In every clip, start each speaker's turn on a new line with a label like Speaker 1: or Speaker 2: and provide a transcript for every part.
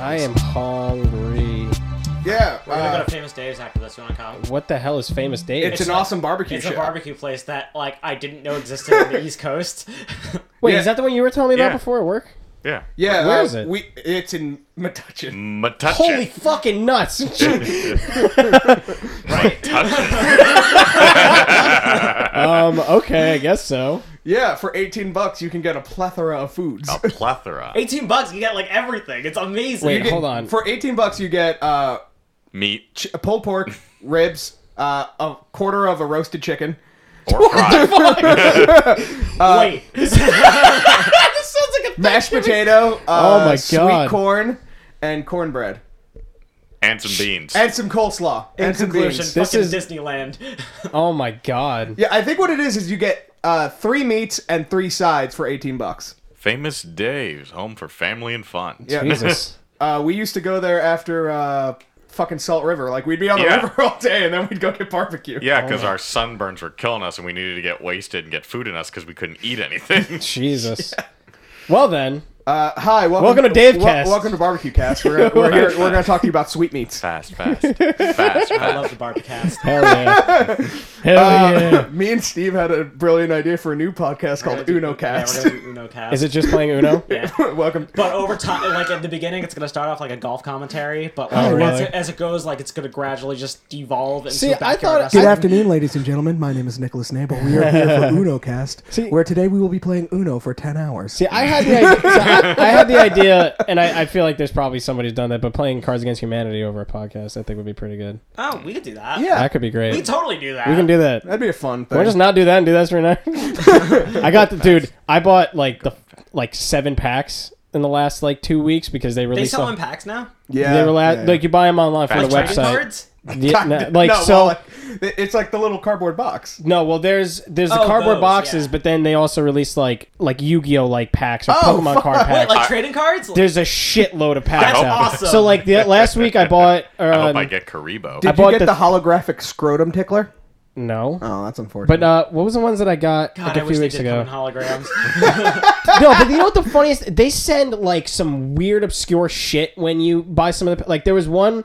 Speaker 1: I am hungry.
Speaker 2: Yeah.
Speaker 3: We're gonna
Speaker 2: uh,
Speaker 3: go to Famous Dave's after this. You wanna come?
Speaker 1: What the hell is Famous Dave?
Speaker 2: it's, an awesome barbecue
Speaker 3: It's
Speaker 2: show.
Speaker 3: a barbecue place that like I didn't know existed on the East Coast.
Speaker 1: Wait,
Speaker 2: Yeah.
Speaker 1: is that the one you were telling me about
Speaker 4: Yeah.
Speaker 1: before at work?
Speaker 4: Yeah.
Speaker 2: yeah.
Speaker 1: Where
Speaker 2: uh,
Speaker 1: is it?
Speaker 2: We, it's in Metuchen.
Speaker 4: Matuchin.
Speaker 1: Holy fucking nuts! um, okay, I guess so.
Speaker 2: Yeah, for 18 bucks, you can get a plethora of foods.
Speaker 4: A plethora.
Speaker 3: 18 bucks, you get like everything. It's amazing.
Speaker 1: Wait,
Speaker 3: You
Speaker 1: hold on.
Speaker 2: For 18 bucks, you get uh,
Speaker 4: Meat
Speaker 2: ch- uh, pulled pork, ribs, uh, a quarter of a roasted chicken.
Speaker 4: or fry.
Speaker 3: wait.
Speaker 1: This sounds like a
Speaker 2: mashed potato, uh,
Speaker 1: Oh my
Speaker 2: sweet
Speaker 1: God.
Speaker 2: corn, and cornbread,
Speaker 4: and some beans.
Speaker 2: and some coleslaw, and some
Speaker 3: Conclusion,
Speaker 2: beans.
Speaker 1: This
Speaker 3: fucking
Speaker 1: is-
Speaker 3: Disneyland.
Speaker 1: Oh my god.
Speaker 2: Yeah, I think what it is is you get uh, three meats and three sides for eighteen bucks.
Speaker 4: Famous Dave's, home for family and fun.
Speaker 2: Yeah,
Speaker 1: Jesus.
Speaker 2: uh, we used to go there after uh, fucking Salt River. Like we'd be on the
Speaker 4: Yeah.
Speaker 2: river all day, and then we'd go get barbecue.
Speaker 4: Yeah,
Speaker 1: Oh,
Speaker 4: because our sunburns were killing us, and we needed to get wasted and get food in us because we couldn't eat anything.
Speaker 1: Jesus. Well then,
Speaker 2: Uh, hi, welcome,
Speaker 1: Welcome to Dave Cast.
Speaker 2: welcome to Barbecue Cast. We're, we're here. We're going to talk to you about sweetmeats.
Speaker 4: fast, fast, fast,
Speaker 3: I
Speaker 4: fast.
Speaker 3: love the Barbacast.
Speaker 1: hell yeah. hell
Speaker 2: Uh,
Speaker 1: yeah.
Speaker 2: Me and Steve had a brilliant idea for a new podcast called Uno Cast.
Speaker 3: Yeah, we're gonna do Uno Cast.
Speaker 1: Is it just playing Uno?
Speaker 2: welcome.
Speaker 3: But over time, like at the beginning, it's gonna start off like a golf commentary, but
Speaker 1: Oh,
Speaker 3: like, once
Speaker 1: really?
Speaker 3: it, as it goes, like it's gonna gradually just devolve into
Speaker 1: See, I
Speaker 3: backyard
Speaker 1: thought-
Speaker 3: wrestling.
Speaker 5: Good afternoon, ladies and gentlemen. My name is Nicholas Nabel. We are here for UnoCast,
Speaker 1: See-
Speaker 5: where today we will be playing Uno for 10 hours.
Speaker 1: See, I had the idea, so I, I had the idea, and I, I feel like there's probably somebody who's done that. But playing Cards Against Humanity over a podcast, I think would be pretty good.
Speaker 3: Oh, we could do that.
Speaker 2: Yeah.
Speaker 1: That could be great.
Speaker 3: we could totally do that.
Speaker 1: We can do that.
Speaker 2: That'd be a fun thing.
Speaker 1: Or just not do that and do this right now. I got the dude. I bought like the like seven packs in the last like two weeks because they
Speaker 3: They
Speaker 1: released.
Speaker 3: sell
Speaker 1: them-
Speaker 3: in packs now.
Speaker 2: yeah,
Speaker 1: They were la-
Speaker 2: yeah, yeah.
Speaker 1: like you buy them online from
Speaker 3: Like
Speaker 1: the
Speaker 3: trading
Speaker 1: website.
Speaker 3: cards.
Speaker 1: Yeah, no,
Speaker 2: No,
Speaker 1: like
Speaker 2: well,
Speaker 1: so.
Speaker 2: like, it- it's like the little cardboard box.
Speaker 1: no, well, there's there's the
Speaker 3: Oh,
Speaker 1: cardboard
Speaker 3: those,
Speaker 1: boxes,
Speaker 3: yeah.
Speaker 1: but then they also release like like Yu-Gi-Oh like packs or
Speaker 2: Oh,
Speaker 1: Pokemon
Speaker 2: fuck.
Speaker 1: card packs.
Speaker 3: Wait, like trading cards?
Speaker 1: there's a shitload of packs
Speaker 3: That's
Speaker 1: out.
Speaker 3: awesome.
Speaker 1: So like the last week I bought. Um,
Speaker 4: I hope I get Karibo.
Speaker 1: I
Speaker 2: Did
Speaker 1: bought
Speaker 2: you get
Speaker 1: the-
Speaker 2: the, holographic scrotum tickler?
Speaker 1: no.
Speaker 2: Oh, that's unfortunate.
Speaker 1: But uh, what was the ones that I got
Speaker 3: God,
Speaker 1: like a
Speaker 3: I wish
Speaker 1: few
Speaker 3: they
Speaker 1: weeks
Speaker 3: did
Speaker 1: ago?
Speaker 3: come in holograms.
Speaker 1: no, but you know what the funniest? They send like some weird, obscure shit when you buy some of the like. There was one.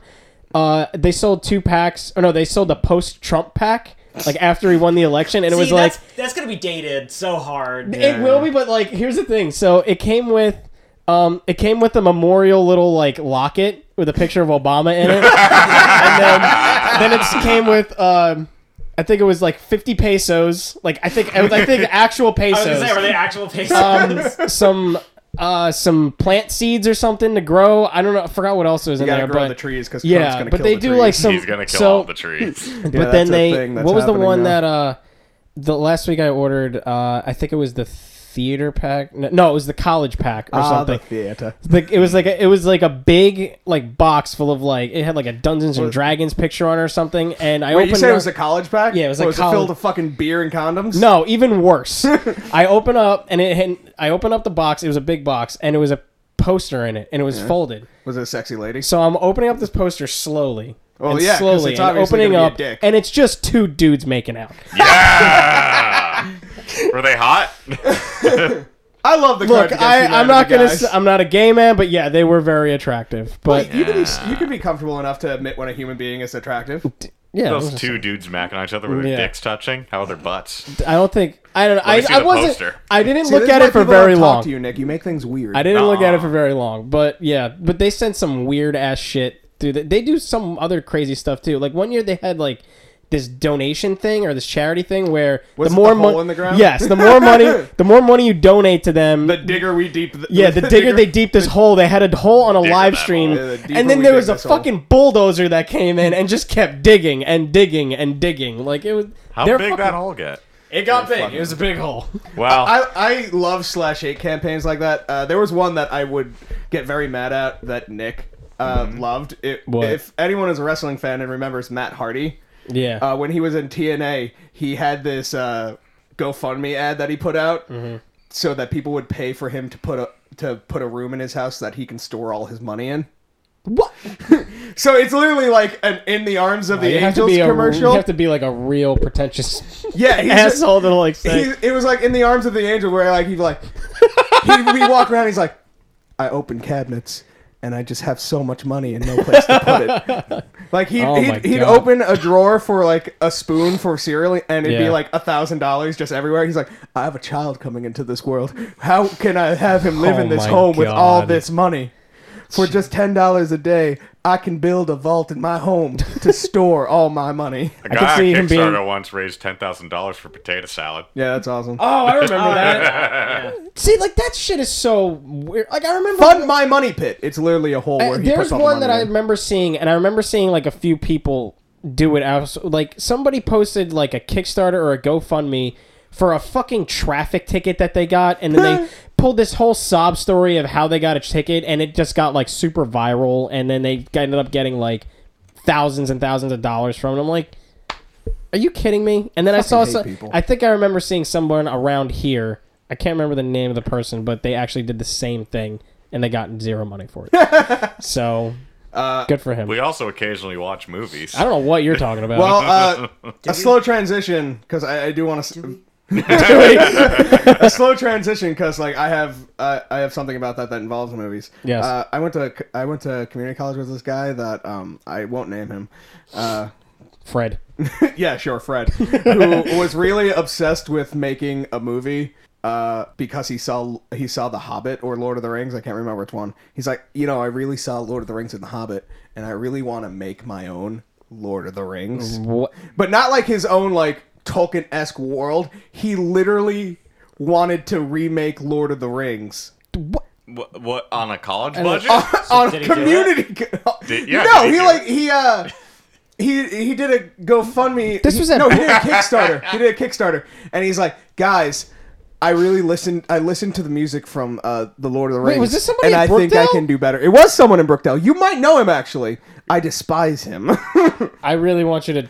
Speaker 1: Uh, they sold two packs. Or no, they sold the post-Trump pack. Like after he won the election, and it was
Speaker 3: See,
Speaker 1: like
Speaker 3: that's, that's gonna be dated so hard.
Speaker 1: it will be. But like, here's the thing. So it came with. Um, it came with a memorial little like locket with a picture of Obama in it, and then then it s- came with um, I think it was like fifty pesos, like I think I think actual
Speaker 3: I was
Speaker 1: pesos
Speaker 3: gonna say, were they actual packs?
Speaker 1: um, some uh, some plant seeds or something to grow. I don't know. I forgot what else was in
Speaker 2: you gotta
Speaker 1: there,
Speaker 2: grow
Speaker 1: but
Speaker 2: the trees because
Speaker 1: yeah,
Speaker 2: gonna
Speaker 1: but
Speaker 2: kill
Speaker 1: they
Speaker 2: the
Speaker 1: do
Speaker 2: trees.
Speaker 1: like some.
Speaker 4: He's gonna kill
Speaker 1: so,
Speaker 4: all the trees.
Speaker 1: but
Speaker 2: that's
Speaker 1: then
Speaker 2: a
Speaker 1: they.
Speaker 2: thing that's
Speaker 1: What was the
Speaker 2: happening
Speaker 1: one
Speaker 2: now.
Speaker 1: that uh, the last week I ordered? Uh, I think it was the theater pack. No, it was the college pack or
Speaker 2: Ah, the
Speaker 1: something.
Speaker 2: theater.
Speaker 1: Like it was like a, it was like a big like box full of like it had like a Dungeons and Dragons picture on it or something, and I
Speaker 2: Wait,
Speaker 1: opened.
Speaker 2: you said it
Speaker 1: up-
Speaker 2: was a college pack?
Speaker 1: Yeah, it was
Speaker 2: What,
Speaker 1: a
Speaker 2: it
Speaker 1: college-
Speaker 2: filled with fucking beer and condoms.
Speaker 1: No, even worse. I open up and it had, I open up the box. It was a big box and it was a poster in it and it was folded.
Speaker 2: was it a sexy lady?
Speaker 1: So I'm opening up this poster slowly.
Speaker 2: Well,
Speaker 1: and
Speaker 2: yeah, 'cause
Speaker 1: slowly
Speaker 2: it's
Speaker 1: and
Speaker 2: obviously
Speaker 1: opening
Speaker 2: gonna be a
Speaker 1: up,
Speaker 2: dick.
Speaker 1: and it's just two dudes making out.
Speaker 4: Yeah. Were they hot?
Speaker 2: I love the
Speaker 1: Look,
Speaker 2: Cards Against
Speaker 1: I,
Speaker 2: Humanity
Speaker 1: I'm not gonna,
Speaker 2: guys.
Speaker 1: s- I'm not a gay man, but yeah, they were very attractive. But
Speaker 2: you could be you could be comfortable enough to admit when a human being is attractive.
Speaker 1: yeah, it
Speaker 4: Those
Speaker 1: was-
Speaker 4: two dudes macking on each other with their
Speaker 1: Yeah.
Speaker 4: dicks touching. How are their butts?
Speaker 1: I don't think, I don't know, I,
Speaker 4: me see
Speaker 1: I
Speaker 4: the
Speaker 1: wasn't,
Speaker 4: poster.
Speaker 1: I didn't
Speaker 2: See,
Speaker 1: look
Speaker 2: this is
Speaker 1: at
Speaker 2: why
Speaker 1: it for
Speaker 2: people don't
Speaker 1: very
Speaker 2: talk
Speaker 1: long.
Speaker 2: to you, Nick. You make things weird.
Speaker 1: I didn't look at it
Speaker 4: Nah.
Speaker 1: for very long, but yeah, but they sent some weird ass shit through. The, they do some other crazy stuff too. Like one year they had like this donation thing or this charity thing where
Speaker 2: Was
Speaker 1: the
Speaker 2: it
Speaker 1: more
Speaker 2: the hole
Speaker 1: mon-
Speaker 2: in the ground?
Speaker 1: yes, the more money, the more money you donate to them.
Speaker 2: The digger we deep.
Speaker 1: yeah, the digger they deep this hole. They had a hole on a
Speaker 4: Digger
Speaker 1: live
Speaker 4: that
Speaker 1: stream,
Speaker 4: hole.
Speaker 2: Yeah, the deeper
Speaker 1: and then
Speaker 2: we
Speaker 1: there
Speaker 2: dig
Speaker 1: was a
Speaker 2: this hole.
Speaker 1: fucking bulldozer that came in and just kept digging and digging and digging. Like it was
Speaker 4: How
Speaker 1: they're
Speaker 4: big
Speaker 1: fucking-
Speaker 4: that hole get?
Speaker 1: It got big.
Speaker 2: fucking-
Speaker 1: It was a big hole.
Speaker 4: Well,
Speaker 2: I, I love slash eight campaigns like that. Uh, there was one that I would get very mad at that Nick uh, loved. It,
Speaker 1: What?
Speaker 2: If anyone is a wrestling fan and remembers Matt Hardy,
Speaker 1: Yeah.
Speaker 2: uh, when he was in TNA, he had
Speaker 1: Mm-hmm.
Speaker 2: this uh, GoFundMe ad that he put out so that people would pay for him to put a, to put a room in his house that he can store all his money in.
Speaker 1: What?
Speaker 2: So it's literally like an "In the Arms of the
Speaker 1: you have to
Speaker 2: Angels"
Speaker 1: be a,
Speaker 2: commercial.
Speaker 1: You have to be like a real pretentious
Speaker 2: yeah, he's just-
Speaker 1: asshole to like say.
Speaker 2: he, it was like in the arms of the angel where like he'd like he we walk around he's like i open cabinets and i just have so much money and no place to put it like he'd,
Speaker 1: Oh my
Speaker 2: he'd, he'd
Speaker 1: God.
Speaker 2: open a drawer for like a spoon for cereal and it'd be
Speaker 1: Yeah.
Speaker 2: like a thousand dollars just everywhere he's like i have a child coming into this world how can i have him live
Speaker 1: Oh
Speaker 2: in this
Speaker 1: my
Speaker 2: home with all
Speaker 1: God.
Speaker 2: this money for just ten dollars a day i can build a vault in my home to store all my money
Speaker 4: A
Speaker 1: could
Speaker 4: guy on
Speaker 1: see him
Speaker 4: Kickstarter
Speaker 1: being-
Speaker 4: once raised ten thousand dollars for potato salad.
Speaker 2: yeah that's awesome
Speaker 1: Oh, I remember that. See, like that shit is so weird. Like I remember
Speaker 2: Fund my money pit. It's literally a hole
Speaker 1: Uh,
Speaker 2: where he
Speaker 1: there's
Speaker 2: puts all the
Speaker 1: one that I
Speaker 2: money in.
Speaker 1: remember seeing, and I remember seeing like a few people do it. Out, like somebody posted like a Kickstarter or a GoFundMe for a fucking traffic ticket that they got, and then they pulled this whole sob story of how they got a ticket, and it just got like super viral, and then they got- ended up getting like thousands and thousands of dollars from it. I'm like, are you kidding me? And then I saw,
Speaker 2: hate
Speaker 1: some,
Speaker 2: people.
Speaker 1: I think I remember seeing someone around here. I can't remember the name of the person, but they actually did the same thing and they got zero money for it. so
Speaker 2: Uh,
Speaker 1: good for him.
Speaker 4: We also occasionally watch movies.
Speaker 1: I don't know what you're talking about.
Speaker 2: Well, uh, a slow transition because I, I do want to. a slow transition because like I have uh, I have something about that that involves movies.
Speaker 1: Yes.
Speaker 2: Uh, I went to c- I went to community college with this guy that um I won't name him. Uh,
Speaker 1: Fred.
Speaker 2: yeah, sure, Fred, who was really obsessed with making a movie. Uh, because he saw he saw The Hobbit or Lord of the Rings, I can't remember which one. He's like, you know, I really saw Lord of the Rings and The Hobbit, and I really want to make my own Lord of the Rings
Speaker 1: What?
Speaker 2: but not like his own like Tolkien esque world. He literally wanted to remake Lord of the Rings
Speaker 4: What, what on a college budget?
Speaker 2: on
Speaker 3: did he do
Speaker 2: community. co-
Speaker 4: Did- yeah,
Speaker 2: no,
Speaker 4: did he
Speaker 2: he
Speaker 4: do
Speaker 2: like he uh. He, he did a GoFundMe.
Speaker 1: This
Speaker 2: He-
Speaker 1: was at-
Speaker 2: no, he did a Kickstarter. he did a Kickstarter, and he's like, guys, I really listened. I listened to the music from uh, the Lord of the Rings.
Speaker 1: was this somebody
Speaker 2: And
Speaker 1: in
Speaker 2: I think I
Speaker 1: Brookdale?
Speaker 2: can do better. It was someone in Brookdale. You might know him actually. I despise him.
Speaker 1: I really want you to
Speaker 4: Don't-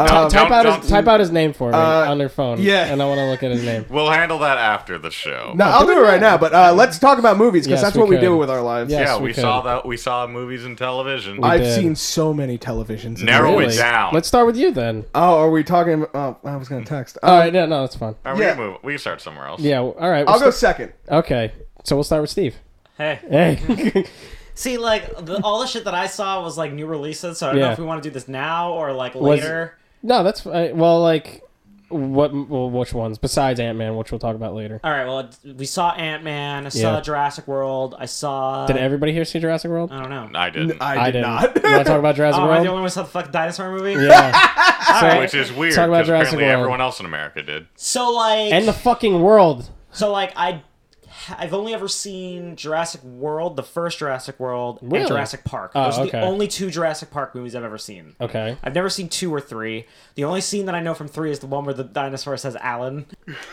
Speaker 1: type
Speaker 4: don't-
Speaker 1: out
Speaker 4: don't-
Speaker 1: his type out his name for me on your phone.
Speaker 2: um, Uh, yeah.
Speaker 1: and I want to look at his name.
Speaker 4: We'll handle that after the show.
Speaker 2: no, I'll do it right now. But uh, let's talk about movies because
Speaker 1: Yes,
Speaker 2: that's
Speaker 1: we
Speaker 2: what we
Speaker 1: could.
Speaker 2: do with our lives.
Speaker 1: Yeah.
Speaker 4: yeah,
Speaker 1: yes, we
Speaker 4: we, saw
Speaker 1: could.
Speaker 4: that. We saw movies and television.
Speaker 1: I-
Speaker 2: I've
Speaker 1: did.
Speaker 2: seen so many televisions. in
Speaker 4: Narrow
Speaker 2: my
Speaker 4: it
Speaker 2: life.
Speaker 1: Really?
Speaker 4: down.
Speaker 1: Let's start with you then.
Speaker 2: Oh, are we talking? ab- oh, I was gonna text. Uh,
Speaker 1: All right, yeah, no, that's fine.
Speaker 4: All right, we
Speaker 2: yeah.
Speaker 4: can move. We can start somewhere else.
Speaker 1: Yeah, all right.
Speaker 2: I'll
Speaker 1: we'll
Speaker 2: go
Speaker 1: st-
Speaker 2: second.
Speaker 1: okay, so we'll start with Steve.
Speaker 3: Hey.
Speaker 1: Hey,
Speaker 3: See, like the, all the shit that I saw was like new releases, so I don't
Speaker 1: Yeah.
Speaker 3: know if we want to do this now or like
Speaker 1: Was-
Speaker 3: later.
Speaker 1: no, that's uh, well, like what? Well, which ones besides Ant Man, which we'll talk about later?
Speaker 3: All right. Well, we saw Ant Man. I
Speaker 1: Yeah.
Speaker 3: saw Jurassic World. I saw.
Speaker 1: Did everybody here see Jurassic World?
Speaker 3: I don't know.
Speaker 4: I didn't.
Speaker 2: Uh, I did not.
Speaker 1: you want to talk about Jurassic
Speaker 3: Oh, am I the
Speaker 1: World?
Speaker 3: only one who saw the fuck dinosaur movie?
Speaker 1: Yeah,
Speaker 4: Which is weird
Speaker 1: Talk about
Speaker 4: because
Speaker 1: Jurassic
Speaker 4: apparently
Speaker 1: World.
Speaker 4: everyone else in America did.
Speaker 3: So like,
Speaker 1: and the fucking world.
Speaker 3: so like I, I've only ever seen Jurassic World, the first Jurassic World,
Speaker 1: Really?
Speaker 3: and Jurassic Park.
Speaker 1: Oh,
Speaker 3: Those are
Speaker 1: okay.
Speaker 3: the only two Jurassic Park movies I've ever seen.
Speaker 1: Okay.
Speaker 3: I've never seen two or three. The only scene that I know from three is the one where the dinosaur says Alan.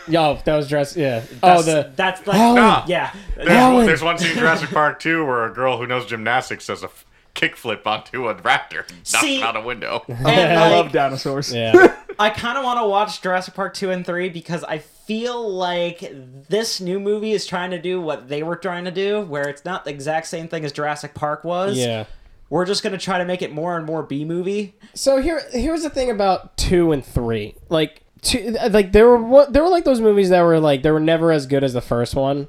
Speaker 1: Yo, that was dress. Yeah. oh,
Speaker 3: That's,
Speaker 1: the Oh.
Speaker 3: that's like
Speaker 1: Alan.
Speaker 4: Nah.
Speaker 3: yeah.
Speaker 4: There's,
Speaker 1: Alan.
Speaker 4: there's one scene in Jurassic Park 2 where a girl who knows gymnastics does a f- kickflip onto a raptor, knocks
Speaker 3: See-
Speaker 4: out a window.
Speaker 3: And,
Speaker 2: I
Speaker 3: like,
Speaker 2: love dinosaurs.
Speaker 1: yeah.
Speaker 3: I kind of want to watch Jurassic Park 2 and 3 because I feel like this new movie is trying to do what they were trying to do, where it's not the exact same thing as Jurassic Park was.
Speaker 1: yeah.
Speaker 3: We're just going to try to make it more and more B movie.
Speaker 1: So here, here's the thing about two and three. Like two, like there were what there were like those movies that were like they were never as good as the first one.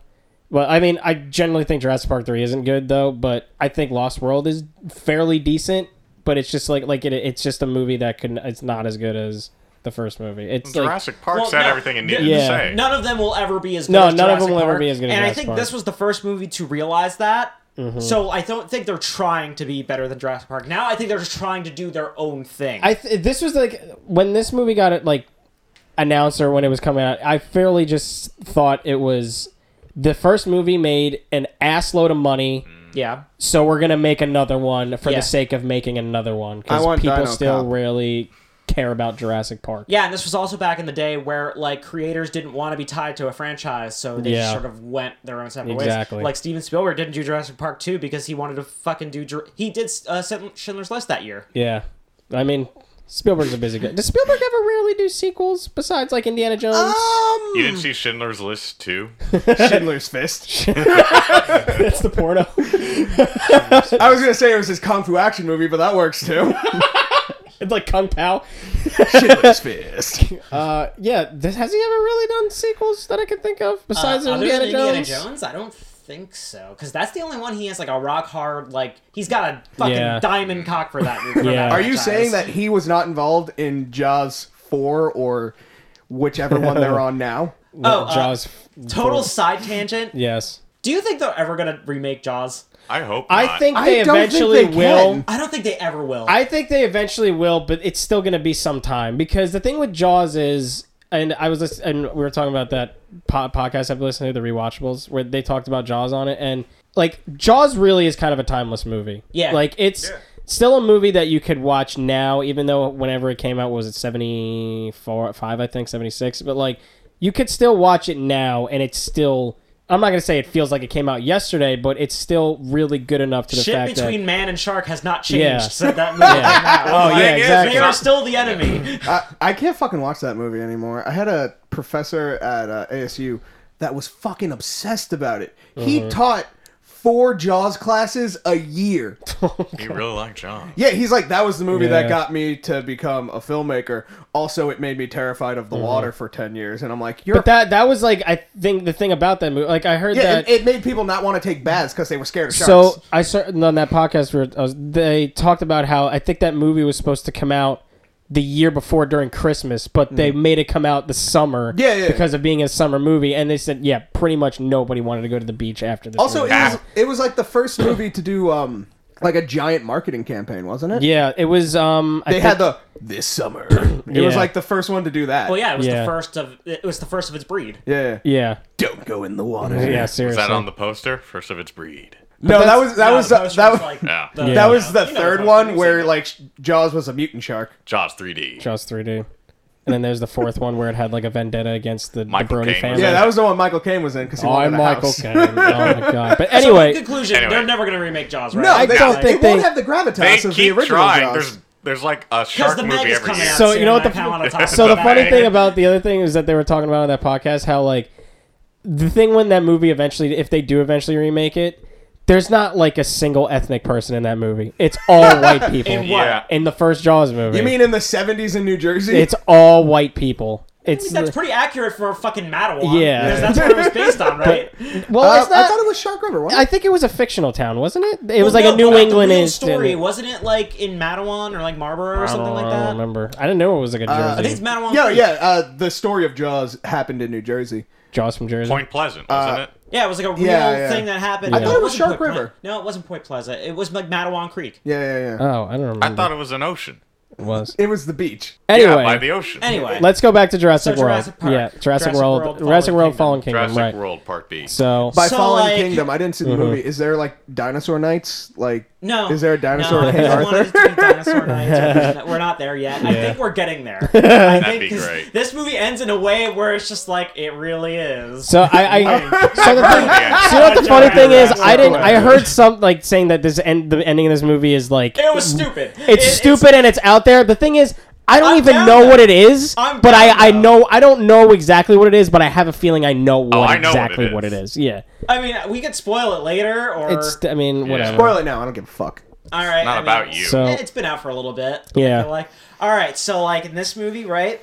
Speaker 1: Well, I mean, I generally think Jurassic Park three isn't good though, but I think Lost World is fairly decent. But it's just like like it, it's just a movie that could it's not as good as the first movie. It's like
Speaker 4: Jurassic Park
Speaker 3: Well,
Speaker 4: said
Speaker 3: no,
Speaker 4: everything it needed
Speaker 1: yeah.
Speaker 4: to say.
Speaker 3: None of them will ever be as good
Speaker 1: No,
Speaker 3: as
Speaker 1: none of them
Speaker 3: Jurassic
Speaker 1: will ever
Speaker 3: Park,
Speaker 1: be as good as
Speaker 3: And I
Speaker 1: Jurassic
Speaker 3: think
Speaker 1: Park. Mm-hmm.
Speaker 3: this was the first movie to realize that. So I don't think they're trying to be better than Jurassic Park. Now I think they're just trying to do their own thing.
Speaker 1: I th- this was like when this movie got it like announced or when it was coming out. I fairly just thought it was the first movie made an assload of money,
Speaker 3: yeah.
Speaker 1: so we're gonna make another one for
Speaker 3: Yeah.
Speaker 1: the sake of making another one
Speaker 2: I
Speaker 1: because
Speaker 2: want
Speaker 1: people
Speaker 2: Dino
Speaker 1: still
Speaker 2: Cop.
Speaker 1: really care about Jurassic Park.
Speaker 3: Yeah, and this was also back in the day where like creators didn't want to be tied to a franchise, so they
Speaker 1: Yeah.
Speaker 3: just sort of went their own separate
Speaker 1: Exactly.
Speaker 3: ways. Like Steven Spielberg didn't do Jurassic Park two because he wanted to fucking do. Jur- He did uh, Schindler's List that year.
Speaker 1: Yeah, I mean, Spielberg's a busy guy. Does Spielberg ever really do sequels besides like Indiana Jones?
Speaker 2: Um,
Speaker 4: You didn't see Schindler's List too?
Speaker 2: Schindler's Fist.
Speaker 1: That's the porno.
Speaker 2: I was gonna say it was his kung fu action movie, but that works too.
Speaker 1: it's like Kung Pao.
Speaker 2: Schindler's Fist.
Speaker 1: Uh, yeah, this, has he ever really done sequels that I can think of besides
Speaker 3: Uh, other
Speaker 1: Indiana,
Speaker 3: than Indiana
Speaker 1: Jones?
Speaker 3: Jones, I don't think so. Because that's the only one he has like a rock hard like he's got a fucking
Speaker 1: Yeah.
Speaker 3: diamond cock for that. for
Speaker 1: Yeah.
Speaker 3: that
Speaker 2: Are you
Speaker 3: franchise.
Speaker 2: saying that he was not involved in Jaws four or whichever one they're on now?
Speaker 3: Oh, uh,
Speaker 1: Jaws.
Speaker 3: Total side tangent.
Speaker 1: Yes.
Speaker 3: Do you think they're ever gonna remake Jaws?
Speaker 4: I hope.
Speaker 1: I
Speaker 4: not.
Speaker 1: think
Speaker 2: I
Speaker 1: they
Speaker 2: don't think
Speaker 1: eventually
Speaker 2: they
Speaker 1: will.
Speaker 2: can.
Speaker 3: I don't think they ever will.
Speaker 1: I think they eventually will, but it's still going to be some time because the thing with Jaws is, and I was lis- and we were talking about that po- podcast I've listened to, the rewatchables, where they talked about Jaws on it, and like Jaws really is kind of a timeless movie.
Speaker 3: Yeah.
Speaker 1: like it's
Speaker 4: Yeah.
Speaker 1: still a movie that you could watch now, even though whenever it came out was it seventy four, five, I think seventy six, but like you could still watch it now, and it's still. I'm not gonna say it feels like it came out yesterday, but it's still really good enough to the
Speaker 3: Shit
Speaker 1: fact
Speaker 3: between
Speaker 1: that
Speaker 3: man and shark has not changed
Speaker 1: Yeah.
Speaker 3: since that movie.
Speaker 1: Yeah.
Speaker 3: came out.
Speaker 1: Oh, yeah,
Speaker 4: Thing is,
Speaker 1: exactly.
Speaker 3: They are
Speaker 4: not-
Speaker 3: still the enemy.
Speaker 2: I, I can't fucking watch that movie anymore. I had a professor at uh, ASU that was fucking obsessed about it. He taught four Jaws classes a year.
Speaker 4: he really liked John.
Speaker 2: Yeah, he's like, that was the movie
Speaker 1: Yeah.
Speaker 2: that got me to become a filmmaker. Also, it made me terrified of the water for 10 years. And I'm like, you're.
Speaker 1: Mm-hmm. But that that was like I think the thing about that movie. Like I heard
Speaker 2: yeah,
Speaker 1: that.
Speaker 2: it, it made people not want to take baths because they were scared of sharks.
Speaker 1: so I saw on that podcast where I was, they talked about how I think that movie was supposed to come out the year before during Christmas, but they made it come out the summer.
Speaker 2: Mm-hmm. Yeah, yeah.
Speaker 1: Because of being a summer movie, and they said yeah, pretty much nobody wanted to go to the beach after this.
Speaker 2: also, it
Speaker 1: movie.
Speaker 2: was, it was like the first movie to do um like a giant marketing campaign, wasn't it?
Speaker 1: yeah, it was. Um, I
Speaker 2: They
Speaker 1: think-
Speaker 2: had the this summer. It was
Speaker 1: Yeah.
Speaker 2: like the first one to do that.
Speaker 3: Well, yeah, it was
Speaker 1: Yeah.
Speaker 3: the first of it was the first of its breed.
Speaker 2: Yeah.
Speaker 1: yeah,
Speaker 2: Don't go in the water.
Speaker 1: yeah.
Speaker 4: Is
Speaker 1: Seriously,
Speaker 4: that on the poster? First of its breed.
Speaker 2: No, that was that
Speaker 3: No,
Speaker 2: was
Speaker 3: the
Speaker 2: uh,
Speaker 3: poster
Speaker 2: that
Speaker 3: was
Speaker 2: was
Speaker 3: like
Speaker 4: Yeah.
Speaker 3: the-
Speaker 1: Yeah.
Speaker 2: that was the
Speaker 3: You know
Speaker 2: third
Speaker 3: the poster,
Speaker 2: one
Speaker 3: you've
Speaker 2: where
Speaker 3: seen it.
Speaker 2: like sh- Jaws was a mutant shark.
Speaker 4: Jaws 3D.
Speaker 1: Jaws 3D. And then there's the fourth one where it had like a vendetta against the, the
Speaker 4: Michael
Speaker 1: Brody
Speaker 4: Caine was
Speaker 1: family.
Speaker 2: Yeah, that was the one Michael Caine was in because he wanted
Speaker 1: I'm
Speaker 2: a
Speaker 1: Michael
Speaker 2: house.
Speaker 1: Caine. Oh my god! But
Speaker 3: So in
Speaker 1: anyway,
Speaker 3: conclusion,
Speaker 4: Anyway.
Speaker 3: they're never gonna remake Jaws, right?
Speaker 2: No,
Speaker 1: I
Speaker 2: they,
Speaker 1: don't
Speaker 2: they
Speaker 1: think
Speaker 2: won't
Speaker 1: they-
Speaker 2: have the gravitas
Speaker 4: They
Speaker 2: of the
Speaker 4: keep
Speaker 2: original
Speaker 4: trying.
Speaker 2: Jaws.
Speaker 4: There's there's like a
Speaker 3: because
Speaker 4: shark
Speaker 3: the
Speaker 4: movie
Speaker 3: Meg is
Speaker 4: every
Speaker 3: coming
Speaker 4: year.
Speaker 3: out.
Speaker 1: So,
Speaker 3: soon,
Speaker 1: you know what
Speaker 3: and
Speaker 1: the-
Speaker 3: I kinda wanna talk
Speaker 1: So the
Speaker 3: about
Speaker 1: funny
Speaker 3: it.
Speaker 1: thing about the other thing is that they were talking about on that podcast how like the thing when that movie eventually, if they do eventually remake it, there's not like a single ethnic person in that movie. It's all white people.
Speaker 3: In what?
Speaker 4: Yeah.
Speaker 1: In the first Jaws movie,
Speaker 2: you mean in the '70s in New Jersey?
Speaker 1: it's all white people? It's
Speaker 3: That's pretty accurate for a fucking Matawan.
Speaker 1: Yeah.
Speaker 3: because that's what it was based on, right?
Speaker 1: well,
Speaker 2: Uh,
Speaker 1: it's not.
Speaker 2: I thought it was Shark River. Wasn't
Speaker 1: I
Speaker 2: it?
Speaker 1: think it was a fictional town, wasn't it? It was
Speaker 3: Well,
Speaker 1: like
Speaker 3: no,
Speaker 1: a
Speaker 3: but
Speaker 1: New
Speaker 3: the
Speaker 1: England
Speaker 3: real
Speaker 1: instant-
Speaker 3: story. Wasn't it like in Matawan or like Marlboro or
Speaker 1: I
Speaker 3: something
Speaker 1: don't,
Speaker 3: like
Speaker 1: I don't
Speaker 3: that? Uh,
Speaker 1: remember. I didn't know it was like a Jersey.
Speaker 3: I think it's Matawan.
Speaker 2: yeah,
Speaker 3: Creek.
Speaker 2: yeah. Uh, the story of Jaws happened in New Jersey.
Speaker 1: Jaws from Jersey.
Speaker 4: Point Pleasant, wasn't it?
Speaker 3: Yeah, it was like a real
Speaker 2: Yeah, yeah.
Speaker 3: thing that happened.
Speaker 1: I
Speaker 3: No,
Speaker 1: thought
Speaker 2: it was
Speaker 3: wasn't
Speaker 2: Shark
Speaker 3: Point-
Speaker 2: River.
Speaker 3: No, it wasn't Point Pleasant. It was like Matawan Creek.
Speaker 2: Yeah, yeah, yeah.
Speaker 1: Oh, I don't remember.
Speaker 4: I thought it was an ocean.
Speaker 1: it was.
Speaker 2: it was the beach.
Speaker 1: Anyway,
Speaker 4: yeah, by the ocean.
Speaker 3: Anyway,
Speaker 1: Let's go back to Jurassic
Speaker 3: So
Speaker 1: World.
Speaker 3: Jurassic Park.
Speaker 1: Yeah, Jurassic,
Speaker 3: Jurassic
Speaker 1: World,
Speaker 3: World,
Speaker 1: Jurassic
Speaker 3: Fallen
Speaker 1: World,
Speaker 3: Kingdom.
Speaker 1: Fallen Kingdom,
Speaker 4: Jurassic
Speaker 1: right?
Speaker 4: World Part B.
Speaker 1: So, Uh-huh.
Speaker 2: By
Speaker 3: So,
Speaker 2: Fallen
Speaker 3: like-
Speaker 2: Kingdom, I didn't see the movie. Is there like dinosaur nights? Like,
Speaker 3: No.
Speaker 2: Is there a dinosaur
Speaker 3: No, I
Speaker 2: King
Speaker 3: just wanted
Speaker 2: Arthur?
Speaker 3: it to be dinosaur Knights. We're not there yet. I think we're getting there. I
Speaker 4: That'd
Speaker 3: think
Speaker 4: be
Speaker 3: 'cause
Speaker 4: great.
Speaker 3: This movie ends in a way where it's just like it really is.
Speaker 1: so I, I so the thing,
Speaker 4: Yeah.
Speaker 1: so you know what the funny thing is, I
Speaker 3: Jurassic
Speaker 1: didn't. I
Speaker 2: World.
Speaker 1: heard some like saying that this end, the ending of this movie is like
Speaker 3: it was stupid. It-
Speaker 1: it's stupid and it's out there. The thing is. I don't
Speaker 3: I'm
Speaker 1: even
Speaker 3: down
Speaker 1: know
Speaker 3: though.
Speaker 1: what it is,
Speaker 3: I'm
Speaker 1: but
Speaker 3: down
Speaker 1: I, I
Speaker 3: though.
Speaker 1: know I don't know exactly what it is, but I have a feeling I know what
Speaker 4: Oh, I know what
Speaker 1: exactly
Speaker 4: it
Speaker 1: what it is. Yeah,
Speaker 3: I mean, we could spoil it later, or
Speaker 1: it's I mean whatever.
Speaker 2: Spoil it now. I don't give a fuck.
Speaker 3: all right.
Speaker 4: Not
Speaker 3: I mean,
Speaker 4: about you.
Speaker 1: So-
Speaker 3: Eh, It's been out for a little bit. I
Speaker 1: Yeah.
Speaker 3: feel Like, all right. So, like in this movie, right?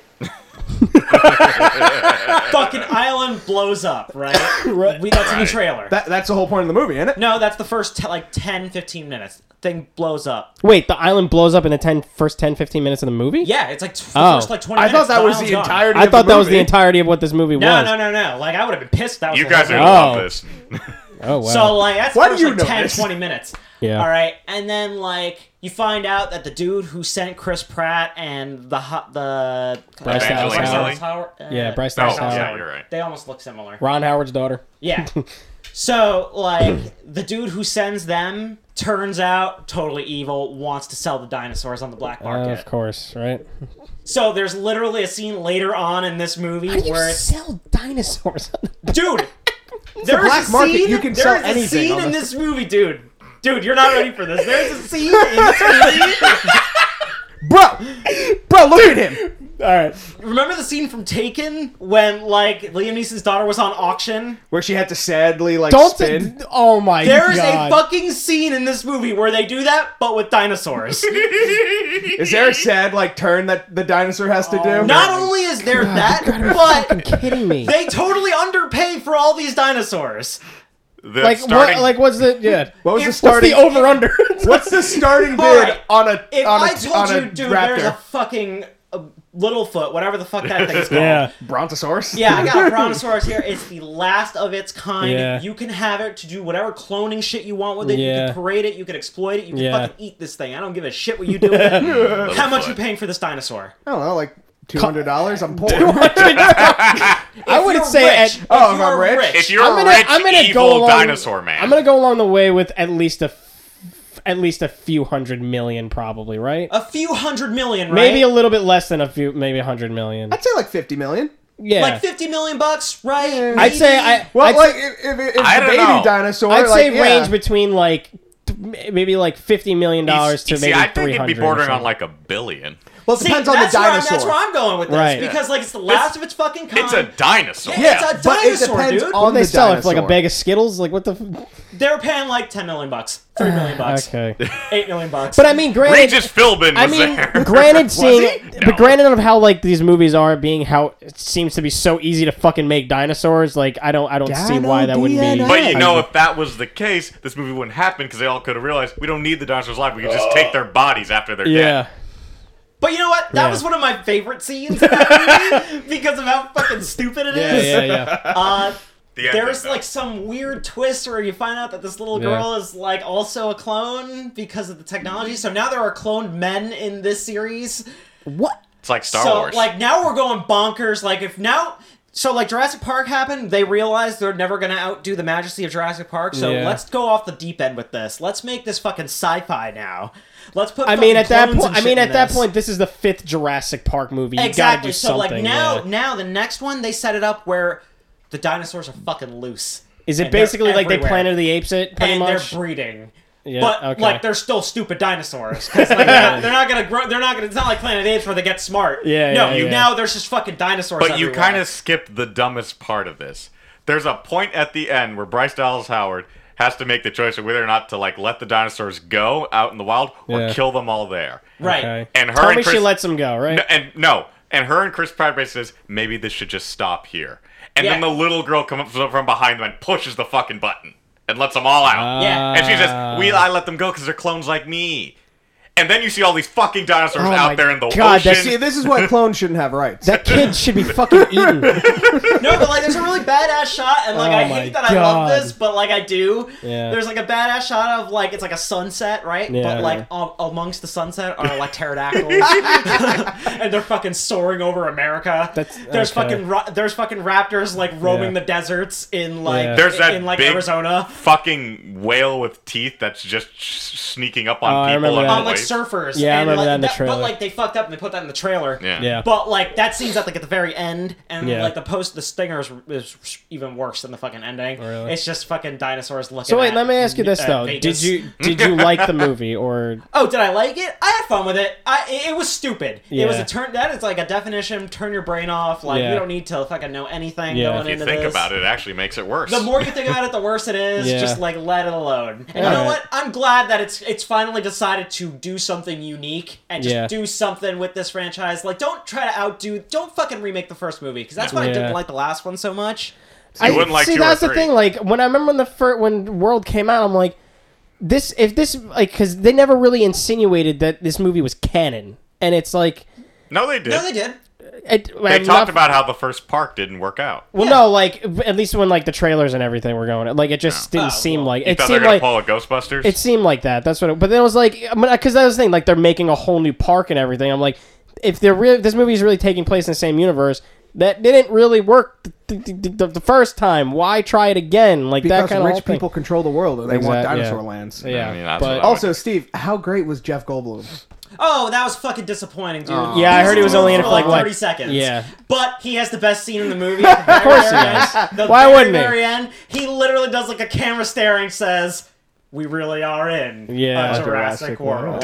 Speaker 3: fucking island blows up, right? We that's in the
Speaker 4: Right.
Speaker 3: trailer.
Speaker 2: That, that's the whole point of the movie, isn't it?
Speaker 3: no, that's the first te- like 10, 15 minutes. Thing blows up.
Speaker 1: Wait, the island blows up in the 10, first 10, 15 minutes of the movie.
Speaker 3: Yeah, it's like t- the
Speaker 1: Oh.
Speaker 3: first like twenty.
Speaker 2: I thought
Speaker 3: minutes,
Speaker 2: that was
Speaker 3: island's
Speaker 2: the
Speaker 3: gone.
Speaker 2: entirety.
Speaker 1: I
Speaker 2: of
Speaker 1: thought
Speaker 2: the
Speaker 1: that was the
Speaker 2: movie.
Speaker 1: entirety of what this movie
Speaker 3: No,
Speaker 1: was.
Speaker 3: no, no, no. Like I would have been pissed. if That was
Speaker 4: You
Speaker 3: the
Speaker 4: guys are
Speaker 3: whole
Speaker 4: gonna
Speaker 3: thing.
Speaker 1: Oh.
Speaker 4: love this.
Speaker 1: Oh wow.
Speaker 3: so like that's
Speaker 2: Why do
Speaker 3: first,
Speaker 2: you
Speaker 3: like,
Speaker 2: know
Speaker 3: 10,
Speaker 2: this?
Speaker 3: 20 minutes.
Speaker 1: Yeah.
Speaker 3: All right, and then like you find out that the dude who sent Chris Pratt and the hot the
Speaker 1: Bryce Dallas
Speaker 4: Howard.
Speaker 3: Howard. uh,
Speaker 1: Yeah, Bryce
Speaker 4: No,
Speaker 1: Dallas Howard.
Speaker 4: Oh, yeah, you're right.
Speaker 3: They almost look similar.
Speaker 1: Ron Howard's daughter.
Speaker 3: Yeah. So, like, the dude who sends them turns out totally evil, wants to sell the dinosaurs on the black
Speaker 1: Uh,
Speaker 3: market.
Speaker 1: of course, right?
Speaker 3: so, there's literally a scene later on in this movie where it's
Speaker 1: sell dinosaurs?
Speaker 3: dude. There's
Speaker 2: black
Speaker 3: a
Speaker 2: market.
Speaker 3: scene.
Speaker 2: You can
Speaker 3: there
Speaker 2: sell
Speaker 3: is a
Speaker 2: anything
Speaker 3: scene
Speaker 2: on
Speaker 3: in
Speaker 2: this-
Speaker 3: this movie, dude. Dude, you're not ready for this. There's a scene in this movie
Speaker 2: bro, bro, look at him.
Speaker 1: All right.
Speaker 3: Remember the scene from Taken when like Liam Neeson's daughter was on auction?
Speaker 2: Where she had to sadly like
Speaker 1: Don't.
Speaker 2: spin.
Speaker 1: oh my
Speaker 3: There is
Speaker 1: god.
Speaker 3: a fucking scene in this movie where they do that, but with dinosaurs.
Speaker 2: Is there a sad like turn that the dinosaur has to
Speaker 1: Oh,
Speaker 2: do?
Speaker 3: Not only is there that, but
Speaker 1: kidding me.
Speaker 3: they totally underpay for all these dinosaurs.
Speaker 4: The
Speaker 1: like
Speaker 4: starting,
Speaker 1: what? Like what's the yeah?
Speaker 2: What was the
Speaker 1: What's
Speaker 2: starting?
Speaker 1: the over under?
Speaker 2: What's the starting bid
Speaker 3: All right.
Speaker 2: on a
Speaker 3: If
Speaker 2: on a
Speaker 3: I told
Speaker 2: on a
Speaker 3: you, dude, there's a
Speaker 2: raptor?
Speaker 3: fucking uh, Littlefoot, whatever the fuck that thing's called.
Speaker 1: yeah.
Speaker 2: Brontosaurus.
Speaker 3: Yeah, I got a Brontosaurus here. It's the last of its kind.
Speaker 1: Yeah.
Speaker 3: You can have it to do whatever cloning shit you want with it. You
Speaker 1: Yeah.
Speaker 3: can parade it. You can exploit it. You can
Speaker 1: Yeah.
Speaker 3: fucking eat this thing. I don't give a shit what you do with it. How much
Speaker 4: Littlefoot.
Speaker 3: you paying for this dinosaur?
Speaker 2: I don't know, like two hundred dollars. I'm poor.
Speaker 1: I wouldn't say
Speaker 3: rich,
Speaker 1: at-
Speaker 2: Oh, if
Speaker 3: you're
Speaker 2: I'm rich?
Speaker 4: if you're
Speaker 1: I'm gonna-
Speaker 4: a rich,
Speaker 1: I'm gonna go
Speaker 4: evil
Speaker 1: along-
Speaker 4: dinosaur man,
Speaker 1: I'm gonna go along the way with at least a f- at least a few hundred million, probably right?
Speaker 3: a few hundred million, Uh, right?
Speaker 1: Maybe a little bit less than a few, maybe a hundred million.
Speaker 2: I'd say like fifty million.
Speaker 1: Yeah,
Speaker 3: like fifty million bucks, right?
Speaker 1: I'd say
Speaker 3: Maybe?
Speaker 1: I.
Speaker 2: Well,
Speaker 1: I'd,
Speaker 2: like if, if, if it's
Speaker 4: I
Speaker 2: a
Speaker 4: don't
Speaker 2: baby
Speaker 4: know.
Speaker 2: dinosaur,
Speaker 1: I'd
Speaker 2: like,
Speaker 1: say
Speaker 2: yeah.
Speaker 1: range between like th- maybe like fifty million dollars to
Speaker 4: You see,
Speaker 1: maybe
Speaker 4: I
Speaker 1: three hundred.
Speaker 4: think it'd be bordering on like a billion.
Speaker 2: Well, it
Speaker 3: See,
Speaker 2: depends on the
Speaker 3: that's where I'm-
Speaker 2: dinosaur.
Speaker 3: that's where I'm going with this
Speaker 1: Right.
Speaker 3: because like it's the last of its fucking kind.
Speaker 4: It's a dinosaur.
Speaker 3: Yeah, it's a
Speaker 2: but it
Speaker 3: dinosaur,
Speaker 2: depends
Speaker 3: dude.
Speaker 2: on-
Speaker 1: What do they
Speaker 2: the
Speaker 1: sell it for like a
Speaker 2: dinosaur.
Speaker 1: bag of Skittles? Like what the? F-
Speaker 3: They're paying like ten million bucks, three million bucks,
Speaker 1: Ah, okay,
Speaker 3: eight million bucks.
Speaker 1: but I mean, granted,
Speaker 4: Regis Philbin was
Speaker 1: I mean,
Speaker 4: there.
Speaker 1: granted, seeing,
Speaker 4: he? No.
Speaker 1: but granted, of how like these movies are being, how it seems to be so easy to fucking make dinosaurs. Like, I don't, I don't see
Speaker 5: Dino
Speaker 1: why that wouldn't be.
Speaker 5: DNA.
Speaker 4: But you know, if that was the case, this movie wouldn't happen because they all could have realized we don't need the dinosaurs alive. We can just
Speaker 3: Oh.
Speaker 4: take their bodies after they're
Speaker 1: yeah,
Speaker 3: But you know what? That
Speaker 1: Yeah.
Speaker 3: was one of my favorite scenes in that movie because of how fucking stupid it is.
Speaker 1: yeah, yeah, yeah.
Speaker 3: Uh,
Speaker 4: dead. The
Speaker 3: there's
Speaker 4: ending,
Speaker 3: like some weird twist where you find out that this little
Speaker 1: Yeah.
Speaker 3: girl is like also a clone because of the technology. So now there are cloned men in this series.
Speaker 1: what?
Speaker 4: though. it's like Star
Speaker 3: so
Speaker 4: Wars.
Speaker 3: like now we're going bonkers. Like if now. So like Jurassic Park happened, they realized they're never gonna outdo the majesty of Jurassic Park. So
Speaker 1: Yeah.
Speaker 3: let's go off the deep end with this. Let's make this fucking sci-fi now. Let's put.
Speaker 1: I mean,
Speaker 3: fucking
Speaker 1: at that
Speaker 3: clones
Speaker 1: point,
Speaker 3: and
Speaker 1: I mean,
Speaker 3: shit in
Speaker 1: at that
Speaker 3: this.
Speaker 1: point, this is the fifth Jurassic Park movie. You gotta
Speaker 3: Exactly.
Speaker 1: do
Speaker 3: So
Speaker 1: something.
Speaker 3: like now,
Speaker 1: yeah.
Speaker 3: now the next one they set it up where the dinosaurs are fucking loose
Speaker 1: is it
Speaker 3: and they're
Speaker 1: basically like they
Speaker 3: everywhere.
Speaker 1: Planet of the Apes it pretty
Speaker 3: and
Speaker 1: much?
Speaker 3: they're breeding.
Speaker 1: Yeah,
Speaker 3: but
Speaker 1: okay.
Speaker 3: like they're still stupid dinosaurs. 'Cause, like, they're, not, they're not gonna grow. They're not gonna. It's not like Planet of the Apes where they get smart.
Speaker 1: Yeah,
Speaker 3: No.
Speaker 1: yeah,
Speaker 3: you
Speaker 1: yeah.
Speaker 3: now there's just fucking dinosaurs.
Speaker 4: But you
Speaker 3: everywhere.
Speaker 4: kind of skipped the dumbest part of this. There's a point at the end where Bryce Dallas Howard has to make the choice of whether or not to like let the dinosaurs go out in the wild or
Speaker 1: Yeah.
Speaker 4: kill them all there.
Speaker 3: right.
Speaker 1: okay.
Speaker 4: And her
Speaker 1: Tell
Speaker 4: and
Speaker 1: me she
Speaker 4: Chris-
Speaker 1: lets him go, right?
Speaker 4: No, and no, and her and Chris Pratt basically says maybe this should just stop here. And then
Speaker 3: Yeah.
Speaker 4: the little girl comes up from behind them and pushes the fucking button and lets them all
Speaker 1: Ah.
Speaker 4: out.
Speaker 1: Uh,
Speaker 3: Yeah.
Speaker 4: and she says, "We I let them go because they're clones like me." And then you see all these fucking dinosaurs
Speaker 1: Oh my
Speaker 4: out there in the
Speaker 1: God, that's-
Speaker 4: ocean.
Speaker 2: See, this is why clones shouldn't have rights.
Speaker 1: that kid should be fucking eaten.
Speaker 3: No, but like there's a really badass shot, and like
Speaker 1: Oh
Speaker 3: I
Speaker 1: my
Speaker 3: hate that I
Speaker 1: God.
Speaker 3: love this, but like I do.
Speaker 1: Yeah.
Speaker 3: There's like a badass shot of like it's like a sunset, right?
Speaker 1: Yeah.
Speaker 3: But like um, amongst the sunset are like pterodactyls, and they're fucking soaring over America.
Speaker 1: That's-
Speaker 3: there's
Speaker 1: okay.
Speaker 3: fucking ro- there's fucking raptors like roaming
Speaker 1: Yeah.
Speaker 3: the deserts in like
Speaker 1: Yeah.
Speaker 4: There's that
Speaker 3: in like
Speaker 4: big-
Speaker 3: Arizona.
Speaker 4: fucking whale with teeth that's just sh- sneaking up on
Speaker 1: Oh, I
Speaker 4: people
Speaker 1: remember
Speaker 4: and
Speaker 1: that.
Speaker 3: On Um, like
Speaker 4: boys.
Speaker 3: surfers.
Speaker 1: Yeah, I
Speaker 3: and,
Speaker 1: remember
Speaker 3: like,
Speaker 1: that in the trailer.
Speaker 3: But like they fucked up and they put that in the trailer.
Speaker 4: yeah.
Speaker 1: yeah.
Speaker 3: But like that scene's at like at the very end, and
Speaker 1: Yeah.
Speaker 3: like the post the stinger is, is even worse than the fucking ending.
Speaker 1: Really?
Speaker 3: It's just fucking dinosaurs looking.
Speaker 1: So wait,
Speaker 3: at
Speaker 1: let me ask you this
Speaker 3: uh,
Speaker 1: though:
Speaker 3: Vegas.
Speaker 1: Did you did you like the movie or
Speaker 3: Oh, did I like it? I had fun with it. I it it was stupid. It was
Speaker 1: Yeah.
Speaker 3: a turn that is like a definition. Turn your brain off. Like
Speaker 1: Yeah.
Speaker 3: you don't need to fucking know anything
Speaker 1: Yeah.
Speaker 3: going
Speaker 1: If
Speaker 4: If
Speaker 3: into
Speaker 4: you think
Speaker 3: this.
Speaker 4: about it, it actually makes it worse.
Speaker 3: The more you think about it, the worse it is.
Speaker 1: Yeah.
Speaker 3: Just like let it alone. And you know
Speaker 1: Alright.
Speaker 3: what? I'm glad that it's it's finally decided to do something unique and just
Speaker 1: Yeah.
Speaker 3: do something with this franchise. Like don't try to outdo. Don't fucking remake the first movie because that's why I
Speaker 1: Yeah.
Speaker 3: didn't like the last one so much.
Speaker 4: You wouldn't like
Speaker 1: see,
Speaker 4: two or
Speaker 1: that's the
Speaker 4: three.
Speaker 1: thing. Like when I remember when the first when World came out, I'm like, this if this like because they never really insinuated that this movie was canon, and it's like
Speaker 4: no, they did.
Speaker 3: No, they did.
Speaker 1: it,
Speaker 4: They talked about how the first park didn't work out.
Speaker 1: Well,
Speaker 3: Yeah.
Speaker 1: no, like at least when like the trailers and everything were going, like it just
Speaker 3: Oh,
Speaker 1: didn't seem
Speaker 3: well,
Speaker 1: like
Speaker 4: You
Speaker 1: it
Speaker 4: thought they were
Speaker 1: seemed
Speaker 4: gonna
Speaker 1: like
Speaker 4: pull a Ghostbusters.
Speaker 1: it seemed like that. That's what. It, but then it was like, because I mean, 'cause that was the thing. Like they're making a whole new park and everything. I'm like, if they're really, this movie is really taking place in the same universe. That didn't really work the, the, the, the first time. Why try it again? Like
Speaker 2: because
Speaker 1: that kind
Speaker 2: rich
Speaker 1: of thing.
Speaker 2: people control the world and they want
Speaker 1: Exact- yeah.
Speaker 2: dinosaur lands.
Speaker 1: Yeah,
Speaker 4: I mean, that's
Speaker 1: but
Speaker 4: what I would-
Speaker 2: Also, Steve, how great was Jeff Goldblum?
Speaker 3: Oh, that was fucking disappointing, dude.
Speaker 1: Yeah, I heard he was only in it
Speaker 3: for
Speaker 1: for, like, what?
Speaker 3: thirty seconds.
Speaker 1: Yeah.
Speaker 3: but he has the best scene in the movie. At the of
Speaker 1: course he
Speaker 3: very
Speaker 1: does.
Speaker 3: End, the
Speaker 1: Why
Speaker 3: very,
Speaker 1: wouldn't he?
Speaker 3: very end, he literally does like a camera stare and says, we really are in
Speaker 1: Yeah.
Speaker 3: a Jurassic,
Speaker 2: Jurassic
Speaker 3: World.
Speaker 2: World.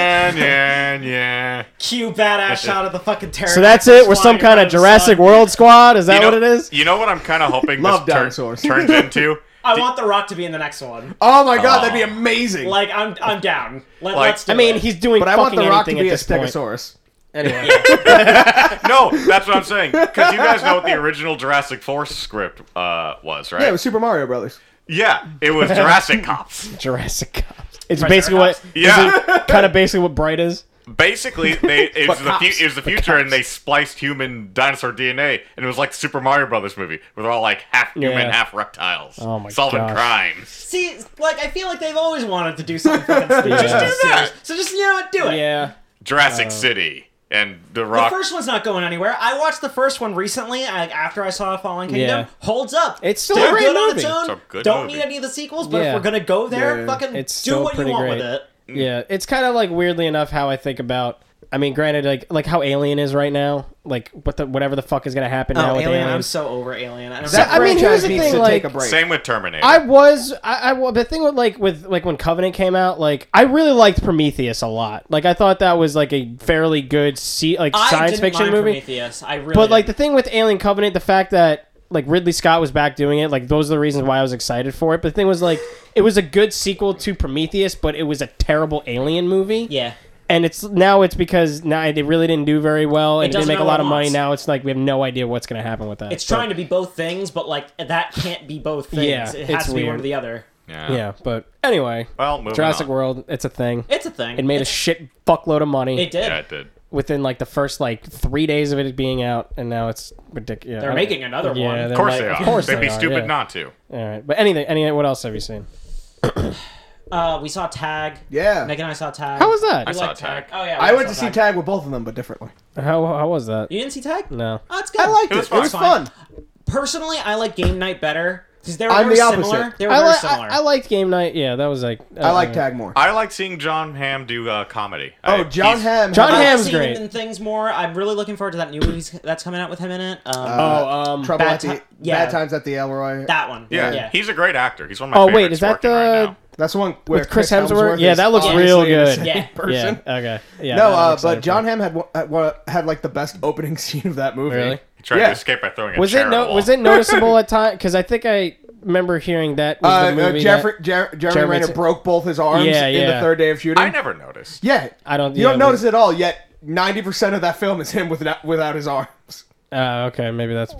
Speaker 4: Da-na-na-na-na.
Speaker 3: Cue badass shot of the fucking terror.
Speaker 1: So that's it. We're some kind of Jurassic World squad. Is that
Speaker 4: You know-
Speaker 1: what it is?
Speaker 4: You know what I'm kind of hoping
Speaker 2: Love
Speaker 4: this turn,
Speaker 2: dinosaurs.
Speaker 4: turns into?
Speaker 3: I want The Rock to be in the next one.
Speaker 2: Oh my god, that'd be amazing.
Speaker 3: Like I'm, I'm down. Let,
Speaker 4: Like,
Speaker 3: us do
Speaker 1: I mean,
Speaker 3: it.
Speaker 1: he's doing
Speaker 2: but I want
Speaker 1: fucking
Speaker 2: the Rock to
Speaker 1: anything
Speaker 2: be a
Speaker 1: at this point.
Speaker 2: Stegosaurus.
Speaker 1: Anyway,
Speaker 4: No, that's what I'm saying. Because you guys know what the original Jurassic Force script uh, was, right?
Speaker 2: Yeah, it was Super Mario Brothers.
Speaker 4: Yeah, it was Jurassic Cops.
Speaker 1: Jurassic Cops. It's basically what.
Speaker 4: Yeah.
Speaker 1: kind of basically what Bright is.
Speaker 4: Basically, they it was, the, fu-
Speaker 2: cops.
Speaker 4: it was the future, and they spliced human dinosaur DNA, and it was like the Super Mario Brothers movie, where they're all like half human,
Speaker 1: Yeah.
Speaker 4: half reptiles,
Speaker 1: Oh my
Speaker 4: solving
Speaker 1: gosh.
Speaker 4: crimes.
Speaker 3: See, like I feel like they've always wanted to do something fucking stupid.
Speaker 1: Yeah.
Speaker 3: Just
Speaker 4: Just do that.
Speaker 3: So just you know what, do it.
Speaker 1: Yeah.
Speaker 4: Jurassic City and The
Speaker 3: The
Speaker 4: Rock.
Speaker 3: first one's not going anywhere. I watched the first one recently I, after I saw Fallen Kingdom.
Speaker 1: Yeah.
Speaker 3: Holds up.
Speaker 1: It's still a
Speaker 3: They're
Speaker 1: great
Speaker 3: good on
Speaker 1: movie.
Speaker 3: its own.
Speaker 4: It's a good
Speaker 3: Don't
Speaker 4: movie.
Speaker 3: need any of the sequels, but
Speaker 1: Yeah.
Speaker 3: if we're gonna go there,
Speaker 2: Yeah.
Speaker 3: fucking
Speaker 1: It's
Speaker 3: do
Speaker 1: still
Speaker 3: what you
Speaker 1: pretty
Speaker 3: want
Speaker 1: great.
Speaker 3: with it.
Speaker 1: Yeah, it's kind of like weirdly enough how I think about. I mean, granted, like like how Alien is right now, like what the whatever the fuck is gonna happen now
Speaker 3: Oh,
Speaker 1: with
Speaker 3: Alien!
Speaker 1: Alien.
Speaker 3: I'm so over Alien. I don't
Speaker 1: That-
Speaker 3: know.
Speaker 1: I mean,
Speaker 2: franchise
Speaker 1: here's the
Speaker 2: needs
Speaker 1: thing,
Speaker 2: to
Speaker 1: like-
Speaker 2: take a break.
Speaker 4: Same with Terminator.
Speaker 1: I was I, I well, the thing with like with like when Covenant came out, like I really liked Prometheus a lot. Like I thought that was like a fairly good see like
Speaker 3: I
Speaker 1: science
Speaker 3: didn't
Speaker 1: fiction
Speaker 3: mind
Speaker 1: movie.
Speaker 3: Prometheus. I really.
Speaker 1: But like the
Speaker 3: didn't.
Speaker 1: thing with Alien Covenant, the fact that like Ridley Scott was back doing it, like those are the reasons why I was excited for it. But the thing was like it was a good sequel to Prometheus, but it was a terrible Alien movie.
Speaker 3: yeah.
Speaker 1: and it's now it's because now it really didn't do very well and it didn't
Speaker 3: doesn't
Speaker 1: make a
Speaker 3: know
Speaker 1: lot
Speaker 3: what
Speaker 1: of
Speaker 3: it
Speaker 1: money.
Speaker 3: wants.
Speaker 1: Now it's like we have no idea what's going to happen with that.
Speaker 3: It's trying to be both things, but like that can't be both things.
Speaker 1: Yeah, it's
Speaker 3: it has to be one
Speaker 1: weird.
Speaker 3: or the other.
Speaker 4: yeah.
Speaker 1: But, yeah, but anyway,
Speaker 4: Well, moving
Speaker 1: Jurassic
Speaker 4: on.
Speaker 1: World, it's a thing.
Speaker 3: It's a thing.
Speaker 1: It made a
Speaker 3: It's-
Speaker 1: shit fuckload of money
Speaker 3: It did.
Speaker 4: Yeah, it did.
Speaker 1: within like the first like three days of it being out, and now it's ridiculous.
Speaker 3: They're making another
Speaker 1: yeah,
Speaker 3: one.
Speaker 1: they're
Speaker 4: Of course
Speaker 1: like-
Speaker 4: they are.
Speaker 1: Of course
Speaker 4: They'd
Speaker 1: they
Speaker 4: be
Speaker 1: are,
Speaker 4: stupid
Speaker 1: yeah.
Speaker 4: not to.
Speaker 1: All right, but anything, any what else have you seen?
Speaker 3: Uh, we saw Tag.
Speaker 2: Yeah.
Speaker 3: Nick and I saw Tag.
Speaker 1: How was that?
Speaker 4: I
Speaker 3: We
Speaker 4: saw
Speaker 3: liked
Speaker 4: Tag.
Speaker 3: Oh yeah. we
Speaker 2: I
Speaker 3: all
Speaker 2: went to
Speaker 3: saw
Speaker 2: see Tag with both of them, but differently.
Speaker 1: How how was that?
Speaker 3: You didn't see Tag?
Speaker 1: No.
Speaker 3: Oh, it's good.
Speaker 2: I liked it. It
Speaker 4: was
Speaker 2: was,
Speaker 3: fine.
Speaker 2: fun.
Speaker 3: Personally, I like game night better because they were
Speaker 2: I'm
Speaker 3: very
Speaker 2: the
Speaker 3: similar.
Speaker 2: opposite.
Speaker 3: They were
Speaker 1: I,
Speaker 3: very
Speaker 1: li-
Speaker 3: similar.
Speaker 1: I, I liked game night. Yeah, that was like uh,
Speaker 2: I like Tag more.
Speaker 4: I like seeing John Hamm do uh, comedy. I,
Speaker 2: Oh, John
Speaker 4: he's-
Speaker 2: Hamm.
Speaker 1: John
Speaker 2: had
Speaker 3: I like
Speaker 1: Ham's
Speaker 3: seeing
Speaker 1: great.
Speaker 3: him in things more. I'm really looking forward to that new movie that's coming out with him in it. Um,
Speaker 1: Oh, um,
Speaker 2: Trouble
Speaker 3: Bad
Speaker 2: at the
Speaker 3: Ti- yeah.
Speaker 2: Bad Times at the Elroy.
Speaker 3: that one.
Speaker 4: Yeah,
Speaker 3: yeah.
Speaker 4: he's a great actor. He's one of my
Speaker 1: Oh,
Speaker 4: favorites
Speaker 1: wait, is that
Speaker 4: working right
Speaker 1: the-
Speaker 4: now.
Speaker 2: That's the one where
Speaker 1: with Chris Hemsworth. Yeah,
Speaker 2: is
Speaker 1: that looks
Speaker 2: obviously
Speaker 1: real
Speaker 2: in the
Speaker 1: good.
Speaker 2: same
Speaker 3: Yeah.
Speaker 1: Yeah.
Speaker 2: Person.
Speaker 1: Okay. Yeah.
Speaker 2: No,
Speaker 1: I'm
Speaker 2: uh, but
Speaker 1: excited for it.
Speaker 2: John Hamm had one- had, one- had like the best opening scene of that movie.
Speaker 1: Really?
Speaker 4: He tried to
Speaker 2: Yeah.
Speaker 4: escape by throwing a
Speaker 1: was
Speaker 4: chair
Speaker 1: it
Speaker 4: at a
Speaker 1: no,
Speaker 4: wall.
Speaker 1: was it noticeable at time? Because I think I remember hearing that was
Speaker 2: Uh,
Speaker 1: the movie.
Speaker 2: uh,
Speaker 1: that-
Speaker 2: Jeffrey, Jer- Jeremy
Speaker 1: Jeremy
Speaker 2: Renner
Speaker 1: T-
Speaker 2: broke both his arms
Speaker 1: Yeah,
Speaker 2: in
Speaker 1: yeah.
Speaker 2: the third day of shooting.
Speaker 4: I never noticed.
Speaker 2: Yeah,
Speaker 1: I don't-
Speaker 2: You
Speaker 1: yeah,
Speaker 2: don't
Speaker 1: we-
Speaker 2: notice it at all. Yet ninety percent of that film is him without without his arms.
Speaker 1: Oh, okay, maybe that's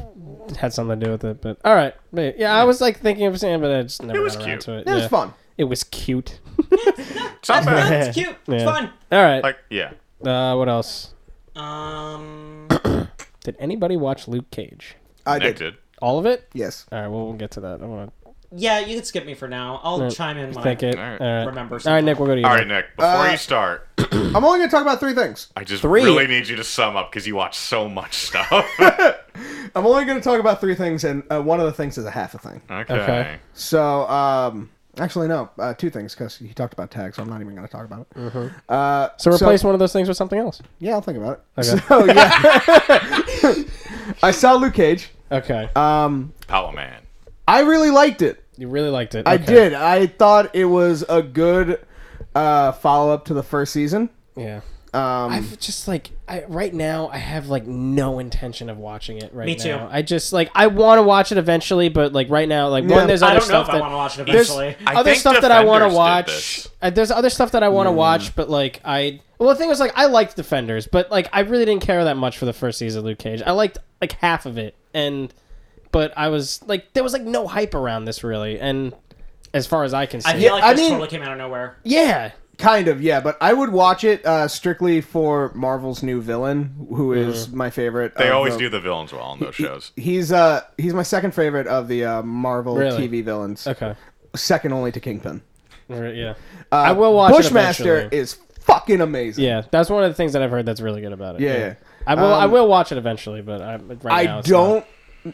Speaker 1: had something to do with it. But all right, Wait, yeah, I was like thinking of saying, but I just never
Speaker 4: It was
Speaker 1: got around
Speaker 4: cute.
Speaker 1: to it.
Speaker 2: It was
Speaker 1: Yeah.
Speaker 2: fun.
Speaker 1: It was cute.
Speaker 4: It's not bad.
Speaker 3: That's cute. It's
Speaker 1: Yeah.
Speaker 3: fun.
Speaker 1: All right.
Speaker 4: Like, yeah.
Speaker 1: uh, what else?
Speaker 3: Um,
Speaker 1: Did anybody watch Luke Cage?
Speaker 2: I
Speaker 4: I
Speaker 2: did.
Speaker 4: did.
Speaker 1: All of it?
Speaker 2: Yes.
Speaker 1: All right. Well, we'll get to that. I want
Speaker 3: yeah, you can skip me for now. I'll chime in
Speaker 1: to
Speaker 3: when
Speaker 1: think
Speaker 3: I
Speaker 1: it. All
Speaker 4: All right.
Speaker 1: right. All
Speaker 3: remember.
Speaker 1: right,
Speaker 3: something.
Speaker 1: Nick. We'll go to you.
Speaker 4: All right, Nick. Before
Speaker 2: Uh,
Speaker 4: you start,
Speaker 2: I'm only gonna talk about three things.
Speaker 4: I just
Speaker 1: three.
Speaker 4: really need you to sum up because you watch so much stuff.
Speaker 2: I'm only gonna talk about three things, and uh, one of the things is a half a thing.
Speaker 4: okay.
Speaker 1: Okay.
Speaker 2: So, um, actually, no, uh, two things because he talked about tags, so I'm not even gonna talk about it.
Speaker 1: Mm-hmm.
Speaker 2: Uh,
Speaker 1: So replace one of those things with something else.
Speaker 2: Yeah, I'll think about it.
Speaker 1: Okay.
Speaker 2: So yeah, I saw Luke Cage.
Speaker 1: Okay.
Speaker 2: Um,
Speaker 4: Power Man.
Speaker 2: I really liked it.
Speaker 1: you really liked it.
Speaker 2: I
Speaker 1: Okay.
Speaker 2: did. I thought it was a good uh, follow up to the first season.
Speaker 1: Yeah.
Speaker 2: Um,
Speaker 1: I've just like I, right now I have like no intention of watching it right
Speaker 3: Me too.
Speaker 1: now. I just like I want to watch it eventually, but like right now, like
Speaker 2: Yeah.
Speaker 1: one there's
Speaker 3: I
Speaker 1: other
Speaker 3: don't know
Speaker 1: stuff
Speaker 3: if I
Speaker 1: that
Speaker 3: want to watch it
Speaker 1: there's
Speaker 3: eventually.
Speaker 4: I
Speaker 1: other
Speaker 4: think
Speaker 1: stuff that I want
Speaker 4: Defenders
Speaker 1: to
Speaker 4: did
Speaker 1: watch.
Speaker 4: this. Hmm.
Speaker 1: Uh, There's other stuff that I want to watch, but like I well the thing was like I liked Defenders, but like I really didn't care that much for the first season of Luke Cage. I liked like half of it, and but I was like there was like no hype around this really, and as far as I can see,
Speaker 3: I feel like
Speaker 2: I
Speaker 3: this
Speaker 2: mean-
Speaker 3: totally came out of nowhere.
Speaker 1: yeah,
Speaker 2: kind of, yeah. But I would watch it uh, strictly for Marvel's new villain, who is
Speaker 1: Mm-hmm.
Speaker 2: my favorite. Uh,
Speaker 1: Oh,
Speaker 4: They always do the villains well on those shows.
Speaker 2: He's uh he's my second favorite of the uh, Marvel
Speaker 1: Really?
Speaker 2: TV villains.
Speaker 1: okay,
Speaker 2: Second only to Kingpin.
Speaker 1: Right, yeah.
Speaker 2: Uh,
Speaker 1: I will watch it
Speaker 2: Bushmaster
Speaker 1: eventually.
Speaker 2: is fucking amazing.
Speaker 1: Yeah, that's one of the things that I've heard that's really good about it.
Speaker 2: Yeah, yeah.
Speaker 1: I will. I
Speaker 2: Um,
Speaker 1: will watch it eventually, but I, right now
Speaker 2: I
Speaker 1: it's not.
Speaker 2: don't.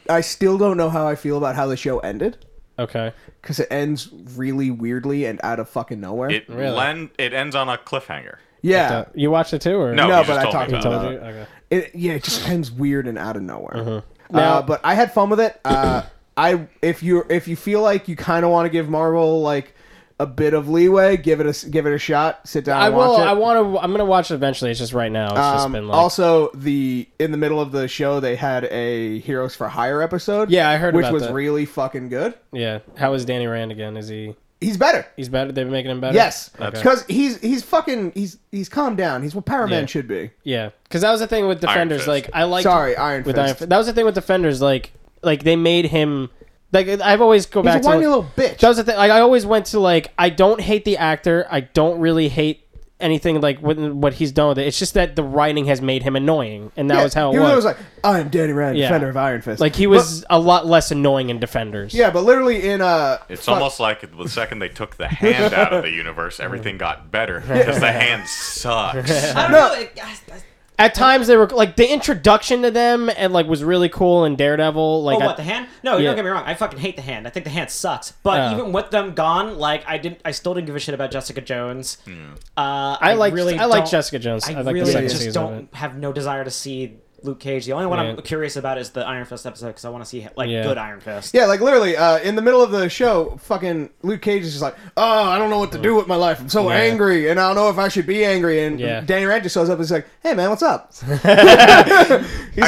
Speaker 2: I still don't know how I feel about how the show ended
Speaker 1: Okay.
Speaker 2: because it ends really weirdly and out of fucking nowhere.
Speaker 4: It len- it ends on a cliffhanger.
Speaker 2: yeah.
Speaker 1: So, Uh, you watched it too, or
Speaker 4: No,
Speaker 2: No,
Speaker 4: you just
Speaker 2: but I
Speaker 4: told
Speaker 2: talked
Speaker 4: me
Speaker 2: about
Speaker 4: about
Speaker 1: Told
Speaker 4: it.
Speaker 1: you?
Speaker 2: it.
Speaker 1: Okay.
Speaker 2: It, yeah, it just ends weird and out of nowhere.
Speaker 1: Uh-huh. Now-
Speaker 2: uh, but I had fun with it. Uh, I if you if you feel like you kind of want to give Marvel like a bit of leeway. Give it a give it a shot. Sit down.
Speaker 1: I
Speaker 2: and
Speaker 1: will. uh,
Speaker 2: Watch it.
Speaker 1: I want to. I'm gonna watch it eventually. It's just right now. It's just
Speaker 2: Um,
Speaker 1: been like.
Speaker 2: also, the in the middle of the show, they had a Heroes for Hire episode.
Speaker 1: Yeah, I heard
Speaker 2: which
Speaker 1: about
Speaker 2: was
Speaker 1: that.
Speaker 2: really fucking good.
Speaker 1: yeah. How is Danny Rand again? Is he?
Speaker 2: He's better.
Speaker 1: He's better. They've been making him better.
Speaker 2: Yes,
Speaker 1: Okay.
Speaker 2: because he's he's fucking he's he's calmed down. He's what Power
Speaker 1: Yeah.
Speaker 2: Man should be.
Speaker 1: Yeah. Because that was the thing with Defenders.
Speaker 4: Fist.
Speaker 1: Like I like.
Speaker 2: Sorry, Iron
Speaker 1: With
Speaker 2: Fist.
Speaker 1: Iron Fist. That was the thing with Defenders. Like like they made him. Like I've always go back
Speaker 2: He's a
Speaker 1: to.
Speaker 2: whiny little bitch.
Speaker 1: That was the thing. Like I always went to like I don't hate the actor. I don't really hate anything like what, what he's done with it. It's just that the writing has made him annoying, and that
Speaker 2: Yeah,
Speaker 1: was how it
Speaker 2: he
Speaker 1: was.
Speaker 2: was like, "I am Danny Rand,
Speaker 1: Yeah.
Speaker 2: defender of Iron Fist."
Speaker 1: Like, he
Speaker 2: But-
Speaker 1: was a lot less annoying in Defenders.
Speaker 2: yeah, but literally in uh,
Speaker 4: It's
Speaker 2: fuck-
Speaker 4: almost like the second they took the hand out of the universe, everything got better because the hand sucks.
Speaker 3: I don't
Speaker 2: No.
Speaker 3: know. It, I, I,
Speaker 1: At times they were like the introduction to them and like was really cool in Daredevil. Like
Speaker 3: oh,
Speaker 1: I-
Speaker 3: what the hand? No,
Speaker 1: Yeah.
Speaker 3: don't get me wrong. I fucking hate the hand. I think the hand sucks. But
Speaker 1: Oh.
Speaker 3: even with them gone, like I didn't. I still didn't give a shit about Jessica Jones. Uh,
Speaker 1: I like I like
Speaker 3: don't-
Speaker 1: Jessica Jones.
Speaker 3: I,
Speaker 1: I, like
Speaker 3: really
Speaker 1: the second
Speaker 3: just
Speaker 1: season of
Speaker 3: don't
Speaker 1: it.
Speaker 3: have no desire to see Luke Cage. The only one I'm
Speaker 1: Yeah.
Speaker 3: curious about is the Iron Fist episode because I want to see like
Speaker 1: Yeah.
Speaker 3: good Iron Fist.
Speaker 2: Yeah, like literally, uh, in the middle of the show, fucking Luke Cage is just like, "Oh, I don't know what to do with my life. I'm so
Speaker 1: Yeah.
Speaker 2: angry, and I don't know if I should be angry." And
Speaker 1: Yeah.
Speaker 2: Danny Rand just shows up and is like, "Hey, man, what's up?" He's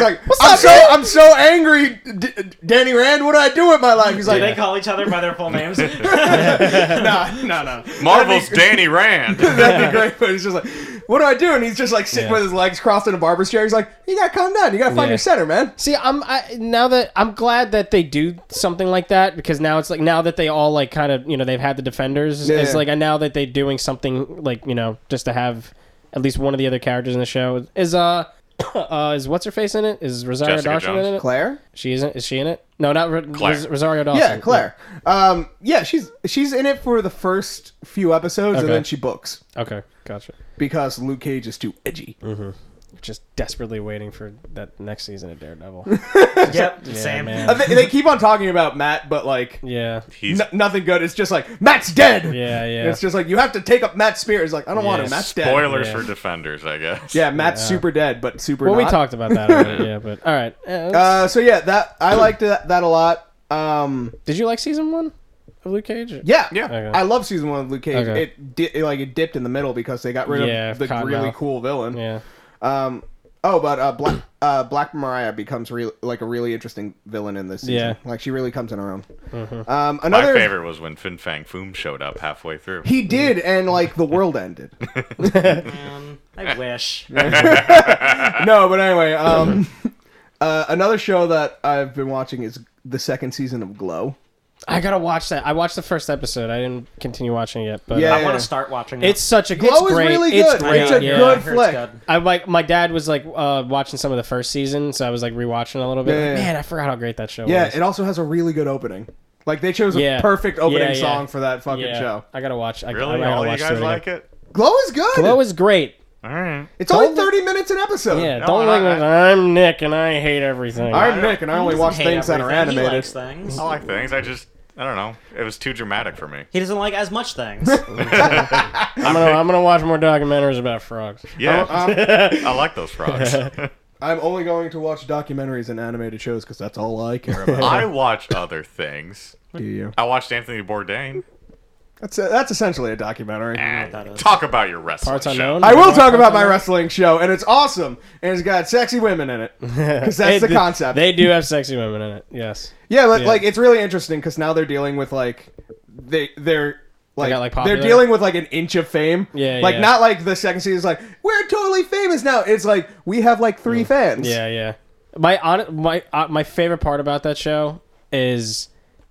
Speaker 2: like,
Speaker 1: What's
Speaker 2: "I'm
Speaker 1: up,
Speaker 2: so
Speaker 1: man?"
Speaker 2: I'm so angry, D- D- Danny Rand. What do I do with my life?" He's
Speaker 3: Do they
Speaker 2: like,
Speaker 3: call each other by their full names?
Speaker 2: "Nah, no, no."
Speaker 4: Marvel's Danny Rand.
Speaker 2: That'd be great, but he's just like, "What do I do?" And he's just like sitting
Speaker 1: Yeah.
Speaker 2: with his legs crossed in a barber's chair. He's like, "You gotta calm down. You gotta find
Speaker 1: Yeah.
Speaker 2: your center, man."
Speaker 1: See, I'm I, now that I'm glad that they do something like that because now it's like now that they all like kind of you know they've had the defenders.
Speaker 2: Yeah.
Speaker 1: It's like I now that they're doing something like you know just to have at least one of the other characters in the show is uh. Uh, is what's her face in it? Is Rosario
Speaker 4: Jessica
Speaker 1: Dawson
Speaker 4: Jones.
Speaker 1: in it?
Speaker 2: Claire.
Speaker 1: She isn't. Is she in it? No, not Ro-
Speaker 4: Claire.
Speaker 1: Ros- Rosario Dawson.
Speaker 2: Yeah, Claire. Um, yeah, she's she's in it for the first few episodes, and
Speaker 1: Okay.
Speaker 2: then she books
Speaker 1: Okay, gotcha.
Speaker 2: because Luke Cage is too edgy.
Speaker 1: Just desperately waiting for that next season of Daredevil.
Speaker 3: yep, same.
Speaker 1: man.
Speaker 2: Uh, They, they keep on talking about Matt, but like
Speaker 1: yeah,
Speaker 4: He's
Speaker 2: n- nothing good. It's just like Matt's dead.
Speaker 1: yeah, yeah.
Speaker 2: It's just like you have to take up Matt's spear. It's like I don't want him.
Speaker 1: Yes.
Speaker 2: Matt's dead.
Speaker 4: spoilers
Speaker 1: Yeah.
Speaker 4: for Defenders, I guess.
Speaker 2: Yeah, Matt's super dead, but super.
Speaker 1: well, we
Speaker 2: not.
Speaker 1: talked about that. Already, yeah, but all right. Uh,
Speaker 2: Uh, so yeah, that I liked that, that a lot. Um,
Speaker 1: did you like season one of Luke Cage?
Speaker 2: yeah,
Speaker 4: Yeah.
Speaker 1: Okay.
Speaker 2: I love season one of Luke Cage.
Speaker 1: Okay.
Speaker 2: It, di- it like it dipped in the middle because they got rid
Speaker 1: Yeah,
Speaker 2: of the
Speaker 1: Cottonmouth.
Speaker 2: really cool villain.
Speaker 1: yeah.
Speaker 2: Um. Oh, but uh, Black uh, Black Mariah becomes real like a really interesting villain in this season.
Speaker 1: Yeah.
Speaker 2: Like she really comes in her own. Um.
Speaker 4: My
Speaker 2: Another
Speaker 4: favorite was when Fin Fang Foom showed up halfway through.
Speaker 2: he did, and like the world ended.
Speaker 3: Um, I wish.
Speaker 2: no, but anyway. Um. Uh, another show that I've been watching is the second season of Glow.
Speaker 1: I gotta watch that. I watched the first episode. I didn't continue watching it, but
Speaker 2: Yeah.
Speaker 1: yeah.
Speaker 3: I want to start watching. it.
Speaker 1: it's such a
Speaker 2: Glow
Speaker 1: it's
Speaker 2: is
Speaker 1: great.
Speaker 2: really
Speaker 1: It's
Speaker 2: good.
Speaker 1: great.
Speaker 2: It's a
Speaker 1: yeah.
Speaker 3: I
Speaker 2: good
Speaker 3: heard it's
Speaker 2: flick.
Speaker 3: good.
Speaker 1: I like my dad was like uh, watching some of the first season, so I was like rewatching a little bit.
Speaker 2: Yeah,
Speaker 1: Like,
Speaker 2: yeah.
Speaker 1: Man, I forgot how great that show
Speaker 2: Yeah.
Speaker 1: was.
Speaker 2: It also has a really good opening. Like they chose a
Speaker 1: Yeah.
Speaker 2: perfect opening
Speaker 1: Yeah, yeah.
Speaker 2: song for that fucking
Speaker 1: yeah,
Speaker 2: show.
Speaker 1: I gotta watch. I, I
Speaker 4: Really?
Speaker 1: gotta
Speaker 4: All you
Speaker 1: watch
Speaker 4: guys
Speaker 1: through
Speaker 4: like
Speaker 1: it.
Speaker 4: it?
Speaker 2: Glow is good.
Speaker 1: again. Glow is great.
Speaker 4: All right.
Speaker 2: it's only
Speaker 1: Don't look-
Speaker 2: thirty minutes an episode.
Speaker 1: Yeah,
Speaker 4: No,
Speaker 1: don't
Speaker 4: I-
Speaker 1: like it. I'm Nick and I hate everything.
Speaker 2: I'm Nick, and I only
Speaker 3: He doesn't
Speaker 2: watch
Speaker 3: hate
Speaker 2: things that are
Speaker 3: everything.
Speaker 2: animated. Oh.
Speaker 3: He likes things.
Speaker 4: I like things. I just, I don't know. It was too dramatic for me.
Speaker 3: He doesn't like as much things. Oh,
Speaker 1: I'm gonna, I'm gonna watch more documentaries about frogs.
Speaker 4: Yeah.
Speaker 2: Um,
Speaker 4: I like those frogs.
Speaker 2: I'm only going to watch documentaries and animated shows because that's all I care about.
Speaker 4: I watch other things.
Speaker 2: Do you?
Speaker 4: I watched Anthony Bourdain.
Speaker 2: That's that's essentially a documentary.
Speaker 1: Eh.
Speaker 3: that is.
Speaker 4: Talk about your wrestling
Speaker 1: Parts
Speaker 4: show.
Speaker 1: unknown.
Speaker 2: I will talk about my wrestling show, and it's awesome, and it's got sexy women in it because that's the
Speaker 1: They-
Speaker 2: concept.
Speaker 1: They do have sexy women in it. Yes.
Speaker 2: yeah, but
Speaker 1: yeah.
Speaker 2: like it's really interesting because now they're dealing with like they they're. Like,
Speaker 1: got, like,
Speaker 2: they're
Speaker 1: popular.
Speaker 2: dealing with like an inch of fame.
Speaker 1: Yeah,
Speaker 2: Like
Speaker 1: yeah.
Speaker 2: not like the second season is like we're totally famous now. It's like we have like three fans.
Speaker 1: Mm. Yeah, yeah. My on my uh, my favorite part about that show is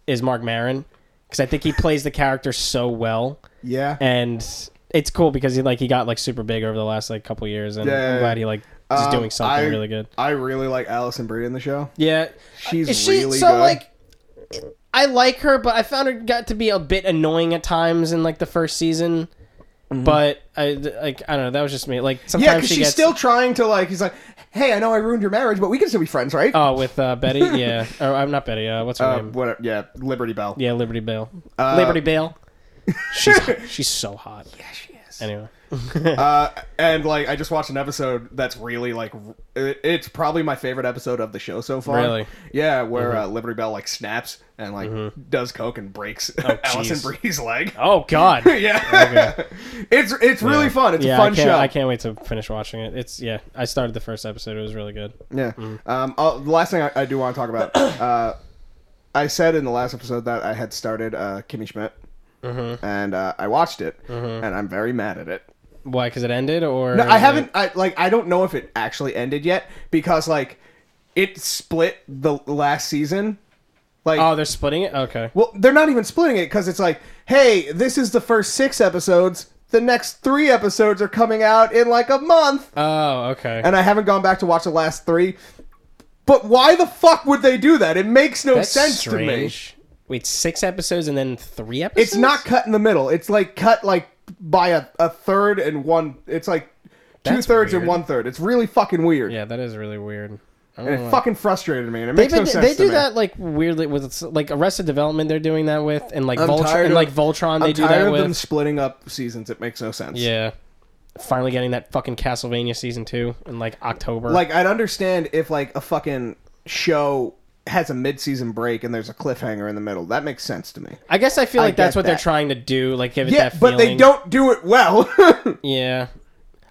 Speaker 1: is Mark Maron because I think he plays the character so well,
Speaker 2: Yeah.
Speaker 1: and it's cool because he like he got like super big over the last like couple years, and
Speaker 2: Yeah, yeah,
Speaker 1: I'm
Speaker 2: yeah.
Speaker 1: glad he like is
Speaker 2: Um,
Speaker 1: doing something
Speaker 2: I-
Speaker 1: really good.
Speaker 2: I really like Allison Brie in the show.
Speaker 1: Yeah,
Speaker 2: She's
Speaker 1: Is she
Speaker 2: really
Speaker 1: so
Speaker 2: good.
Speaker 1: like? I like her, but I found her got to be a bit annoying at times in like the first season. But I like I don't know. That was just me. Like sometimes
Speaker 2: Mm-hmm. Yeah, because
Speaker 1: she
Speaker 2: she's
Speaker 1: gets
Speaker 2: still trying to like. He's like, "Hey, I know I ruined your marriage, but we can still be friends, right?"
Speaker 1: oh with uh, Betty. Yeah, or I'm not Betty. Uh, what's her
Speaker 2: Uh,
Speaker 1: name?
Speaker 2: whatever. Yeah, Liberty Bell. Uh,
Speaker 1: Yeah, Liberty Bell. Liberty Bell. She's she's so hot. Yeah, she is.
Speaker 2: ass.
Speaker 1: Anyway,
Speaker 2: Uh, and like I just watched an episode that's really like r- it- it's probably my favorite episode of the show so far.
Speaker 1: Really? Mm-hmm.
Speaker 2: Yeah, where uh, Liberty Bell like snaps and like does coke and breaks Allison
Speaker 1: Oh, jeez.
Speaker 2: Bree's leg.
Speaker 1: oh god,
Speaker 2: yeah. it's it's really fun. It's
Speaker 1: yeah,
Speaker 2: a fun
Speaker 1: I can't,
Speaker 2: show.
Speaker 1: I can't wait to finish watching it. It's yeah, I started the first episode. It was really good.
Speaker 2: Yeah.
Speaker 1: Mm-hmm.
Speaker 2: Um, I'll, the last thing I, I do want to talk about, uh, I said in the last episode that I had started uh, Kimmy Schmidt,
Speaker 1: Mm-hmm.
Speaker 2: and uh, I watched it, and I'm very mad at it.
Speaker 1: Why? Because it ended, or
Speaker 2: No, I haven't. I like. I don't know if it actually ended yet because like, it split the last season. Like,
Speaker 1: Oh, they're splitting it. Okay.
Speaker 2: well, they're not even splitting it because it's like, hey, this is the first six episodes. The next three episodes are coming out in like a month.
Speaker 1: Oh, okay.
Speaker 2: and I haven't gone back to watch the last three. But why the fuck would they do that? It makes no sense to me.
Speaker 1: strange. Wait, six episodes and then three episodes.
Speaker 2: It's not cut in the middle. It's like cut like by a, a third and one. It's like two
Speaker 1: That's
Speaker 2: thirds and
Speaker 1: weird.
Speaker 2: one third. It's really fucking weird.
Speaker 1: Yeah, that is really weird. I don't
Speaker 2: And
Speaker 1: know
Speaker 2: it
Speaker 1: why.
Speaker 2: fucking frustrated me. And it
Speaker 1: They've
Speaker 2: makes no
Speaker 1: been-
Speaker 2: sense
Speaker 1: they
Speaker 2: to
Speaker 1: do
Speaker 2: me.
Speaker 1: that like weirdly with like Arrested Development. They're doing that with, and like
Speaker 2: I'm
Speaker 1: Voltron,
Speaker 2: tired
Speaker 1: and
Speaker 2: of-
Speaker 1: like Voltron. They
Speaker 2: I'm
Speaker 1: do
Speaker 2: tired
Speaker 1: that
Speaker 2: of
Speaker 1: with.
Speaker 2: them splitting up seasons. It makes no sense.
Speaker 1: Yeah, finally getting that fucking Castlevania season two in like October.
Speaker 2: Like I'd understand if like a fucking show has a mid-season break and there's a cliffhanger in the middle. That makes sense to me.
Speaker 1: I guess I feel
Speaker 2: I
Speaker 1: like that's
Speaker 2: get
Speaker 1: what they're
Speaker 2: that.
Speaker 1: trying to do. Like give it
Speaker 2: Yeah,
Speaker 1: that.
Speaker 2: but they
Speaker 1: feeling.
Speaker 2: don't do it well.
Speaker 1: Yeah.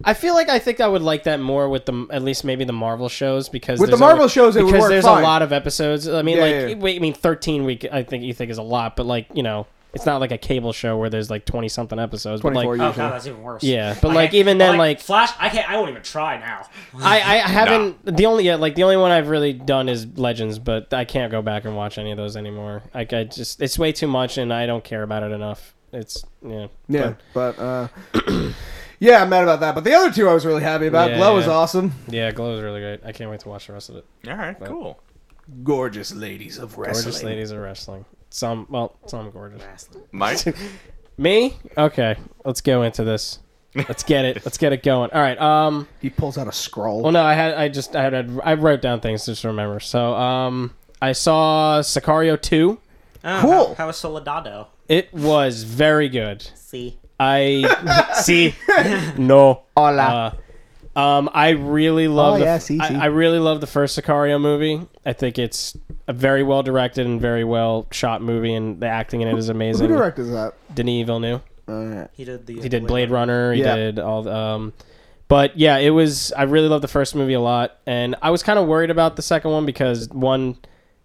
Speaker 1: I feel like I think I would like that more with the at least maybe the Marvel shows because
Speaker 2: With the
Speaker 1: there's
Speaker 2: Marvel shows, it would
Speaker 1: because
Speaker 2: work
Speaker 1: there's
Speaker 2: fine.
Speaker 1: a lot of episodes. I mean,
Speaker 2: Yeah,
Speaker 1: like
Speaker 2: yeah, yeah.
Speaker 1: wait, I mean thirteen week. I think you think is a lot, but like you know, it's not like a cable show where there's like twenty something episodes. But
Speaker 2: 24
Speaker 1: like
Speaker 2: years.
Speaker 3: Oh god, that's even worse.
Speaker 1: Yeah, but,
Speaker 3: I
Speaker 1: like,
Speaker 3: can't-
Speaker 1: even then, like-
Speaker 3: Flash, I can't. I won't even try now.
Speaker 1: I, I haven't the only yeah, like the only one I've really done is Legends, but I can't go back and watch any of those anymore. Like I just it's way too much, and I don't care about it enough. It's yeah
Speaker 2: Yeah, but, uh, yeah, I'm mad about that. But the other two, I was really happy about.
Speaker 1: Yeah,
Speaker 2: Glow
Speaker 1: yeah,
Speaker 2: was
Speaker 1: yeah.
Speaker 2: awesome.
Speaker 1: yeah. Glow is really great. I can't wait to watch the rest of it.
Speaker 4: All right, cool.
Speaker 2: Gorgeous ladies of wrestling.
Speaker 1: Gorgeous ladies are wrestling. Some well, some gorgeous.
Speaker 4: Mike,
Speaker 1: Me? Okay. Let's go into this. Let's get it. Let's get it going. All right. Um.
Speaker 2: He pulls out a scroll.
Speaker 1: Well, no, I had. I just. I had. I wrote down things just to remember. So, um, I saw Sicario two.
Speaker 3: Oh,
Speaker 2: Cool.
Speaker 3: How, how is Soldado?
Speaker 1: It was very good.
Speaker 3: See,
Speaker 1: I see. No.
Speaker 2: Hola.
Speaker 1: Uh, um, I really love.
Speaker 2: Oh,
Speaker 1: the,
Speaker 2: yeah, si,
Speaker 1: I-
Speaker 2: si.
Speaker 1: I, really love the first Sicario movie. I think it's a very well directed and very well shot movie, and the acting in it is
Speaker 2: Who
Speaker 1: amazing.
Speaker 2: directed that?
Speaker 1: Denis Villeneuve.
Speaker 2: Uh,
Speaker 3: he did the.
Speaker 1: he did Blade Runner. He
Speaker 2: Yeah.
Speaker 1: did all. The, um, but yeah, it was. I really loved the first movie a lot, and I was kind of worried about the second one because one,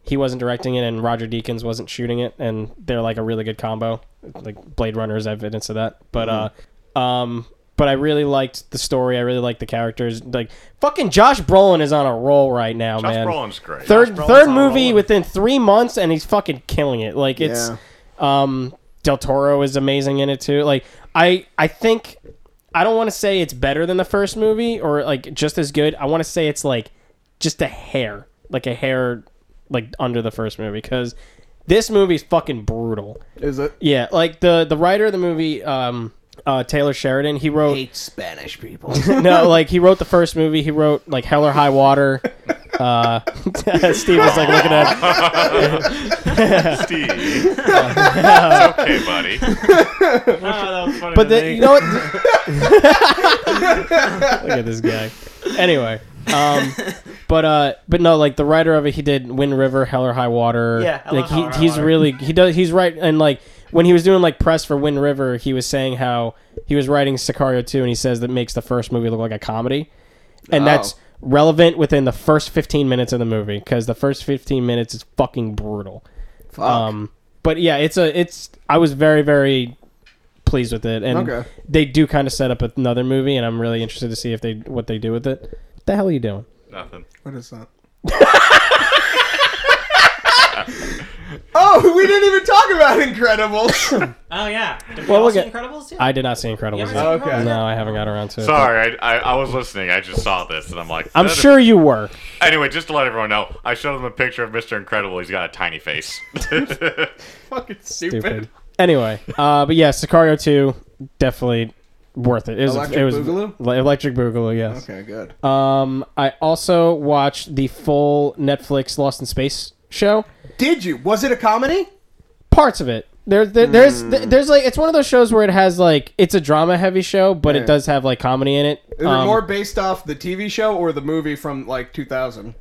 Speaker 1: he wasn't directing it, and Roger Deakins wasn't shooting it, and they're like a really good combo. Like Blade Runner is evidence of that. But uh, um, but I really liked the story. I really liked the characters. Like fucking Josh Brolin is on a roll right now,
Speaker 4: Josh
Speaker 1: man.
Speaker 4: Brolin's great.
Speaker 1: Third
Speaker 3: Brolin's
Speaker 1: third
Speaker 3: on a
Speaker 1: movie
Speaker 3: roll.
Speaker 1: within three months, and he's fucking killing it. Like it's.
Speaker 2: Yeah.
Speaker 1: Um, Del Toro is amazing in it too. Like I, I think I don't want to say it's better than the first movie or like just as good. I want to say it's like just a hair, like a hair, like under the first movie because this movie's fucking brutal.
Speaker 2: is it?
Speaker 1: Yeah, like the the writer of the movie, um, uh, Taylor Sheridan, he wrote
Speaker 2: Spanish people.
Speaker 1: no, like he wrote the first movie. He wrote like Hell or High Water. Uh, Steve was like looking at.
Speaker 4: Steve. it's okay, buddy.
Speaker 3: Oh, that was funny.
Speaker 1: But the, you know what? Look at this guy. Anyway, um, but uh, but no, like the writer of it, he did Wind River, Hell or High Water.
Speaker 3: Yeah, I
Speaker 1: like
Speaker 3: love Hell or
Speaker 1: he,
Speaker 3: High
Speaker 1: he's
Speaker 3: Water.
Speaker 1: really he does he's right and like when he was doing like press for Wind River, he was saying how he was writing Sicario two, and he says that makes the first movie look like a comedy, and
Speaker 2: Oh.
Speaker 1: that's relevant within the first 15 minutes of the movie because the first 15 minutes is fucking brutal
Speaker 2: Fuck.
Speaker 1: um, but yeah, it's a it's. I was very very pleased with it, and
Speaker 2: Okay.
Speaker 1: they do kind of set up another movie, and I'm really interested to see if they what they do with it. What the hell are you doing?
Speaker 4: Nothing.
Speaker 2: what is that? oh, we didn't even talk about Incredibles.
Speaker 3: oh yeah. Did we
Speaker 1: Well,
Speaker 3: all
Speaker 1: look
Speaker 3: see
Speaker 1: at-
Speaker 3: Incredibles? Yeah.
Speaker 1: I did not see Incredibles.
Speaker 3: haven't
Speaker 1: Yet.
Speaker 3: seen
Speaker 2: Okay.
Speaker 3: Incredibles?
Speaker 1: No, I haven't got around to it. but-
Speaker 4: Sorry, I, I, I was listening. I just saw this, and I'm like,
Speaker 1: I'm
Speaker 4: that is-
Speaker 1: sure you were.
Speaker 4: Anyway, just to let everyone know, I showed them a picture of Mr. Incredible. He's got a tiny face.
Speaker 2: fucking stupid.
Speaker 1: Stupid. Anyway, uh, but yeah, Sicario two definitely worth it. It was
Speaker 2: Electric
Speaker 1: it was
Speaker 2: Boogaloo?
Speaker 1: Le- Electric Boogaloo. Yes.
Speaker 2: Okay, good.
Speaker 1: Um, I also watched the full Netflix Lost in Space show.
Speaker 2: Did you? Was it a comedy?
Speaker 1: Parts of it. There, there there's
Speaker 2: Hmm.
Speaker 1: there's like it's one of those shows where it has like it's a drama heavy show, but
Speaker 2: Yeah.
Speaker 1: it does have like comedy in it.
Speaker 2: Is it
Speaker 1: Um,
Speaker 2: more based off the TV show or the movie from like 2000?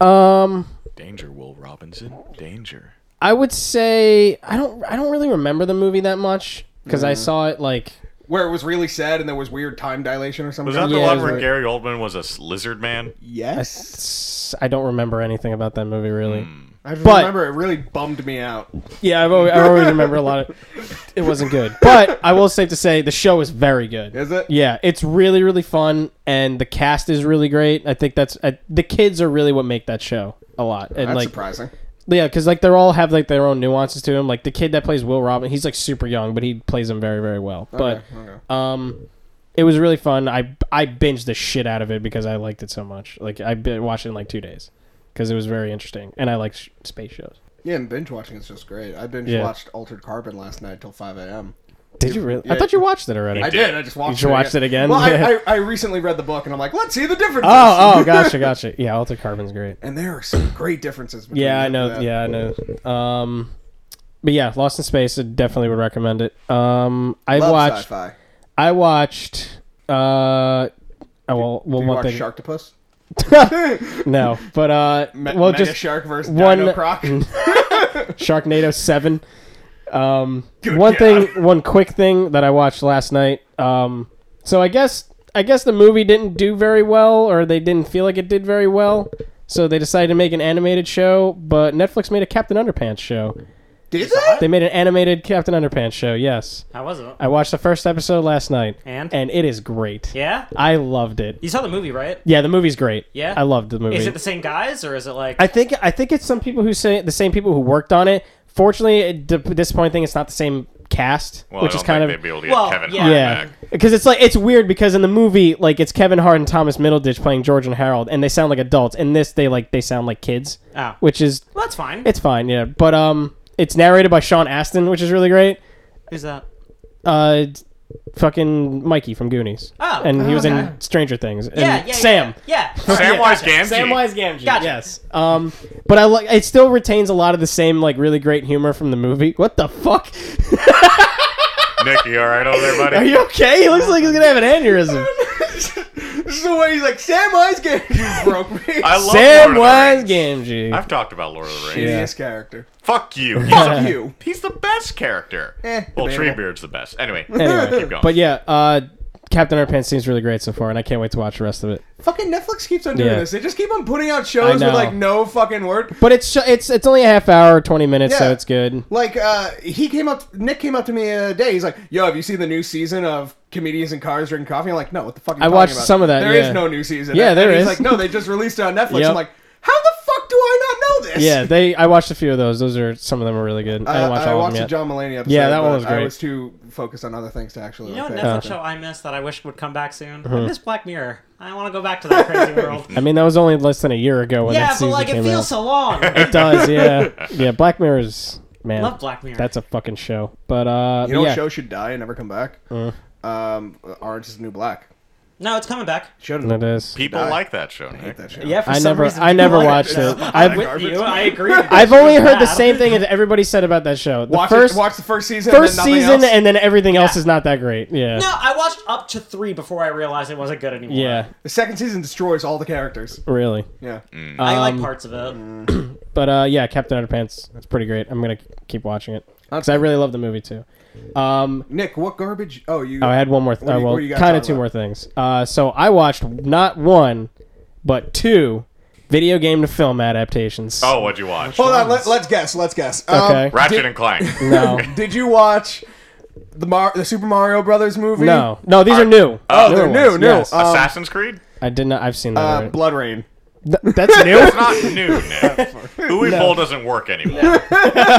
Speaker 1: um,
Speaker 4: Danger, Will Robinson. Danger.
Speaker 1: I would say I don't I don't really remember the movie that much because I saw it like
Speaker 2: Where it was really sad and there was weird time dilation or something?
Speaker 4: Was that the
Speaker 1: Yeah,
Speaker 4: one
Speaker 1: it was
Speaker 4: where
Speaker 1: like-
Speaker 4: Gary Oldman was a s- lizard man?
Speaker 2: yes.
Speaker 1: s- I don't remember anything about that movie really.
Speaker 2: I just
Speaker 1: But-
Speaker 2: remember it really bummed me out.
Speaker 1: Yeah, I've always, I always remember a lot of it wasn't good, but I will safe to say the show is very good.
Speaker 2: Is it?
Speaker 1: Yeah, it's really really fun, and the cast is really great. I think that's uh, the kids are really what make that show a lot, and
Speaker 2: That's
Speaker 1: like
Speaker 2: surprising.
Speaker 1: yeah, because like they're all have like their own nuances to him. Like the kid that plays Will Robin, he's like super young, but he plays him very very well. But
Speaker 2: okay.
Speaker 1: um, it was really fun. I I binged the shit out of it because I liked it so much. Like I bi- watched it in like two days because it was very interesting, and I like sh- space shows.
Speaker 2: Yeah, and binge watching is just great. I binge
Speaker 1: Yeah.
Speaker 2: watched Altered Carbon last night till 5 a.m.
Speaker 1: Did you really?
Speaker 2: yeah.
Speaker 1: I thought you watched it already.
Speaker 2: I did. I just watched.
Speaker 1: You should watch it again.
Speaker 2: Well, I, I, I recently read the book and I'm like, let's see the differences.
Speaker 1: Oh, oh, gotcha, gotcha. Yeah, Altered Carbon's great.
Speaker 2: and there are some great differences. Between
Speaker 1: Yeah, I
Speaker 2: that-
Speaker 1: know.
Speaker 2: that.
Speaker 1: Yeah, I know. Um, but yeah, Lost in Space, I definitely would recommend it. Um, I
Speaker 2: Love
Speaker 1: watched.
Speaker 2: sci-fi.
Speaker 1: I watched. Uh, oh, well, well,
Speaker 2: Do you
Speaker 1: one
Speaker 2: watch
Speaker 1: thing.
Speaker 2: Sharktopus?
Speaker 1: No, but uh,
Speaker 2: Me-
Speaker 1: well,
Speaker 2: Mega
Speaker 1: just
Speaker 2: Shark versus
Speaker 1: one-
Speaker 2: Dino Croc.
Speaker 1: Sharknado Seven. Um, one thing, one quick thing that I watched last night. Um, so I guess I guess the movie didn't do very well, or they didn't feel like it did very well, so they decided to make an animated show. But Netflix made a Captain Underpants show.
Speaker 2: Did that?
Speaker 1: They made an animated Captain Underpants show. Yes,
Speaker 3: How was it?
Speaker 1: I watched the first episode last night,
Speaker 3: And?
Speaker 1: and it is great.
Speaker 3: Yeah?
Speaker 1: I loved it.
Speaker 3: You saw the movie, right?
Speaker 1: Yeah, the movie's great.
Speaker 3: Yeah?
Speaker 1: I loved the movie.
Speaker 3: Is it the same guys or is it like
Speaker 1: I think I think it's some people who say the same people who worked on it. Fortunately, it, the disappointing thing it's not the same cast,
Speaker 4: Well,
Speaker 1: which
Speaker 4: I don't
Speaker 1: is kind
Speaker 4: think
Speaker 1: of
Speaker 4: they'd be able to get
Speaker 3: Well,
Speaker 4: Kevin
Speaker 3: yeah.
Speaker 4: Hart
Speaker 1: yeah,
Speaker 4: back.
Speaker 1: because it's like it's weird because in the movie like it's Kevin Hart and Thomas Middleditch playing George and Harold, and they sound like adults. In this, they like they sound like kids,
Speaker 3: Oh.
Speaker 1: which is
Speaker 3: Well, that's fine.
Speaker 1: it's fine, yeah. But um, it's narrated by Sean Astin, which is really great.
Speaker 3: Who's that?
Speaker 1: Uh, fucking Mikey from Goonies,
Speaker 3: Oh,
Speaker 1: and he was
Speaker 3: okay.
Speaker 1: in Stranger Things. And
Speaker 3: Yeah, yeah, yeah,
Speaker 1: Sam.
Speaker 3: Yeah.
Speaker 4: Samwise
Speaker 3: Yeah,
Speaker 4: Gamgee.
Speaker 3: gotcha.
Speaker 1: Samwise Gamgee.
Speaker 3: Gotcha.
Speaker 1: Yes. Um, but I like it. Still retains a lot of the same like really great humor from the movie. What the fuck?
Speaker 4: Nick, you all right over there,
Speaker 1: Are
Speaker 4: buddy?
Speaker 1: you okay? He looks like he's gonna have an aneurysm.
Speaker 2: This is the way he's like, Sam Gamgee. You broke me.
Speaker 4: I love Lord
Speaker 1: Samwise
Speaker 4: of the Rings.
Speaker 1: Gamgee.
Speaker 4: I've talked about Lord of the Rings.
Speaker 2: Genius character.
Speaker 4: Fuck you. He's,
Speaker 2: Fuck
Speaker 4: a,
Speaker 2: you.
Speaker 4: he's the best character.
Speaker 2: Eh,
Speaker 4: well,
Speaker 2: debatable.
Speaker 4: Treebeard's the best. Anyway,
Speaker 1: Anyway,
Speaker 4: keep going.
Speaker 1: but yeah, uh, Captain Underpants seems really great so far, and I can't wait to watch the rest of it.
Speaker 2: Fucking Netflix keeps on doing
Speaker 1: Yeah.
Speaker 2: this. They just keep on putting out shows
Speaker 1: I
Speaker 2: with
Speaker 1: know.
Speaker 2: like no fucking word.
Speaker 1: But it's it's it's only a half hour, twenty minutes,
Speaker 2: Yeah.
Speaker 1: so it's good.
Speaker 2: Like uh, he came up, Nick came up to me a day. He's like, "Yo, have you seen the new season of Comedians in Cars Drinking Coffee?" I'm like, "No, what the fuck?" Are you
Speaker 1: I
Speaker 2: talking
Speaker 1: watched
Speaker 2: about?
Speaker 1: some of that,
Speaker 2: There is
Speaker 1: yeah.
Speaker 2: no new season.
Speaker 1: Yeah,
Speaker 2: And
Speaker 1: there
Speaker 2: he's
Speaker 1: is.
Speaker 2: Like, no, they just released it on Netflix.
Speaker 1: Yep.
Speaker 2: I'm like, "How the fuck do I not know this?" Uh,
Speaker 1: Yeah, they. I watched a few of those. Those are some of them are really good. I
Speaker 2: I,
Speaker 1: didn't watch
Speaker 2: I
Speaker 1: all
Speaker 2: watched
Speaker 1: of
Speaker 2: the
Speaker 1: them yet.
Speaker 2: John Mulaney episode.
Speaker 1: Yeah, that one
Speaker 2: but
Speaker 1: was
Speaker 2: I
Speaker 1: great.
Speaker 2: was too focused on other things to actually.
Speaker 3: You know
Speaker 2: like
Speaker 3: what
Speaker 2: pay
Speaker 3: Netflix show I missed that I wish would come back soon?
Speaker 1: Uh-huh.
Speaker 3: I miss Black Mirror. I want to go back to that crazy world.
Speaker 1: I mean, that was only less than a year ago when
Speaker 3: yeah,
Speaker 1: that
Speaker 3: but
Speaker 1: season
Speaker 3: like
Speaker 1: came
Speaker 3: it feels
Speaker 1: out.
Speaker 3: so long.
Speaker 1: it does, yeah, yeah. Black Mirror's man.
Speaker 3: Love Black Mirror.
Speaker 1: That's a fucking show. But uh,
Speaker 2: You know
Speaker 1: yeah. Uh.
Speaker 2: what show should die and never come back? Um, Orange is the New Black.
Speaker 3: no, it's coming back.
Speaker 2: Shouldn't
Speaker 1: It is.
Speaker 4: People
Speaker 2: Nah.
Speaker 4: like that show. Nick.
Speaker 2: that show.
Speaker 3: Yeah, for
Speaker 1: I
Speaker 3: some
Speaker 1: never,
Speaker 3: reason,
Speaker 1: I
Speaker 3: people
Speaker 1: never
Speaker 3: like
Speaker 1: watched
Speaker 3: it.
Speaker 1: it. I've,
Speaker 3: With you, I agree. with
Speaker 1: I've
Speaker 3: you.
Speaker 1: only heard the
Speaker 3: Bad.
Speaker 1: same thing that everybody said about that show. The
Speaker 2: Watch,
Speaker 1: first,
Speaker 2: it, watch the first season.
Speaker 1: first
Speaker 2: and then nothing
Speaker 1: season,
Speaker 2: else.
Speaker 1: and then everything else
Speaker 3: Yeah.
Speaker 1: is not that great. Yeah,
Speaker 3: No, I watched up to three before I realized it wasn't good anymore.
Speaker 1: yeah,
Speaker 2: the second season destroys all the characters.
Speaker 1: really.
Speaker 2: Yeah.
Speaker 3: I like
Speaker 1: Um,
Speaker 3: parts of it.
Speaker 1: But uh, yeah, Captain Underpants. It's pretty great. I'm gonna keep watching it because I really love the movie too. Um,
Speaker 2: Nick, what garbage? Oh, you.
Speaker 1: Oh, I had one more. Th-
Speaker 2: What do
Speaker 1: uh,
Speaker 2: you-
Speaker 1: well,
Speaker 2: what do you got to
Speaker 1: kind of
Speaker 2: talk
Speaker 1: two
Speaker 2: about?
Speaker 1: more things. Uh, so I watched not one, but two video game to film adaptations.
Speaker 4: Oh, what'd you watch?
Speaker 2: Hold on. Let, let's guess. Let's guess.
Speaker 1: Okay.
Speaker 4: Ratchet and Clank.
Speaker 1: no,
Speaker 2: Um, did you watch the Mar- the Super Mario Brothers movie?
Speaker 1: no, no. These are new.
Speaker 4: Oh,
Speaker 2: they're
Speaker 1: Newer
Speaker 2: new,
Speaker 1: ones,
Speaker 2: new.
Speaker 1: yes.
Speaker 2: Uh, um,
Speaker 4: Assassin's Creed?
Speaker 1: I did not. I've seen that.
Speaker 2: Uh,
Speaker 1: already.
Speaker 2: Blood Rain.
Speaker 1: Th- that's new.
Speaker 4: It's not new, Nick. Uwe Boll doesn't work anymore.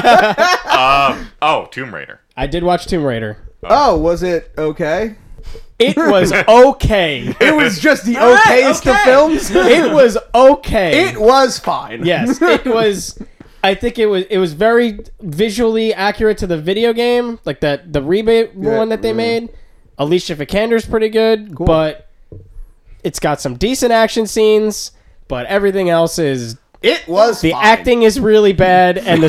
Speaker 4: um, oh, Tomb Raider.
Speaker 1: I did watch Tomb Raider.
Speaker 3: Uh.
Speaker 2: Oh, was it okay?
Speaker 1: It was okay.
Speaker 2: It was just the
Speaker 3: right,
Speaker 2: okayest
Speaker 3: okay.
Speaker 2: of films.
Speaker 1: it was okay.
Speaker 2: It was fine.
Speaker 1: yes, it was. I think it was. It was very visually accurate to the video game, like that the rebate one that
Speaker 2: Mm-hmm.
Speaker 1: they made. Alicia Vikander's pretty good, but it's got some decent action scenes. But everything else is
Speaker 2: It was
Speaker 1: The
Speaker 2: fine.
Speaker 1: acting is really bad, and the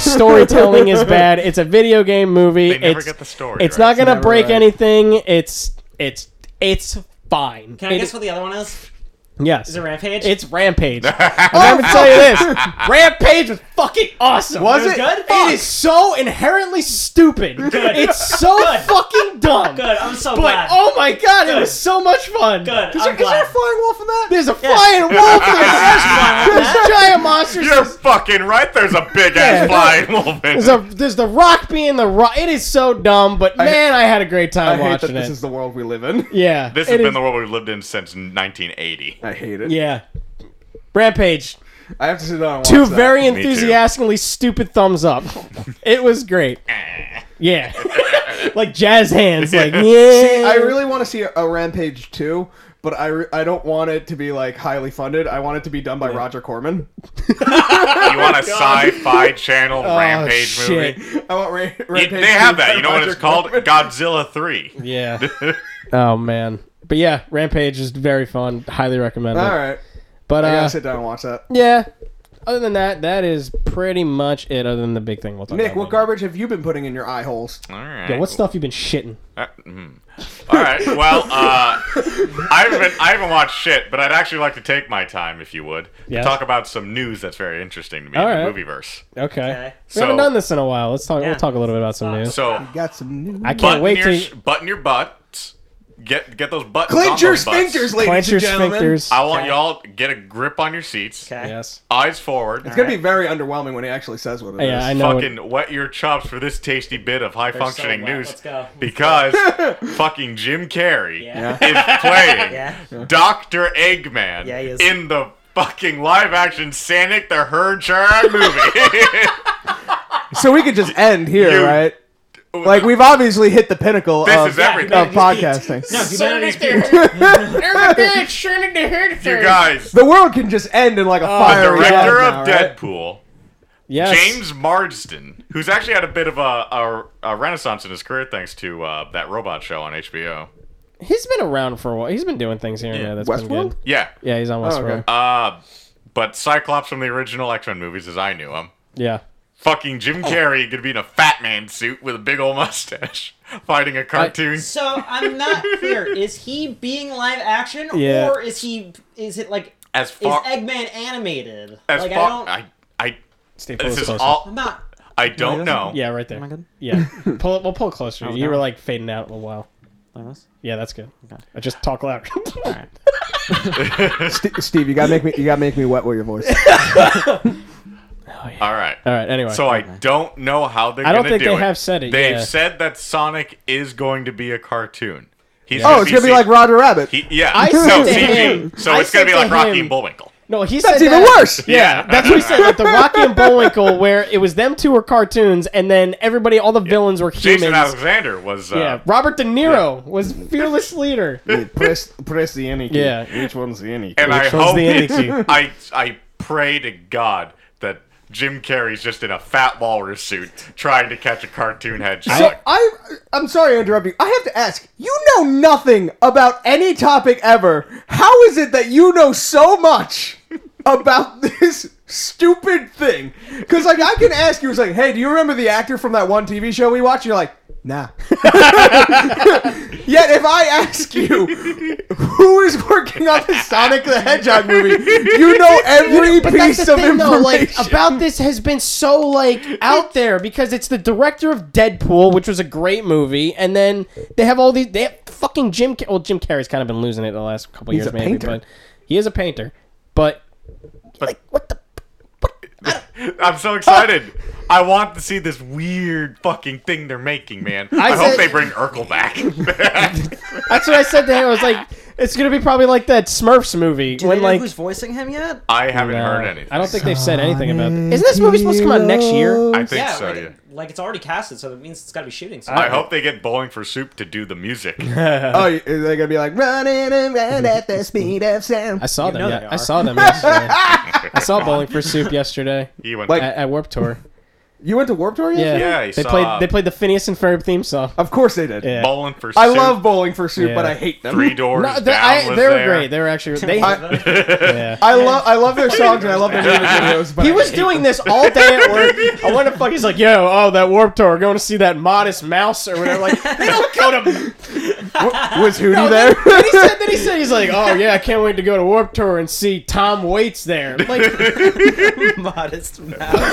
Speaker 1: storytelling is bad. It's a video game movie.
Speaker 4: They never
Speaker 1: it's,
Speaker 4: get the story
Speaker 1: It's
Speaker 4: right.
Speaker 1: not gonna
Speaker 2: never
Speaker 1: break
Speaker 2: right.
Speaker 1: anything. It's it's it's fine.
Speaker 3: Can I
Speaker 1: It-
Speaker 3: guess what the other one is?
Speaker 1: Yes,
Speaker 3: Is it Rampage?
Speaker 1: It's Rampage. I'm gonna tell you this: Rampage was fucking awesome.
Speaker 2: Oh! Was
Speaker 3: It was
Speaker 2: it?
Speaker 3: good?
Speaker 1: It is so inherently stupid. It's so fucking dumb.
Speaker 3: good. I'm so
Speaker 1: But
Speaker 3: glad.
Speaker 1: oh my god, it was so much fun.
Speaker 3: good.
Speaker 2: Is there,
Speaker 3: I'm
Speaker 2: is there a
Speaker 3: glad.
Speaker 2: flying wolf in that?
Speaker 1: There's a flying wolf. There's, there's giant monsters.
Speaker 4: You're fucking right. There's a big
Speaker 1: Yeah.
Speaker 4: ass flying wolf in
Speaker 1: There's,
Speaker 4: it.
Speaker 1: a, there's the rock being the rock. It is so dumb, but man, I, had a great
Speaker 2: I
Speaker 1: time
Speaker 2: hate that
Speaker 1: watching
Speaker 2: this
Speaker 1: it.
Speaker 2: is the world we live in.
Speaker 1: yeah,
Speaker 4: This has
Speaker 1: it
Speaker 4: been
Speaker 1: is-
Speaker 4: the world we've lived in since 1980.
Speaker 2: I hate it.
Speaker 1: yeah. Rampage.
Speaker 2: I have to sit down and watch
Speaker 1: Two
Speaker 2: that.
Speaker 1: very
Speaker 4: too.
Speaker 1: enthusiastically stupid thumbs up. it was great. Yeah, like jazz hands. Like yeah.
Speaker 2: I really want to see a, a Rampage 2, but I, re- I don't want it to be like highly funded. I want it to be done by Roger Corman.
Speaker 1: Oh
Speaker 4: You want a sci-fi channel rampage
Speaker 1: shit.
Speaker 4: movie?
Speaker 2: I want Ra-
Speaker 4: It-
Speaker 2: Rampage.
Speaker 4: they have that. You know what
Speaker 2: Roger
Speaker 4: it's called?
Speaker 2: Corman.
Speaker 4: Godzilla 3.
Speaker 1: Yeah. oh man. But yeah, Rampage is very fun. Highly recommend it.
Speaker 2: All right,
Speaker 1: But
Speaker 2: I gotta
Speaker 1: uh,
Speaker 2: sit down and watch that.
Speaker 1: yeah. Other than that, that is pretty much it. Other than the big thing we'll talk
Speaker 2: Nick,
Speaker 1: about.
Speaker 2: what
Speaker 1: later.
Speaker 2: garbage have you been putting in your eye holes?
Speaker 4: All right.
Speaker 1: Yeah, what stuff you been shitting?
Speaker 4: Uh, mm. All right. Well, uh, I haven't I haven't watched shit, but I'd actually like to take my time, if you would,
Speaker 1: Yes.
Speaker 4: to talk about some news that's very interesting to me
Speaker 1: All
Speaker 4: in
Speaker 1: right.
Speaker 4: the movieverse.
Speaker 1: Okay.
Speaker 3: Okay.
Speaker 1: We haven't
Speaker 4: So-
Speaker 1: done this in a while. Let's talk.
Speaker 3: Yeah.
Speaker 1: We'll talk a little bit about some news.
Speaker 4: So,
Speaker 5: Got some new.
Speaker 1: I can't
Speaker 4: button
Speaker 1: wait
Speaker 4: your
Speaker 1: to
Speaker 4: sh- button your butts. Get get those buttons. on
Speaker 2: Clench your
Speaker 4: those butts.
Speaker 2: sphincters, ladies
Speaker 1: clench your
Speaker 2: and gentlemen.
Speaker 1: sphincters.
Speaker 4: I want
Speaker 3: Okay.
Speaker 4: y'all to get a grip on your seats.
Speaker 3: okay.
Speaker 1: Yes.
Speaker 4: Eyes forward.
Speaker 2: It's gonna be very underwhelming when he actually says what it is.
Speaker 1: Yeah, I know.
Speaker 4: fucking wet your chops for this tasty bit of high functioning
Speaker 3: so wet.
Speaker 4: news
Speaker 3: Let's go. Let's
Speaker 4: because fucking Jim Carrey
Speaker 3: Yeah.
Speaker 4: is playing
Speaker 3: Yeah.
Speaker 4: Dr. Eggman
Speaker 3: Yeah, he is.
Speaker 4: in the fucking live action Sanic the Herd Chard movie.
Speaker 2: So we could just end here,
Speaker 4: You-
Speaker 2: right? Like we've obviously hit the pinnacle
Speaker 4: This
Speaker 2: of,
Speaker 4: is everything.
Speaker 2: of podcasting.
Speaker 3: No, humanity's pure.
Speaker 4: you guys, the
Speaker 2: The world can just end in like a fire.
Speaker 4: director of Deadpool,
Speaker 1: Yes.
Speaker 4: James Marsden, who's actually had a bit of a, a, a renaissance in his career thanks to uh, that robot show on HBO.
Speaker 1: He's been around for a while. He's been doing things here and there. That's been
Speaker 2: Westworld?
Speaker 1: good.
Speaker 4: Yeah.
Speaker 1: Yeah, he's on Westworld.
Speaker 2: okay.
Speaker 4: Uh, but Cyclops from the original X Men movies, as I knew him.
Speaker 1: Yeah.
Speaker 4: fucking
Speaker 1: Oh.
Speaker 4: Jim Carrey gonna be in a fat man suit with a big old mustache fighting a cartoon.
Speaker 3: So I'm not clear. Is he being live action,
Speaker 1: Yeah.
Speaker 3: or is he? Is it like?
Speaker 4: as
Speaker 3: Is
Speaker 4: far
Speaker 3: Eggman animated?
Speaker 4: as
Speaker 3: like
Speaker 4: far
Speaker 3: I don't.
Speaker 4: I I,
Speaker 1: Stay pull
Speaker 4: this
Speaker 1: us
Speaker 4: is
Speaker 1: closer.
Speaker 3: I'm
Speaker 4: all
Speaker 3: not.
Speaker 4: I don't know.
Speaker 1: Yeah, right there. Yeah. pull it. We'll pull it closer. You were like fading out a while. Yeah, that's good. I just talk louder.
Speaker 2: St- Steve, you gotta make me. You gotta make me wet with your voice.
Speaker 4: All right.
Speaker 1: All right. Anyway.
Speaker 4: So I don't know how they're
Speaker 1: I
Speaker 4: gonna
Speaker 1: don't think
Speaker 4: do
Speaker 1: they
Speaker 4: it.
Speaker 1: have said it,
Speaker 4: They've
Speaker 1: yeah.
Speaker 4: said that Sonic is going to be a cartoon. He's
Speaker 2: oh, it's gonna be
Speaker 4: C-
Speaker 2: like Roger Rabbit.
Speaker 4: he, yeah.
Speaker 1: I
Speaker 4: no,
Speaker 1: said to
Speaker 4: CG.
Speaker 1: him-
Speaker 4: So
Speaker 1: I
Speaker 4: it's gonna
Speaker 1: said
Speaker 4: be
Speaker 1: to
Speaker 4: like Rocky
Speaker 1: him-
Speaker 4: and Bullwinkle.
Speaker 1: no, he
Speaker 2: That's
Speaker 1: said
Speaker 2: even
Speaker 1: that-
Speaker 2: worse.
Speaker 1: Yeah, that's what he said. Like the Rocky and Bullwinkle, where it was them two were cartoons, and then everybody, all the villains were humans.
Speaker 4: Jason Alexander was uh,
Speaker 1: yeah, Robert De Niro was fearless leader.
Speaker 2: press, press the any key.
Speaker 1: Yeah.
Speaker 2: Which one's the E any key?
Speaker 4: and I
Speaker 1: Which one's
Speaker 4: hope
Speaker 1: the
Speaker 4: it's,
Speaker 1: Andy Key?
Speaker 4: I I pray to God that Jim Carrey's just in a fat walrus suit trying to catch a cartoon hedgehog.
Speaker 2: So I, I'm sorry to interrupt you. I have to ask. You know nothing about any topic ever. How is it that you know so much about this stupid thing? Because like I can ask you, it's like, hey, do you remember the actor from that one TV show we watched? You're like, nah. Yet if I ask you who is working on the Sonic the Hedgehog movie, you know every
Speaker 1: That's
Speaker 2: piece
Speaker 1: the
Speaker 2: of
Speaker 1: thing,
Speaker 2: information.
Speaker 1: though. Like about this has been so like out there because it's the director of Deadpool, which was a great movie, and then they have all these. They have fucking Jim. Car- well, Jim Carrey's kind of been losing it the last couple years,
Speaker 2: a
Speaker 1: maybe,
Speaker 2: painter.
Speaker 1: but he is a painter. But, like, what the?
Speaker 4: I'm so excited. I want to see this weird fucking thing they're making, man. I, hope
Speaker 1: said-
Speaker 4: they bring Urkel back.
Speaker 1: That's what I said to him. I was like, it's gonna be probably like that Smurfs movie
Speaker 3: Do
Speaker 1: when
Speaker 3: they know
Speaker 1: like.
Speaker 3: who's voicing him yet?
Speaker 4: I haven't
Speaker 1: uh,
Speaker 4: heard anything.
Speaker 1: I don't think they've said anything about it. Isn't this movie supposed to come out next year?
Speaker 4: I think
Speaker 3: yeah,
Speaker 4: so.
Speaker 3: like,
Speaker 4: yeah.
Speaker 3: like it's already casted, so that means it's got to be shooting. So
Speaker 4: I hope they get Bowling for Soup to do the music.
Speaker 2: Oh, they're gonna be like running around at the speed of sound.
Speaker 1: I saw them.
Speaker 3: know
Speaker 1: yeah.
Speaker 3: they
Speaker 1: I
Speaker 3: are.
Speaker 1: saw them yesterday. I saw Bowling for Soup yesterday
Speaker 4: He went
Speaker 2: Like-
Speaker 1: at, at Warp Tour.
Speaker 2: You went to Warp Tour
Speaker 1: Yeah, Uh,
Speaker 2: yesterday?
Speaker 4: Yeah, he
Speaker 1: they
Speaker 4: saw-
Speaker 1: played they played the Phineas and Ferb theme song.
Speaker 2: Of course they did.
Speaker 1: Yeah.
Speaker 4: Bowling for
Speaker 2: I
Speaker 4: Soup,
Speaker 2: love Bowling for Soup,
Speaker 1: Yeah.
Speaker 2: but I hate them.
Speaker 4: Three Doors
Speaker 1: No, they,
Speaker 4: Down
Speaker 1: I-
Speaker 4: was
Speaker 1: they were
Speaker 4: there.
Speaker 1: great. They were actually they. yeah.
Speaker 2: I love I love their songs and I love their music videos. But
Speaker 1: He
Speaker 2: I
Speaker 1: was
Speaker 2: hate
Speaker 1: doing this all day at work. I went to fuck. He's like, yo, oh, that warp tour. Going to see that modest mouse or whatever. Like, they don't go to.
Speaker 2: them. was Hootie
Speaker 1: Then,
Speaker 2: there?
Speaker 1: then he said, then he said, he's like, oh yeah, I can't wait to go to warp tour and see Tom Waits there. Like,
Speaker 3: Modest mouse.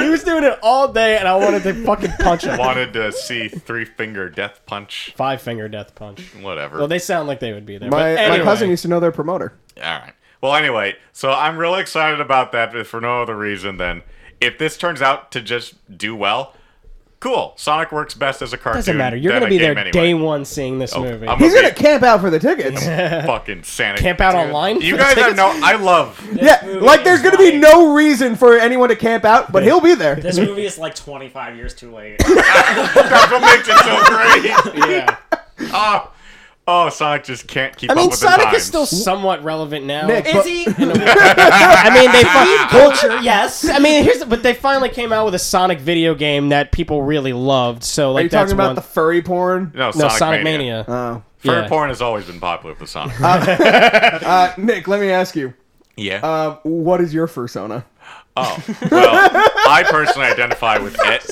Speaker 1: he was doing it all day, and I wanted to fucking punch him.
Speaker 4: Wanted to see Three Finger Death Punch.
Speaker 1: Five finger death punch.
Speaker 4: Whatever.
Speaker 1: Well, they sound like they would be there.
Speaker 2: my,
Speaker 1: but anyway.
Speaker 2: my cousin used to know their promoter.
Speaker 4: All right. Well, anyway, so I'm really excited about that but for no other reason than if this turns out to just do well, cool. Sonic works best as a cartoon.
Speaker 1: Doesn't matter. You're
Speaker 4: than
Speaker 1: gonna be
Speaker 4: a
Speaker 1: there
Speaker 4: game anyway.
Speaker 1: day one seeing this movie.
Speaker 4: I'm
Speaker 2: He's
Speaker 4: Okay.
Speaker 2: gonna camp out for the tickets.
Speaker 4: Fucking Santa.
Speaker 1: Camp out online.
Speaker 4: You guys have no. I love.
Speaker 2: yeah,
Speaker 3: movie
Speaker 2: like there's
Speaker 3: is
Speaker 2: gonna be
Speaker 3: like-
Speaker 2: no reason for anyone to camp out, but he'll be there.
Speaker 3: This movie is like 25 years too late.
Speaker 4: That's what makes it so great.
Speaker 1: Yeah.
Speaker 4: Oh, oh, Sonic just can't keep
Speaker 1: I mean,
Speaker 4: up with the
Speaker 1: Sonic
Speaker 4: times.
Speaker 1: is still somewhat relevant now.
Speaker 2: Nick,
Speaker 3: Is
Speaker 2: but-
Speaker 3: he?
Speaker 1: I mean, they fucking culture.
Speaker 3: yes.
Speaker 1: I mean, here's the, but they finally came out with a Sonic video game that people really loved. So like
Speaker 2: Are you
Speaker 1: that's
Speaker 2: talking about
Speaker 1: one.
Speaker 2: the furry porn?
Speaker 4: no,
Speaker 1: no
Speaker 4: Sonic,
Speaker 1: Sonic, Mania.
Speaker 2: Oh.
Speaker 4: Fur
Speaker 1: Yeah.
Speaker 4: porn has always been popular for Sonic.
Speaker 2: Uh, Nick, let me ask you.
Speaker 1: uh,
Speaker 4: yeah.
Speaker 2: Um, what is your fursona?
Speaker 4: Oh, well, I personally identify with Ed,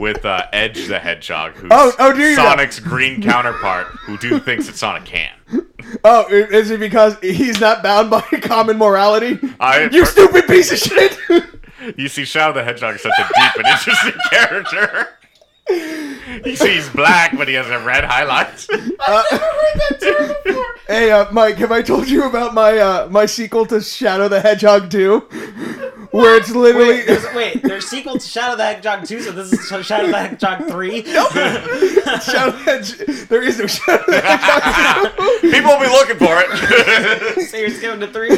Speaker 4: with uh, Edge the Hedgehog, who's
Speaker 2: Oh, oh, do you now?
Speaker 4: Sonic's green counterpart, who do things that Sonic can.
Speaker 2: Oh, i- is it because he's not bound by common morality?
Speaker 4: I-
Speaker 2: you stupid piece of shit!
Speaker 4: You see, Shadow the Hedgehog is such a deep and interesting character. You see, he's black, but he has a red highlight.
Speaker 2: hey, uh, Mike, have I told you about my uh, my sequel to Shadow the Hedgehog 2? Where it's literally
Speaker 3: Wait, there's, wait, there's sequel to Shadow the Hedgehog 2, so this is Sh- Shadow the Hedgehog 3.
Speaker 2: Shadow the Hedge- There is no Shadow the Hedgehog.
Speaker 4: People will be looking for it.
Speaker 3: so you're skipping to 3?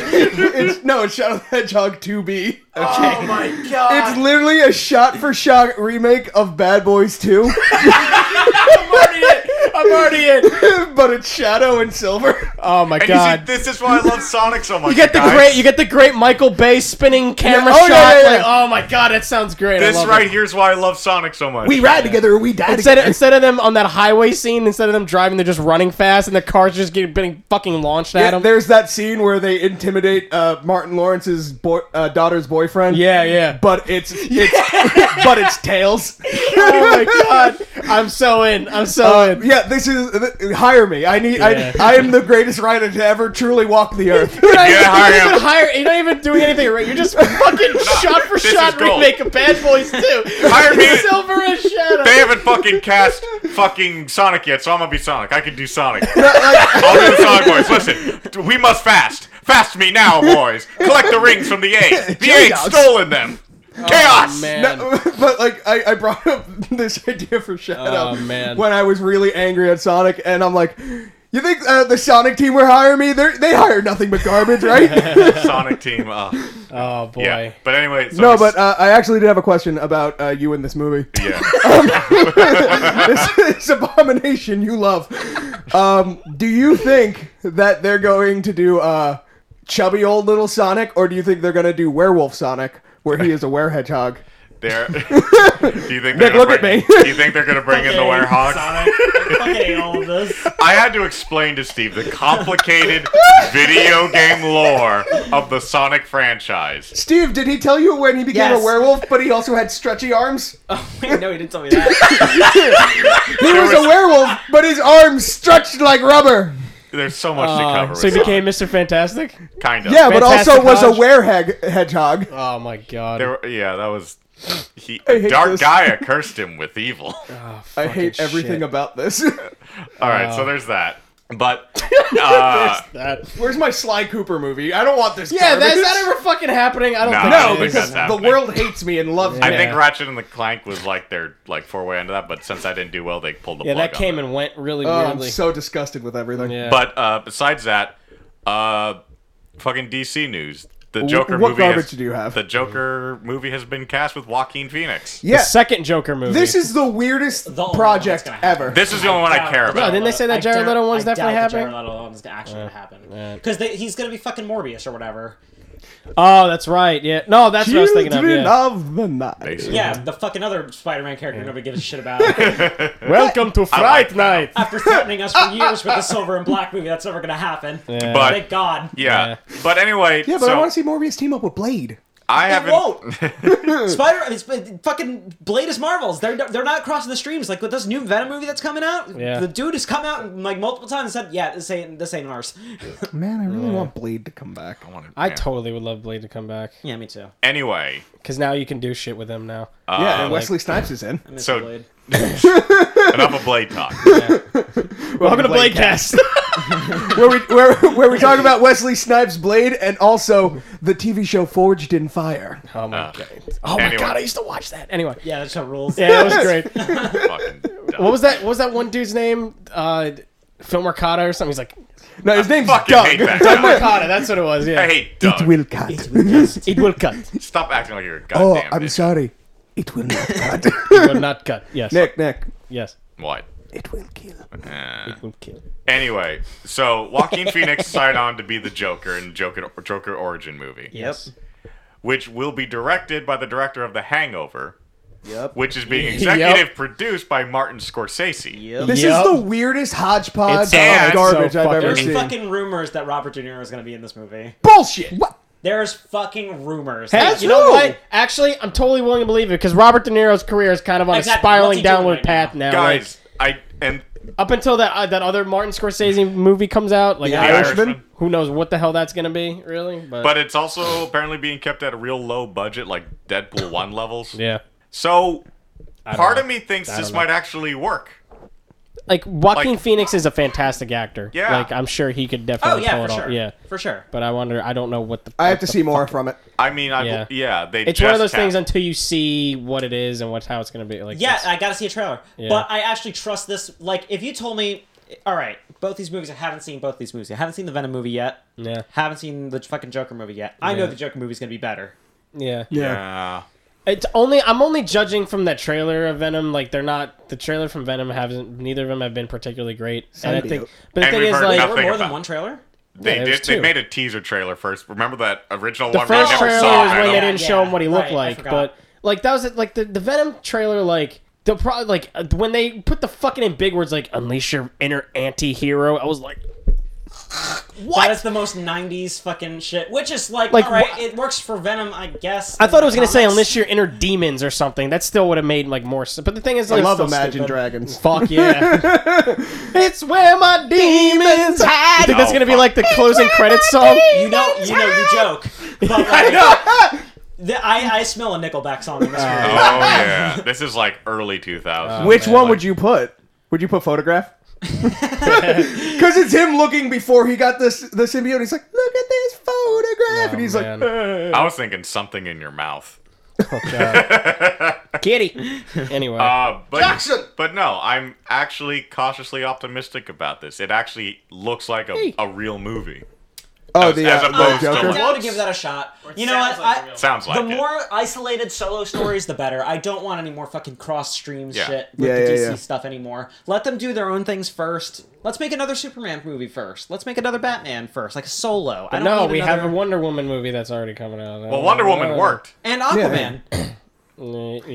Speaker 2: It's, no, it's Shadow the Hedgehog 2B.
Speaker 3: Oh my god.
Speaker 2: It's literally a shot for shot remake of Bad Boys 2,
Speaker 1: I'm already in. I'm already in.
Speaker 2: but it's Shadow and Silver.
Speaker 1: Oh my
Speaker 4: and
Speaker 1: god.
Speaker 4: you see, this is why I love Sonic so much.
Speaker 1: You get the
Speaker 4: guys.
Speaker 1: great, you get the great Michael Bay spinning camera
Speaker 2: Yeah, oh,
Speaker 1: shot.
Speaker 2: yeah, yeah,
Speaker 1: Like,
Speaker 2: yeah.
Speaker 1: oh my god, that sounds great. I
Speaker 4: This
Speaker 1: love
Speaker 4: right
Speaker 1: it.
Speaker 4: here is why I love Sonic so much.
Speaker 2: We ride together or we die
Speaker 1: Instead of,
Speaker 2: together.
Speaker 1: instead of them on that highway scene, instead of them driving, they're just running fast, and the cars just getting being fucking launched at
Speaker 2: Yeah,
Speaker 1: them.
Speaker 2: There's that scene where they intimidate uh, Martin Lawrence's boy, uh, daughter's boyfriend.
Speaker 1: yeah, yeah.
Speaker 2: but it's, it's but it's tails.
Speaker 1: oh my god, I'm so in. I'm so
Speaker 2: Uh,
Speaker 1: in.
Speaker 2: yeah, this is th- hire me. I need.
Speaker 1: Yeah.
Speaker 2: I, I am the greatest rider to ever truly walk the earth.
Speaker 1: You're not,
Speaker 4: Yeah, hire
Speaker 1: you're not even
Speaker 4: him.
Speaker 1: hire- you're not even doing anything right. You're just fucking shot for
Speaker 4: this
Speaker 1: shot
Speaker 4: is gold.
Speaker 1: remake of Bad Boys 2.
Speaker 4: Hire me.
Speaker 1: Silver and Shadow.
Speaker 4: They haven't fucking cast fucking Sonic yet, so I'm gonna be Sonic. I can do Sonic. I'll do the Sonic voice. Listen, we must fast. Fast me now, boys. Collect the rings from the egg. The egg
Speaker 2: dogs.
Speaker 4: stolen them. Chaos.
Speaker 1: Oh, man.
Speaker 2: No, but like I, I brought up this idea for Shadow
Speaker 1: Oh, man.
Speaker 2: when I was really angry at Sonic, and I'm like, "You think uh, the Sonic team would hire me? They they hire nothing but garbage, right?"
Speaker 4: Sonic team. Uh,
Speaker 1: Oh boy.
Speaker 4: yeah. But anyway. So
Speaker 2: no, but uh, I actually did have a question about uh, you in this movie.
Speaker 4: yeah.
Speaker 2: this, this abomination you love. Um, do you think that they're going to do uh, chubby old little Sonic, or do you think they're going to do werewolf Sonic, where he is a werehedgehog?
Speaker 4: They're, do you think they're
Speaker 2: Nick,
Speaker 4: gonna
Speaker 2: look at
Speaker 4: bring-
Speaker 2: me.
Speaker 4: Do you think they're gonna bring in the
Speaker 3: Okay,
Speaker 4: werehog?
Speaker 3: Sonic, I fucking hate all of this.
Speaker 4: I had to explain to Steve the complicated video game lore of the Sonic franchise.
Speaker 2: Steve, did he tell you when he became
Speaker 3: Yes.
Speaker 2: a werewolf, but he also had stretchy arms?
Speaker 3: Wait, no, he didn't tell me that.
Speaker 2: He was a
Speaker 4: was-
Speaker 2: werewolf, but his arms stretched like rubber.
Speaker 4: There's so much to cover.
Speaker 1: Uh, so
Speaker 4: with
Speaker 1: he became
Speaker 4: Sonic.
Speaker 1: Mr. Fantastic?
Speaker 4: kind of.
Speaker 2: Yeah, but also
Speaker 1: Fantastic
Speaker 2: was a
Speaker 1: Hodge.
Speaker 2: wereheg hedgehog.
Speaker 1: Oh my god.
Speaker 4: There, were- yeah, that was he.
Speaker 2: hate
Speaker 4: Dark
Speaker 2: this. Uh,
Speaker 4: Gaia cursed him with evil.
Speaker 2: I hate everything
Speaker 1: shit.
Speaker 2: about this.
Speaker 4: All right, so there's that. But uh,
Speaker 1: That-
Speaker 2: Where's my Sly Cooper movie? I don't want this.
Speaker 1: Yeah,
Speaker 2: garbage.
Speaker 1: that's that ever fucking happening? I don't
Speaker 4: No,
Speaker 1: think
Speaker 4: I
Speaker 2: No,
Speaker 4: don't
Speaker 1: it is.
Speaker 4: think
Speaker 2: because
Speaker 4: that's
Speaker 2: the
Speaker 4: happening.
Speaker 2: world hates me and loves
Speaker 4: I
Speaker 2: me.
Speaker 4: think
Speaker 1: Yeah.
Speaker 4: Ratchet and the Clank was like their like four way into that. But since that didn't do well, they pulled the
Speaker 1: Yeah,
Speaker 4: plug
Speaker 1: that came
Speaker 4: on
Speaker 1: and went really
Speaker 2: Oh, I'm
Speaker 1: weirdly.
Speaker 2: so disgusted with everything.
Speaker 1: Yeah.
Speaker 4: But uh, besides that, uh, fucking DC news. The Joker
Speaker 2: what
Speaker 4: movie.
Speaker 2: garbage
Speaker 4: has,
Speaker 2: do you have?
Speaker 4: The Joker movie has been cast with Joaquin Phoenix.
Speaker 1: the
Speaker 2: Yeah,
Speaker 1: second Joker movie.
Speaker 2: this is the weirdest
Speaker 3: The only
Speaker 2: project
Speaker 3: one that's gonna
Speaker 2: ever.
Speaker 4: This is the only one I care
Speaker 1: No,
Speaker 4: about.
Speaker 1: didn't they say that
Speaker 3: I
Speaker 1: Jared
Speaker 3: doubt-
Speaker 1: Leto one's
Speaker 3: I doubt
Speaker 1: definitely
Speaker 3: the
Speaker 1: happening?
Speaker 3: Jared Leto one's actually gonna happen because he's gonna be fucking Morbius or whatever.
Speaker 1: Oh, that's right. Yeah. No, that's what I was thinking of.
Speaker 2: Children
Speaker 1: yeah.
Speaker 2: of the night.
Speaker 4: Basically.
Speaker 3: Yeah, the fucking other Spider-Man character nobody gives a shit about.
Speaker 1: Welcome to
Speaker 4: like
Speaker 1: Fright Night.
Speaker 3: After threatening us for years with the Silver and Black movie, that's never gonna happen.
Speaker 4: But-
Speaker 3: Thank God.
Speaker 4: Yeah.
Speaker 1: Yeah.
Speaker 4: But anyway,
Speaker 2: Yeah, but
Speaker 4: so
Speaker 2: I want to see Morbius team up with Blade.
Speaker 4: I
Speaker 3: They
Speaker 4: haven't.
Speaker 3: won't. Spider, it's, but fucking Blade is Marvels. They're they're not crossing the streams like with this new Venom movie that's coming out.
Speaker 1: Yeah.
Speaker 3: The dude has come out like multiple times and said, "Yeah, this ain't this ain't ours."
Speaker 2: Man, I
Speaker 1: Mm.
Speaker 2: really want Blade to come back.
Speaker 4: I wanted-
Speaker 1: I
Speaker 4: yeah.
Speaker 1: totally would love Blade to come back
Speaker 3: yeah, me too.
Speaker 4: Anyway,
Speaker 1: because now you can do shit with him now.
Speaker 4: Um,
Speaker 2: yeah, and Wesley Snipes is in.
Speaker 3: Miss
Speaker 4: So-
Speaker 3: Blade.
Speaker 4: enough of Blade talk.
Speaker 1: Welcome to
Speaker 2: Blade
Speaker 1: Bladecast.
Speaker 2: where we where, where we talk about Wesley Snipes' Blade and also the TV show Forged in Fire.
Speaker 1: oh my god.
Speaker 4: Oh anyway,
Speaker 1: God, I used to watch that. Anyway.
Speaker 3: Yeah, that's how it rules.
Speaker 1: Yeah, that was great.
Speaker 4: fucking dumb.
Speaker 1: What was that? What was that one dude's name? Uh, Phil Mercado or something? He's like
Speaker 2: No, his name's
Speaker 4: fucking
Speaker 2: Doug.
Speaker 4: hate that
Speaker 1: Doug
Speaker 4: guy.
Speaker 1: Mercado. That's what it was. Yeah.
Speaker 4: I hate Doug.
Speaker 5: It will cut.
Speaker 1: It will cut. It
Speaker 4: Stop acting like you're a
Speaker 5: Oh,
Speaker 4: goddamn.
Speaker 5: I'm
Speaker 4: bitch.
Speaker 5: sorry. It will not cut.
Speaker 1: will not cut. Yes.
Speaker 2: Nick, Nick.
Speaker 1: Yes.
Speaker 4: What?
Speaker 5: it will kill.
Speaker 4: Eh.
Speaker 1: Will kill.
Speaker 4: Anyway, so Joaquin Phoenix signed on to be the Joker in Joker Joker origin movie,
Speaker 1: Yes.
Speaker 4: which will be directed by the director of The Hangover,
Speaker 2: Yep.
Speaker 4: which is being executive produced by Martin Scorsese.
Speaker 3: Yep.
Speaker 2: This
Speaker 1: Yep.
Speaker 2: is the weirdest hodgepodge
Speaker 1: It's so-
Speaker 2: of
Speaker 4: it's
Speaker 2: garbage
Speaker 1: so
Speaker 2: I've ever
Speaker 1: fucking-
Speaker 3: There's
Speaker 2: seen.
Speaker 3: fucking rumors that Robert De Niro is gonna be in this movie.
Speaker 2: Bullshit. What?
Speaker 3: There's fucking rumors.
Speaker 1: Hey,
Speaker 3: Like,
Speaker 1: you know
Speaker 2: who?
Speaker 1: what? Actually, I'm totally willing to believe it because Robert De Niro's career is kind of on
Speaker 3: Exactly.
Speaker 1: a
Speaker 3: What's
Speaker 1: spiraling
Speaker 3: he doing
Speaker 1: downward
Speaker 3: right
Speaker 1: path now. like,
Speaker 4: Guys, I and
Speaker 1: up until that uh, that other Martin Scorsese movie comes out, like
Speaker 3: The
Speaker 4: The
Speaker 1: I-
Speaker 2: Irishman?
Speaker 4: Irishman.
Speaker 1: who knows what the hell that's gonna be, really? But,
Speaker 4: But it's also apparently being kept at a real low budget, like Deadpool 1 levels.
Speaker 1: yeah,
Speaker 4: So,
Speaker 1: don't
Speaker 4: part
Speaker 1: know.
Speaker 4: of me thinks
Speaker 1: don't
Speaker 4: this
Speaker 1: know.
Speaker 4: might actually work.
Speaker 1: like Joaquin
Speaker 4: Like-
Speaker 1: Phoenix is a fantastic actor.
Speaker 4: Yeah.
Speaker 1: like I'm sure he could
Speaker 3: oh
Speaker 1: definitely pull
Speaker 3: yeah,
Speaker 1: it
Speaker 3: for
Speaker 1: off.
Speaker 3: sure.
Speaker 1: Yeah,
Speaker 3: for sure.
Speaker 1: but I wonder. I don't know what the.
Speaker 2: I have
Speaker 1: what
Speaker 2: to
Speaker 1: the
Speaker 2: see more
Speaker 1: fuck-
Speaker 2: from it.
Speaker 4: I mean, I
Speaker 1: Yeah.
Speaker 4: yeah, they
Speaker 1: It's
Speaker 4: just
Speaker 1: one of those things
Speaker 4: tapped.
Speaker 1: until you see what it is and what how it's gonna be. Like
Speaker 3: Yeah,
Speaker 1: it's-
Speaker 3: I gotta see a trailer. But I actually trust this. Like, if you told me, all right, both these movies, I haven't seen both these movies. I haven't seen the Venom movie yet.
Speaker 1: yeah,
Speaker 3: Haven't seen the fucking Joker movie yet. I know the Joker movie's gonna be better.
Speaker 1: yeah.
Speaker 4: Yeah.
Speaker 1: It's only I'm only judging from that trailer of Venom. Like they're not the trailer from Venom hasn't neither of them have been particularly great. and I
Speaker 2: do.
Speaker 1: think, but the
Speaker 4: And
Speaker 1: thing
Speaker 4: we've
Speaker 1: is
Speaker 4: heard
Speaker 1: like
Speaker 3: There were
Speaker 4: Nothing
Speaker 3: more
Speaker 4: about-
Speaker 3: than one trailer.
Speaker 4: They
Speaker 1: Yeah, there's
Speaker 4: did. They
Speaker 1: two.
Speaker 4: made a teaser trailer first. Remember that original
Speaker 1: the
Speaker 4: one?
Speaker 1: first
Speaker 4: we never
Speaker 1: trailer
Speaker 4: saw
Speaker 1: was when
Speaker 4: Venom.
Speaker 1: they didn't
Speaker 3: Yeah,
Speaker 1: show him what he
Speaker 3: right,
Speaker 1: looked
Speaker 3: I
Speaker 1: like,
Speaker 3: forgot.
Speaker 1: but like that was it. Like the, the Venom trailer, like the pro, like uh, when they put the fucking in big words like unleash your inner anti-hero, I was like,
Speaker 3: That is the most '90s fucking shit. Which is like,
Speaker 1: Like,
Speaker 3: all right,
Speaker 1: wha-
Speaker 3: it works for Venom, I guess.
Speaker 1: I thought it was gonna say
Speaker 3: unless
Speaker 1: unleash your inner demons or something. That still would have made like more. sense. But the thing is,
Speaker 2: I
Speaker 1: like,
Speaker 2: love
Speaker 1: still
Speaker 2: Imagine
Speaker 1: stupid.
Speaker 2: Dragons.
Speaker 1: Fuck yeah! it's where my demons hide. You think that's
Speaker 4: Oh,
Speaker 1: gonna be
Speaker 4: fuck.
Speaker 1: like the closing credits song?
Speaker 3: You know, you know, you joke. But like, I know. I, I smell a Nickelback song in this movie.
Speaker 4: Oh yeah, this is like early 2000s.
Speaker 2: Which
Speaker 1: Oh, man,
Speaker 2: one
Speaker 1: like-
Speaker 2: would you put? Would you put photograph? Because it's him looking before he got this the symbiote. He's like, look at this photograph, and he's
Speaker 1: man.
Speaker 2: like, "Uh."
Speaker 4: I was thinking something in your mouth.
Speaker 1: Kitty. Anyway,
Speaker 4: Uh, but, But no, I'm actually cautiously optimistic about this. It actually looks like a, a real movie.
Speaker 2: oh,
Speaker 4: As-
Speaker 2: the,
Speaker 4: as
Speaker 2: uh,
Speaker 4: opposed to
Speaker 2: the
Speaker 3: I'm
Speaker 2: Joker.
Speaker 4: what?
Speaker 3: down to give that a shot. You know what?
Speaker 6: sounds like
Speaker 3: I,
Speaker 6: a real-
Speaker 4: Sounds like
Speaker 3: the
Speaker 4: it.
Speaker 3: more isolated solo stories, the better. I don't want any more fucking cross streams
Speaker 4: Yeah.
Speaker 3: shit with
Speaker 2: Yeah,
Speaker 3: the
Speaker 2: yeah,
Speaker 3: DC
Speaker 2: yeah.
Speaker 3: stuff anymore. Let them do their own things first. Let's make another Superman movie first. Let's make another Batman first, like a solo. I don't
Speaker 1: no,
Speaker 3: need
Speaker 1: we
Speaker 3: another-
Speaker 1: have a Wonder Woman movie that's already coming out. Uh,
Speaker 4: Well, Wonder Woman worked.
Speaker 3: and Aquaman.
Speaker 1: Yeah.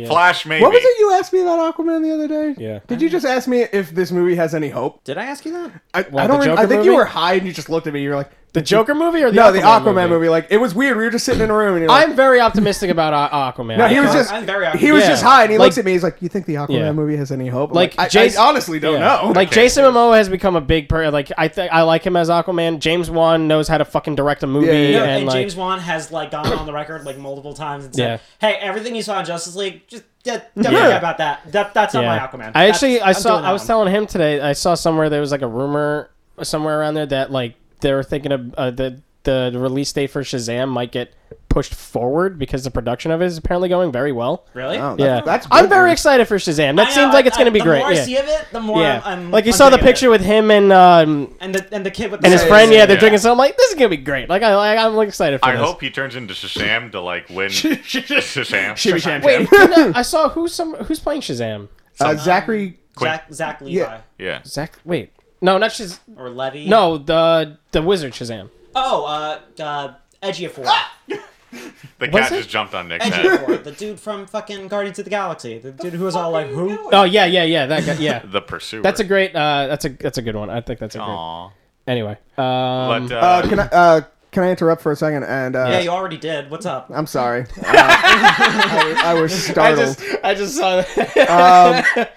Speaker 4: Flash maybe.
Speaker 2: What was it you asked me about Aquaman the other day?
Speaker 1: Yeah.
Speaker 2: Did you just ask me if this movie has any hope?
Speaker 3: Did I ask you that?
Speaker 2: I,
Speaker 1: What,
Speaker 2: I don't.
Speaker 1: the
Speaker 2: Remember,
Speaker 1: Joker
Speaker 2: I think you
Speaker 1: movie?
Speaker 2: were high and you just looked at me. You were like,
Speaker 1: The Joker movie or the
Speaker 2: no,
Speaker 1: Aquaman
Speaker 2: the Aquaman movie. Like it was weird. We were just sitting in a room and you're like,
Speaker 1: I'm very optimistic about uh, Aquaman.
Speaker 2: No, he was
Speaker 1: I-
Speaker 2: just
Speaker 3: I'm very
Speaker 2: he was
Speaker 1: Yeah.
Speaker 2: just high, and he
Speaker 1: Like-
Speaker 2: looks at me. He's like, "You think the Aquaman
Speaker 1: Yeah.
Speaker 2: movie has any hope?" I'm
Speaker 1: Like,
Speaker 2: like I,
Speaker 1: Jace-
Speaker 2: I honestly don't
Speaker 1: Yeah.
Speaker 2: know.
Speaker 1: Like Jason Momoa has become a big per like I th- I like him as Aquaman. James Wan knows how to fucking direct a movie
Speaker 2: Yeah, yeah, yeah.
Speaker 3: No,
Speaker 1: and,
Speaker 3: and,
Speaker 1: like
Speaker 3: James Wan has like gone on the record like multiple times and said, "Hey, everything you saw in Justice League, just d- don't
Speaker 1: Yeah.
Speaker 3: forget about that. That that's not my
Speaker 1: yeah.
Speaker 3: Aquaman."
Speaker 1: I actually I
Speaker 3: That's- I'm
Speaker 1: saw
Speaker 3: doing that
Speaker 1: I was
Speaker 3: one.
Speaker 1: telling him today I saw somewhere there was like a rumor somewhere around there that like they were thinking of uh, the the release date for Shazam might get pushed forward because the production of it is apparently going very well.
Speaker 3: really.
Speaker 2: Oh, that-
Speaker 1: Yeah,
Speaker 2: that's
Speaker 1: I'm
Speaker 2: good
Speaker 1: very
Speaker 2: news.
Speaker 1: excited for Shazam. That
Speaker 3: I know,
Speaker 1: seems like it's
Speaker 3: I-
Speaker 1: going to be
Speaker 3: the
Speaker 1: great.
Speaker 3: more I
Speaker 1: yeah,
Speaker 3: see of it, the more
Speaker 1: yeah.
Speaker 3: I'm, I'm
Speaker 1: like you
Speaker 3: I'm
Speaker 1: saw the
Speaker 3: digging it.
Speaker 1: picture with him and um,
Speaker 3: and the and the kid with the
Speaker 1: and his
Speaker 3: scissors.
Speaker 1: friend. Yeah, they're
Speaker 4: Yeah.
Speaker 1: drinking. So I'm like, this is going to be great. Like I, I I'm excited for
Speaker 4: I
Speaker 1: this.
Speaker 4: hope he turns into Shazam to like win. Shazam.
Speaker 2: Shibby Sham
Speaker 1: Wait,
Speaker 2: Sham.
Speaker 1: didn't I I saw who's some who's playing Shazam.
Speaker 2: uh, Zachary.
Speaker 3: Zach Zach Levi
Speaker 2: Yeah.
Speaker 4: Yeah.
Speaker 1: Zach, wait, no, not Shaz.
Speaker 3: or Levy.
Speaker 1: No, the the wizard Shazam.
Speaker 3: Oh, uh, uh Edgy of Four.
Speaker 4: The
Speaker 1: Was
Speaker 4: cat
Speaker 1: it?
Speaker 4: just jumped on Nick's head.
Speaker 3: Edgelord, the dude from fucking Guardians of the Galaxy, the dude who was all like, "Who?"
Speaker 1: Oh yeah, yeah, yeah. That guy, yeah.
Speaker 4: The pursuer.
Speaker 1: That's a great. Uh, that's a that's a good one. I think that's a great.
Speaker 4: Aw.
Speaker 1: Anyway, um,
Speaker 4: But,
Speaker 2: Uh,
Speaker 4: uh,
Speaker 2: can I uh, can I interrupt for a second? And uh,
Speaker 3: Yeah, you already did. What's up?
Speaker 2: I'm sorry. Uh, I, I was
Speaker 1: I
Speaker 2: startled.
Speaker 1: just I just saw that.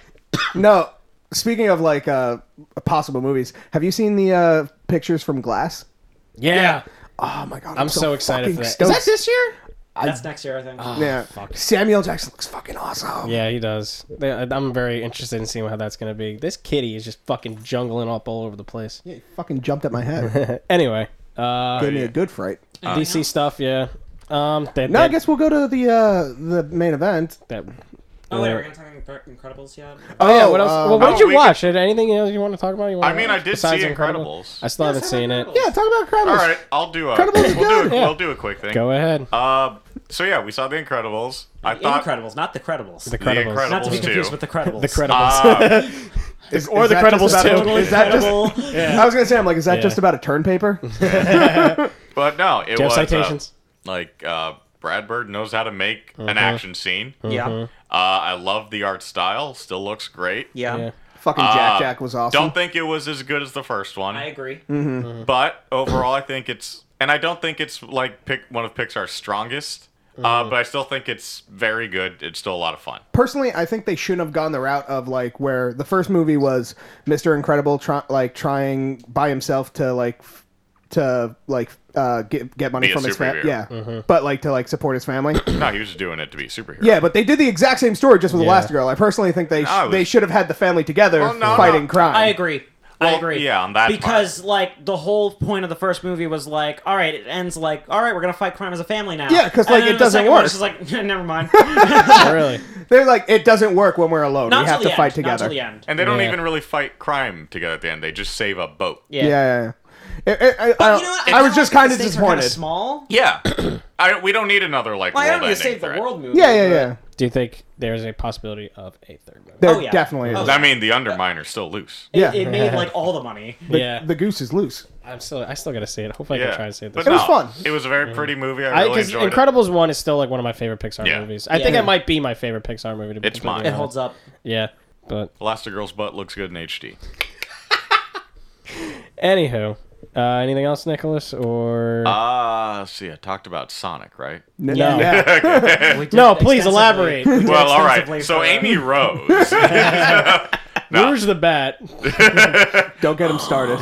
Speaker 2: No, speaking of like uh, possible movies, have you seen the uh, pictures from Glass?
Speaker 1: yeah,
Speaker 2: Oh my god,
Speaker 1: I'm so, excited
Speaker 2: fucking
Speaker 1: for that. Is
Speaker 2: stoked.
Speaker 1: that this year?
Speaker 3: That's next year, I think.
Speaker 1: Ah.
Speaker 2: yeah. Samuel Jackson looks fucking awesome.
Speaker 1: Yeah, he does. They- I'm very interested in seeing how that's gonna be. This kitty is just fucking jungling up all over the place.
Speaker 2: He fucking jumped at my head.
Speaker 1: Anyway, uh,
Speaker 2: Gave me a good fright.
Speaker 1: DC stuff. Yeah. Um. That,
Speaker 2: Uh, No, I
Speaker 1: that,
Speaker 2: guess we'll go to the uh, the main event.
Speaker 1: that.
Speaker 3: oh wait, are we gonna talk about Incredibles yet?
Speaker 2: Oh,
Speaker 1: yeah. What else? well, what
Speaker 4: oh,
Speaker 1: did you
Speaker 4: we
Speaker 1: watch? Anything else you want to talk about? You
Speaker 4: I
Speaker 1: wanna
Speaker 4: mean, I
Speaker 1: watch
Speaker 4: did see
Speaker 1: besides
Speaker 4: Incredibles.
Speaker 1: I still haven't seen it.
Speaker 2: yeah, talk about Incredibles.
Speaker 4: All right, I'll do a.
Speaker 2: Incredibles is
Speaker 4: we'll,
Speaker 2: good.
Speaker 4: do a
Speaker 1: Yeah.
Speaker 4: we'll do a quick thing.
Speaker 1: Go ahead.
Speaker 4: Uh, so yeah, we saw The Incredibles. I thought
Speaker 3: Incredibles, not the Credibles.
Speaker 1: the
Speaker 4: The
Speaker 1: Credibles.
Speaker 4: Incredibles,
Speaker 3: not to be
Speaker 4: too.
Speaker 3: confused with the Credibles.
Speaker 1: the Credibles.
Speaker 4: Uh,
Speaker 2: Is-
Speaker 1: Or
Speaker 2: is
Speaker 1: The
Speaker 2: that just
Speaker 1: Credibles
Speaker 2: about-
Speaker 1: too.
Speaker 2: Is that just?
Speaker 3: Incredible.
Speaker 2: I was gonna say, I'm like, is that
Speaker 1: Yeah.
Speaker 2: just about a turn paper?
Speaker 4: but no, it
Speaker 1: Jeff
Speaker 4: was uh,
Speaker 1: citations. Uh-huh.
Speaker 4: like uh, Brad Bird knows how to make an action scene.
Speaker 3: Yeah.
Speaker 1: mm-hmm.
Speaker 4: Uh, I love the art style. Still looks great.
Speaker 3: Yeah.
Speaker 1: yeah.
Speaker 2: fucking
Speaker 4: Uh,
Speaker 2: Jack Jack was awesome.
Speaker 4: Don't think it was as good as the first one,
Speaker 3: I agree.
Speaker 4: but overall, I think it's, and I don't think it's like pick one of Pixar's strongest. Uh, but I still think it's very good. It's still a lot of fun.
Speaker 2: personally i think they shouldn't have gone the route of like where the first movie was mr incredible try, like trying by himself to like f- to like uh get, get money
Speaker 4: Be a
Speaker 2: from his family
Speaker 4: superhero.
Speaker 2: yeah
Speaker 3: Mm-hmm.
Speaker 2: but like to like support his family
Speaker 4: No, he was just doing it to be a superhero.
Speaker 2: yeah but they did the exact same story just with
Speaker 1: Yeah.
Speaker 2: elastigirl i personally think they sh-
Speaker 4: No, it was-
Speaker 2: they should have had the family together
Speaker 4: Well, no,
Speaker 2: fighting
Speaker 4: no.
Speaker 2: crime
Speaker 3: I agree. I
Speaker 4: Well,
Speaker 3: agree.
Speaker 4: yeah, on that
Speaker 3: because like the whole point of the first movie was like, all right, it ends like, all right, we're gonna fight crime as a family now.
Speaker 2: Yeah, 'cause,
Speaker 3: And
Speaker 2: like,
Speaker 3: then
Speaker 2: it
Speaker 3: the
Speaker 2: doesn't
Speaker 3: second one,
Speaker 2: work.
Speaker 3: It's just like, never mind.
Speaker 1: really.
Speaker 2: they're like it doesn't work when we're alone
Speaker 3: Not
Speaker 2: we have to
Speaker 3: till the
Speaker 2: fight
Speaker 3: end. Not
Speaker 2: together
Speaker 3: till the end.
Speaker 4: And they don't
Speaker 1: Yeah.
Speaker 4: even really fight crime together at the end. They just save a boat.
Speaker 3: Yeah.
Speaker 2: yeah, yeah, yeah. It- it- I, I,
Speaker 3: But
Speaker 2: don't-
Speaker 3: you know what?
Speaker 2: I was
Speaker 3: feel
Speaker 2: just
Speaker 3: like
Speaker 2: kind of
Speaker 3: the stakes are kinda
Speaker 2: disappointed
Speaker 3: Small.
Speaker 4: Yeah. I, we don't need another like.
Speaker 3: Like, I don't need to
Speaker 4: world-ending
Speaker 3: save the
Speaker 4: threat.
Speaker 3: world movie.
Speaker 2: yeah yeah
Speaker 3: but-
Speaker 2: yeah
Speaker 1: Do you think there's a possibility of a third movie?
Speaker 2: there
Speaker 3: Oh, yeah.
Speaker 2: definitely is
Speaker 3: Oh,
Speaker 4: I mean, the underminer's still loose.
Speaker 3: It,
Speaker 2: Yeah.
Speaker 3: it made like all the money.
Speaker 2: the,
Speaker 1: yeah,
Speaker 2: the goose is loose
Speaker 1: I'm still. I still gotta see it. Hopefully, I
Speaker 4: Yeah,
Speaker 1: can try and see it.
Speaker 4: But
Speaker 1: This
Speaker 2: It was
Speaker 4: no,
Speaker 2: fun.
Speaker 4: It was a very pretty movie. I
Speaker 1: I,
Speaker 4: really
Speaker 1: 'cause
Speaker 4: enjoyed it.
Speaker 1: Incredibles one is still like one of my favorite Pixar
Speaker 4: Yeah.
Speaker 1: movies. I think
Speaker 3: Yeah.
Speaker 1: it might be my favorite Pixar movie. To be
Speaker 4: It's
Speaker 1: completely
Speaker 4: mine.
Speaker 3: It
Speaker 4: Yeah.
Speaker 3: holds up.
Speaker 1: honest. Yeah, but
Speaker 4: Elastigirl's butt looks good in HD.
Speaker 1: anywho, uh, anything else, Nicholas? Or
Speaker 4: Ah, uh, see, I talked about Sonic, right?
Speaker 2: no,
Speaker 1: no?
Speaker 3: We did
Speaker 1: No, please
Speaker 3: extensively.
Speaker 1: elaborate.
Speaker 3: We did
Speaker 4: Well, all
Speaker 3: extensively
Speaker 4: right. So
Speaker 3: for-
Speaker 4: Amy Rose. No.
Speaker 1: Where's the bat?
Speaker 2: don't get him started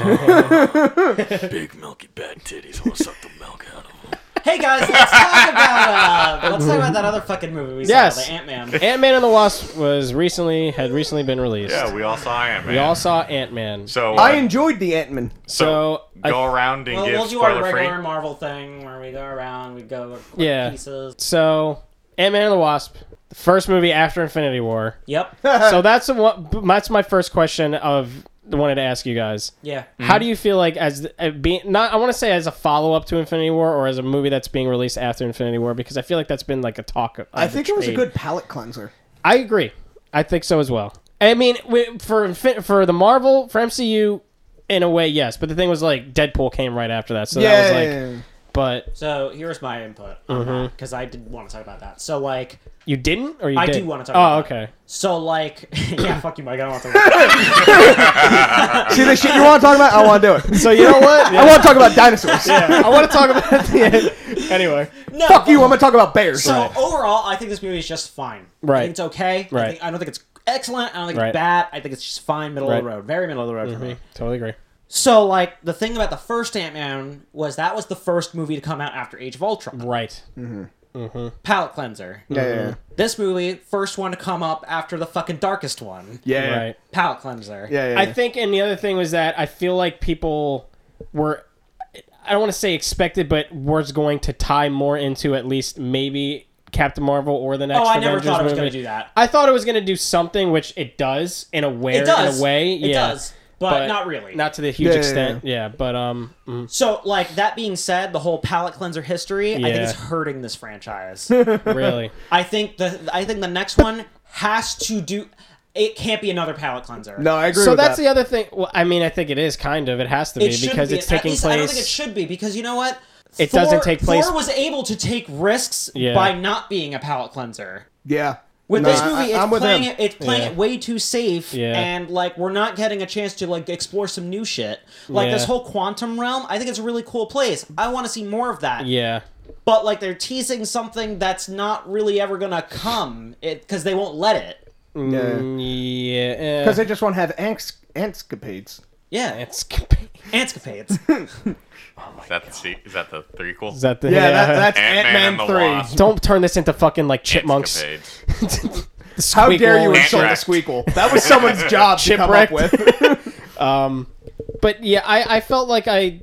Speaker 4: Big milky bad titties. I want to suck the milk out of them.
Speaker 3: Hey guys, let's talk about uh, let's talk about that other fucking movie we saw,
Speaker 1: Yes.
Speaker 3: the Ant Man.
Speaker 1: Ant Man and the Wasp was recently had recently been released.
Speaker 4: Yeah, we all saw Iron Man.
Speaker 1: we all saw Ant Man. So,
Speaker 4: So uh,
Speaker 2: i enjoyed the ant-man
Speaker 1: I-
Speaker 4: go around and
Speaker 3: Well,
Speaker 4: give
Speaker 3: we'll do our
Speaker 4: spoiler free.
Speaker 3: regular Marvel thing where we go around, we go quick
Speaker 1: Yeah.
Speaker 3: pieces.
Speaker 1: so Ant Man and the Wasp, the first movie after Infinity War.
Speaker 3: Yep.
Speaker 1: so that's the one. That's my first question of wanted to ask you guys.
Speaker 3: Yeah.
Speaker 2: Mm-hmm.
Speaker 1: How do you feel like as uh, being not? I want to say as a follow up to Infinity War or as a movie that's being released after Infinity War because I feel like that's been like a talk. Of,
Speaker 2: I
Speaker 1: of the
Speaker 2: think it was a
Speaker 1: trade.
Speaker 2: good palate cleanser.
Speaker 1: I agree. I think so as well. I mean, wi- for Infin- for the Marvel for MCU, in a way, yes. But the thing was like Deadpool came right after that, so that was like. But
Speaker 3: So here's my input on
Speaker 1: Mm-hmm.
Speaker 3: that because I did want to talk about that. So like,
Speaker 1: you didn't, or you
Speaker 3: I
Speaker 1: did?
Speaker 3: do wanna talk
Speaker 1: Oh,
Speaker 3: about that.
Speaker 1: okay.
Speaker 3: so like, yeah, fuck you, Mike. I don't want to. Talk about that.
Speaker 2: See the shit you want to talk about? I want to do it.
Speaker 1: So you know what?
Speaker 2: I want to talk about dinosaurs.
Speaker 1: I want to talk about the end. Anyway,
Speaker 3: No,
Speaker 2: Fuck you.
Speaker 3: but-
Speaker 2: I'm gonna talk about bears.
Speaker 3: So overall, I think this movie is just fine. I
Speaker 1: Right.
Speaker 3: think it's okay. I,
Speaker 1: Right.
Speaker 3: think, I don't think it's excellent. I don't think
Speaker 1: Right.
Speaker 3: it's bad. I think it's just fine, middle of the
Speaker 1: Right. Mm-hmm.
Speaker 3: road, very middle of the road for me.
Speaker 1: totally agree.
Speaker 3: So like, the thing about the first Ant Man was that was the first movie to come out after Age of Ultron.
Speaker 1: Right.
Speaker 3: Palette cleanser.
Speaker 2: yeah, yeah,
Speaker 3: This movie, first one to come up after the fucking darkest one.
Speaker 2: yeah, yeah,
Speaker 1: Right.
Speaker 3: Palette cleanser.
Speaker 2: yeah, yeah, yeah.
Speaker 1: I think, and the other thing was that I feel like people were, I don't want to say expected, but was going to tie more into at least maybe Captain Marvel or the next.
Speaker 3: Oh, I never
Speaker 1: Avengers
Speaker 3: thought it was
Speaker 1: movie.
Speaker 3: going to do that.
Speaker 1: I thought it was going to do something, which it does in a way.
Speaker 3: It does.
Speaker 1: In a way,
Speaker 3: It
Speaker 1: yeah.
Speaker 3: does. But, not really.
Speaker 1: Not to the huge
Speaker 2: Yeah, yeah,
Speaker 1: extent, yeah. But um, mm,
Speaker 3: so, like, that being said, the whole palette cleanser history, I think
Speaker 1: Yeah.
Speaker 3: it's hurting this franchise.
Speaker 1: really,
Speaker 3: I think the I think the next one has to do. It can't be another palate cleanser.
Speaker 2: no, I agree.
Speaker 1: so
Speaker 2: with
Speaker 1: that's
Speaker 2: that.
Speaker 1: the other thing. Well, I mean, I think it is kind of. It has to
Speaker 3: it
Speaker 1: be
Speaker 3: should
Speaker 1: because
Speaker 3: be
Speaker 1: it's
Speaker 3: at
Speaker 1: taking
Speaker 3: least,
Speaker 1: place.
Speaker 3: I don't think it should be because you know what?
Speaker 1: it doesn't
Speaker 3: Thor-
Speaker 1: take place.
Speaker 3: Thor was able to take risks
Speaker 1: Yeah.
Speaker 3: by not being a palate cleanser.
Speaker 2: Yeah.
Speaker 3: With
Speaker 2: No,
Speaker 3: this
Speaker 2: I-
Speaker 3: movie, it's
Speaker 2: I'm with
Speaker 3: playing
Speaker 2: him.
Speaker 3: it, it's playing
Speaker 1: Yeah.
Speaker 3: it way too safe,
Speaker 1: Yeah.
Speaker 3: and like we're not getting a chance to like explore some new shit. Like
Speaker 1: Yeah.
Speaker 3: this whole quantum realm, I think it's a really cool place. I want to see more of that.
Speaker 1: yeah,
Speaker 3: But like they're teasing something that's not really ever gonna come, it because they won't let it.
Speaker 2: Yeah.
Speaker 1: Mm, yeah.
Speaker 2: Because they just want to have angst, antscapades.
Speaker 3: Yeah,
Speaker 1: it's
Speaker 3: antscapades.
Speaker 4: Is that the se- is that the threequel?
Speaker 1: is that the
Speaker 2: Yeah, that, that's
Speaker 4: Ant-Man
Speaker 2: Ant
Speaker 4: and the
Speaker 2: Man three.
Speaker 4: Wasp.
Speaker 1: Don't turn this into fucking like chipmunks.
Speaker 4: Escapades.
Speaker 2: How dare you insult
Speaker 1: Squeakles.
Speaker 2: the
Speaker 4: Anthrax.
Speaker 2: squeakle? That was someone's job to come up
Speaker 1: Shipwrecked.
Speaker 2: with.
Speaker 1: but yeah, I, I felt like I.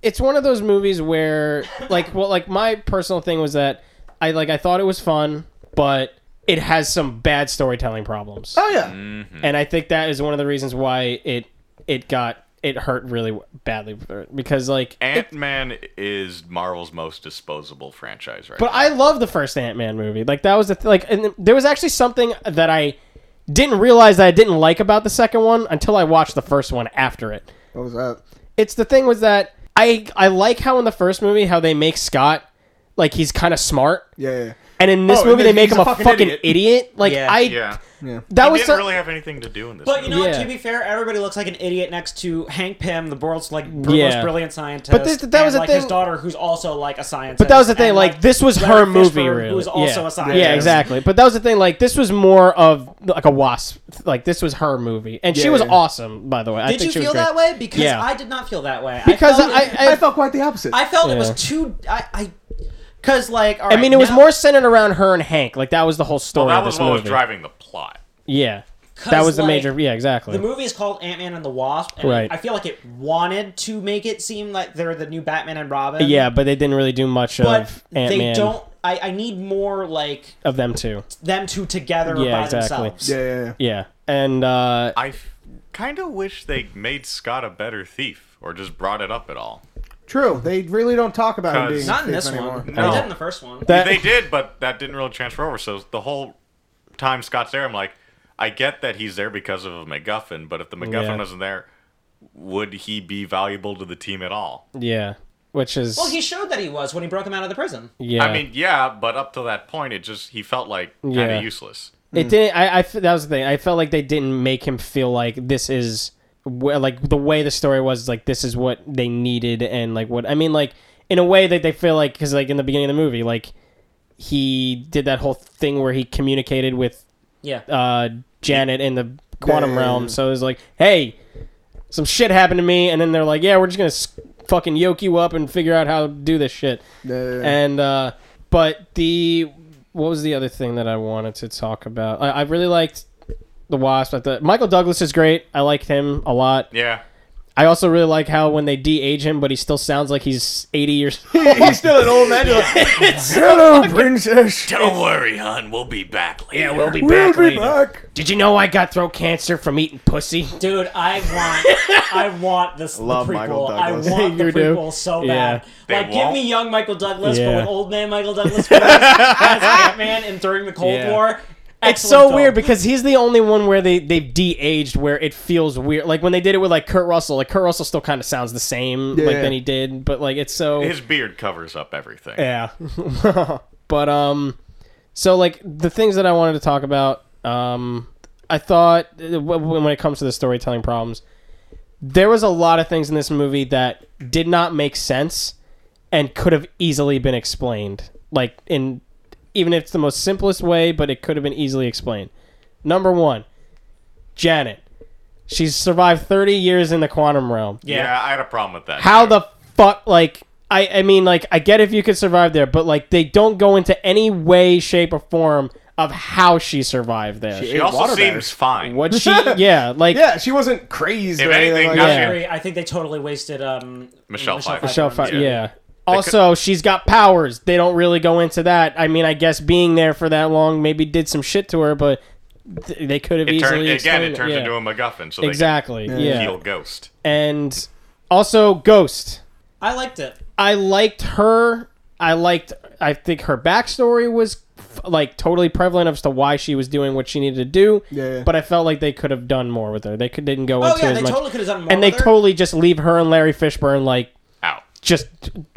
Speaker 1: It's one of those movies where, like, well, like my personal thing was that I like I thought it was fun, but it has some bad storytelling problems,
Speaker 2: Oh yeah.
Speaker 1: and I think that is one of the reasons why it it got it hurt really badly for it, because like.
Speaker 4: Ant Man is Marvel's most disposable franchise right
Speaker 1: but I love the first Ant Man movie. Like that was the th- like, and there was actually something that I didn't realize that I didn't like about the second one until I watched the first one after it.
Speaker 2: What was that?
Speaker 1: it's the thing was that I I like how in the first movie how they make Scott like he's kind of smart,
Speaker 2: Yeah. yeah.
Speaker 1: and in this
Speaker 2: Oh,
Speaker 1: movie they
Speaker 2: he's
Speaker 1: make
Speaker 2: a
Speaker 1: him a fucking,
Speaker 2: fucking
Speaker 1: idiot.
Speaker 2: idiot.
Speaker 1: Like
Speaker 3: Yeah.
Speaker 1: I
Speaker 4: Yeah.
Speaker 2: Yeah.
Speaker 1: that
Speaker 4: He
Speaker 1: was
Speaker 4: didn't
Speaker 1: so-
Speaker 4: really have anything to do in this.
Speaker 3: But you know, what,
Speaker 1: Yeah.
Speaker 3: to be fair, everybody looks like an idiot next to Hank Pym, the world's like br-
Speaker 1: Yeah.
Speaker 3: most brilliant scientist.
Speaker 1: But this- that was
Speaker 3: and,
Speaker 1: the
Speaker 3: like his
Speaker 1: thing-
Speaker 3: daughter, who's also like a scientist.
Speaker 1: But that was the thing.
Speaker 3: and,
Speaker 1: Like, this was
Speaker 3: Larry
Speaker 1: her
Speaker 3: Fishburne,
Speaker 1: movie, really.
Speaker 3: who's also
Speaker 1: yeah.
Speaker 3: a scientist.
Speaker 1: Yeah, exactly. But that was the thing. Like this was more of like a wasp. Like this was her movie, and she
Speaker 2: Yeah,
Speaker 1: was
Speaker 2: yeah.
Speaker 1: awesome. By the way, I
Speaker 3: Did
Speaker 1: think
Speaker 3: you
Speaker 1: she was
Speaker 3: feel
Speaker 1: great.
Speaker 3: that way? Because
Speaker 1: Yeah.
Speaker 3: I did not feel that way.
Speaker 1: Because
Speaker 3: I felt,
Speaker 1: I
Speaker 2: I,
Speaker 1: I, I,
Speaker 2: felt quite the opposite.
Speaker 3: I felt it
Speaker 1: Yeah.
Speaker 3: was too. I, I, because like, all
Speaker 1: I
Speaker 3: right,
Speaker 1: mean, it was
Speaker 3: now-
Speaker 1: more centered around her and Hank. Like that was the whole story.
Speaker 4: that
Speaker 1: of
Speaker 4: was
Speaker 1: Oh, this
Speaker 4: what was
Speaker 1: movie.
Speaker 4: driving the plot.
Speaker 1: Yeah,
Speaker 3: 'Cause,
Speaker 1: that was the
Speaker 3: like,
Speaker 1: major. Yeah, exactly.
Speaker 3: The movie is called Ant Man and the Wasp, and
Speaker 1: Right.
Speaker 3: I feel like it wanted to make it seem like they're the new Batman and Robin.
Speaker 1: yeah, but they didn't really do much
Speaker 3: but
Speaker 1: of Ant
Speaker 3: they
Speaker 1: Man
Speaker 3: don't. I, I need more like
Speaker 1: of them too.
Speaker 3: them two together
Speaker 1: Yeah,
Speaker 3: by
Speaker 1: exactly.
Speaker 3: themselves.
Speaker 2: yeah, yeah, yeah.
Speaker 1: Yeah, and uh,
Speaker 4: I kind of wish they made Scott a better thief, or just brought it up at all.
Speaker 2: True. They really don't talk about him
Speaker 4: Because-
Speaker 2: being
Speaker 3: Not in
Speaker 2: thief
Speaker 3: this
Speaker 2: anymore.
Speaker 3: one.
Speaker 4: No.
Speaker 3: They did in the first one.
Speaker 1: that
Speaker 4: they did, but that didn't really transfer over. So the whole time Scott's there, I'm like, I get that he's there because of a MacGuffin, but if the MacGuffin
Speaker 1: Yeah.
Speaker 4: wasn't there, would he be valuable to the team at all?
Speaker 1: yeah, which is
Speaker 3: well, he showed that he was when he broke him out of the prison.
Speaker 1: yeah.
Speaker 4: I mean, yeah, but up to that point, it just he felt like kind of
Speaker 1: Yeah.
Speaker 4: useless.
Speaker 3: hmm.
Speaker 1: it didn't. I, I f- that was the thing. I felt like they didn't make him feel like this is wh- like the way the story was. Like this is what they needed, and like what I mean, like in a way that they feel like because like in the beginning of the movie, like he did that whole thing where he communicated with
Speaker 3: Yeah.
Speaker 1: uh, Janet in the quantum
Speaker 2: Yeah.
Speaker 1: realm. So it was like, hey, some shit happened to me, and then they're like, yeah, we're just gonna s- fucking yoke you up and figure out how to do this shit.
Speaker 2: Yeah.
Speaker 1: And uh, but the what was the other thing that I wanted to talk about? I, I really liked the Wasp. I thought Michael Douglas is great. I liked him a lot.
Speaker 4: Yeah,
Speaker 1: I also really like how when they de-age him, but he still sounds like he's eighty years.
Speaker 2: He's still an old man. Hello, princess.
Speaker 4: don't worry, hon, we'll be back. Later. Yeah, we'll be.
Speaker 2: We'll be back.
Speaker 1: Did you know I got throat cancer from eating pussy?
Speaker 3: Dude, I want, I want this
Speaker 2: Love
Speaker 3: the
Speaker 2: Michael
Speaker 3: prequel. I
Speaker 2: Douglas.
Speaker 3: want the
Speaker 1: You do.
Speaker 3: prequel so
Speaker 1: Yeah.
Speaker 3: bad.
Speaker 4: They
Speaker 3: like, give
Speaker 4: won't.
Speaker 3: me young Michael Douglas,
Speaker 1: Yeah.
Speaker 3: but with old man Michael Douglas voice as Ant Man and during the Cold
Speaker 1: Yeah.
Speaker 3: War.
Speaker 1: It's so
Speaker 3: Excellent
Speaker 1: weird
Speaker 3: film.
Speaker 1: because he's the only one where they they've de-aged where it feels weird. Like when they did it with like Kurt Russell, like Kurt Russell still kind of sounds the same like
Speaker 2: Yeah.
Speaker 1: than he did, but like it's so
Speaker 4: His beard covers up everything.
Speaker 1: yeah. but um, so like the things that I wanted to talk about, um, I thought uh, w- w- when it comes to the storytelling problems, there was a lot of things in this movie that did not make sense and could have easily been explained. Like in even if it's the most simplest way, but it could have been easily explained. Number one, Janet. She's survived 30 years in the quantum realm
Speaker 4: Yeah, I had a problem with that.
Speaker 1: how
Speaker 4: too.
Speaker 1: the fuck like I, I mean like I get if you could survive there, but like they don't go into any way, shape, or form of how she survived there.
Speaker 4: He
Speaker 2: ate
Speaker 4: also
Speaker 2: water
Speaker 4: seems
Speaker 2: bags.
Speaker 4: fine.
Speaker 1: what she yeah, like
Speaker 2: Yeah, she wasn't crazed.
Speaker 4: If
Speaker 2: or anything,
Speaker 4: anything,
Speaker 2: like
Speaker 4: now
Speaker 2: that.
Speaker 1: Yeah.
Speaker 4: she
Speaker 3: I agree. I think they totally wasted um,
Speaker 4: Michelle Pfeiffer.
Speaker 1: Michelle Pfe- yeah.
Speaker 4: Yeah.
Speaker 1: Also, she's got powers. They don't really go into that. I mean, I guess being there for that long maybe did some shit to her, but th- they could have
Speaker 4: It
Speaker 1: easily
Speaker 4: turned, again,
Speaker 1: explained
Speaker 4: it turns
Speaker 1: yeah.
Speaker 4: into a MacGuffin, so
Speaker 1: exactly
Speaker 4: they
Speaker 1: yeah.
Speaker 4: can heal Ghost.
Speaker 1: And also, Ghost.
Speaker 3: I liked it. Oh,
Speaker 1: I liked her. I liked. I think her backstory was f- like totally prevalent as to why she was doing what she needed to do.
Speaker 2: Yeah, yeah.
Speaker 1: But I felt like they could have done more with her. They could didn't go
Speaker 3: Oh
Speaker 1: into
Speaker 3: yeah,
Speaker 1: as
Speaker 3: they
Speaker 1: much.
Speaker 3: totally could have done more.
Speaker 1: and they
Speaker 3: with her.
Speaker 1: totally just leave her and Larry Fishburne like
Speaker 4: Out.
Speaker 1: just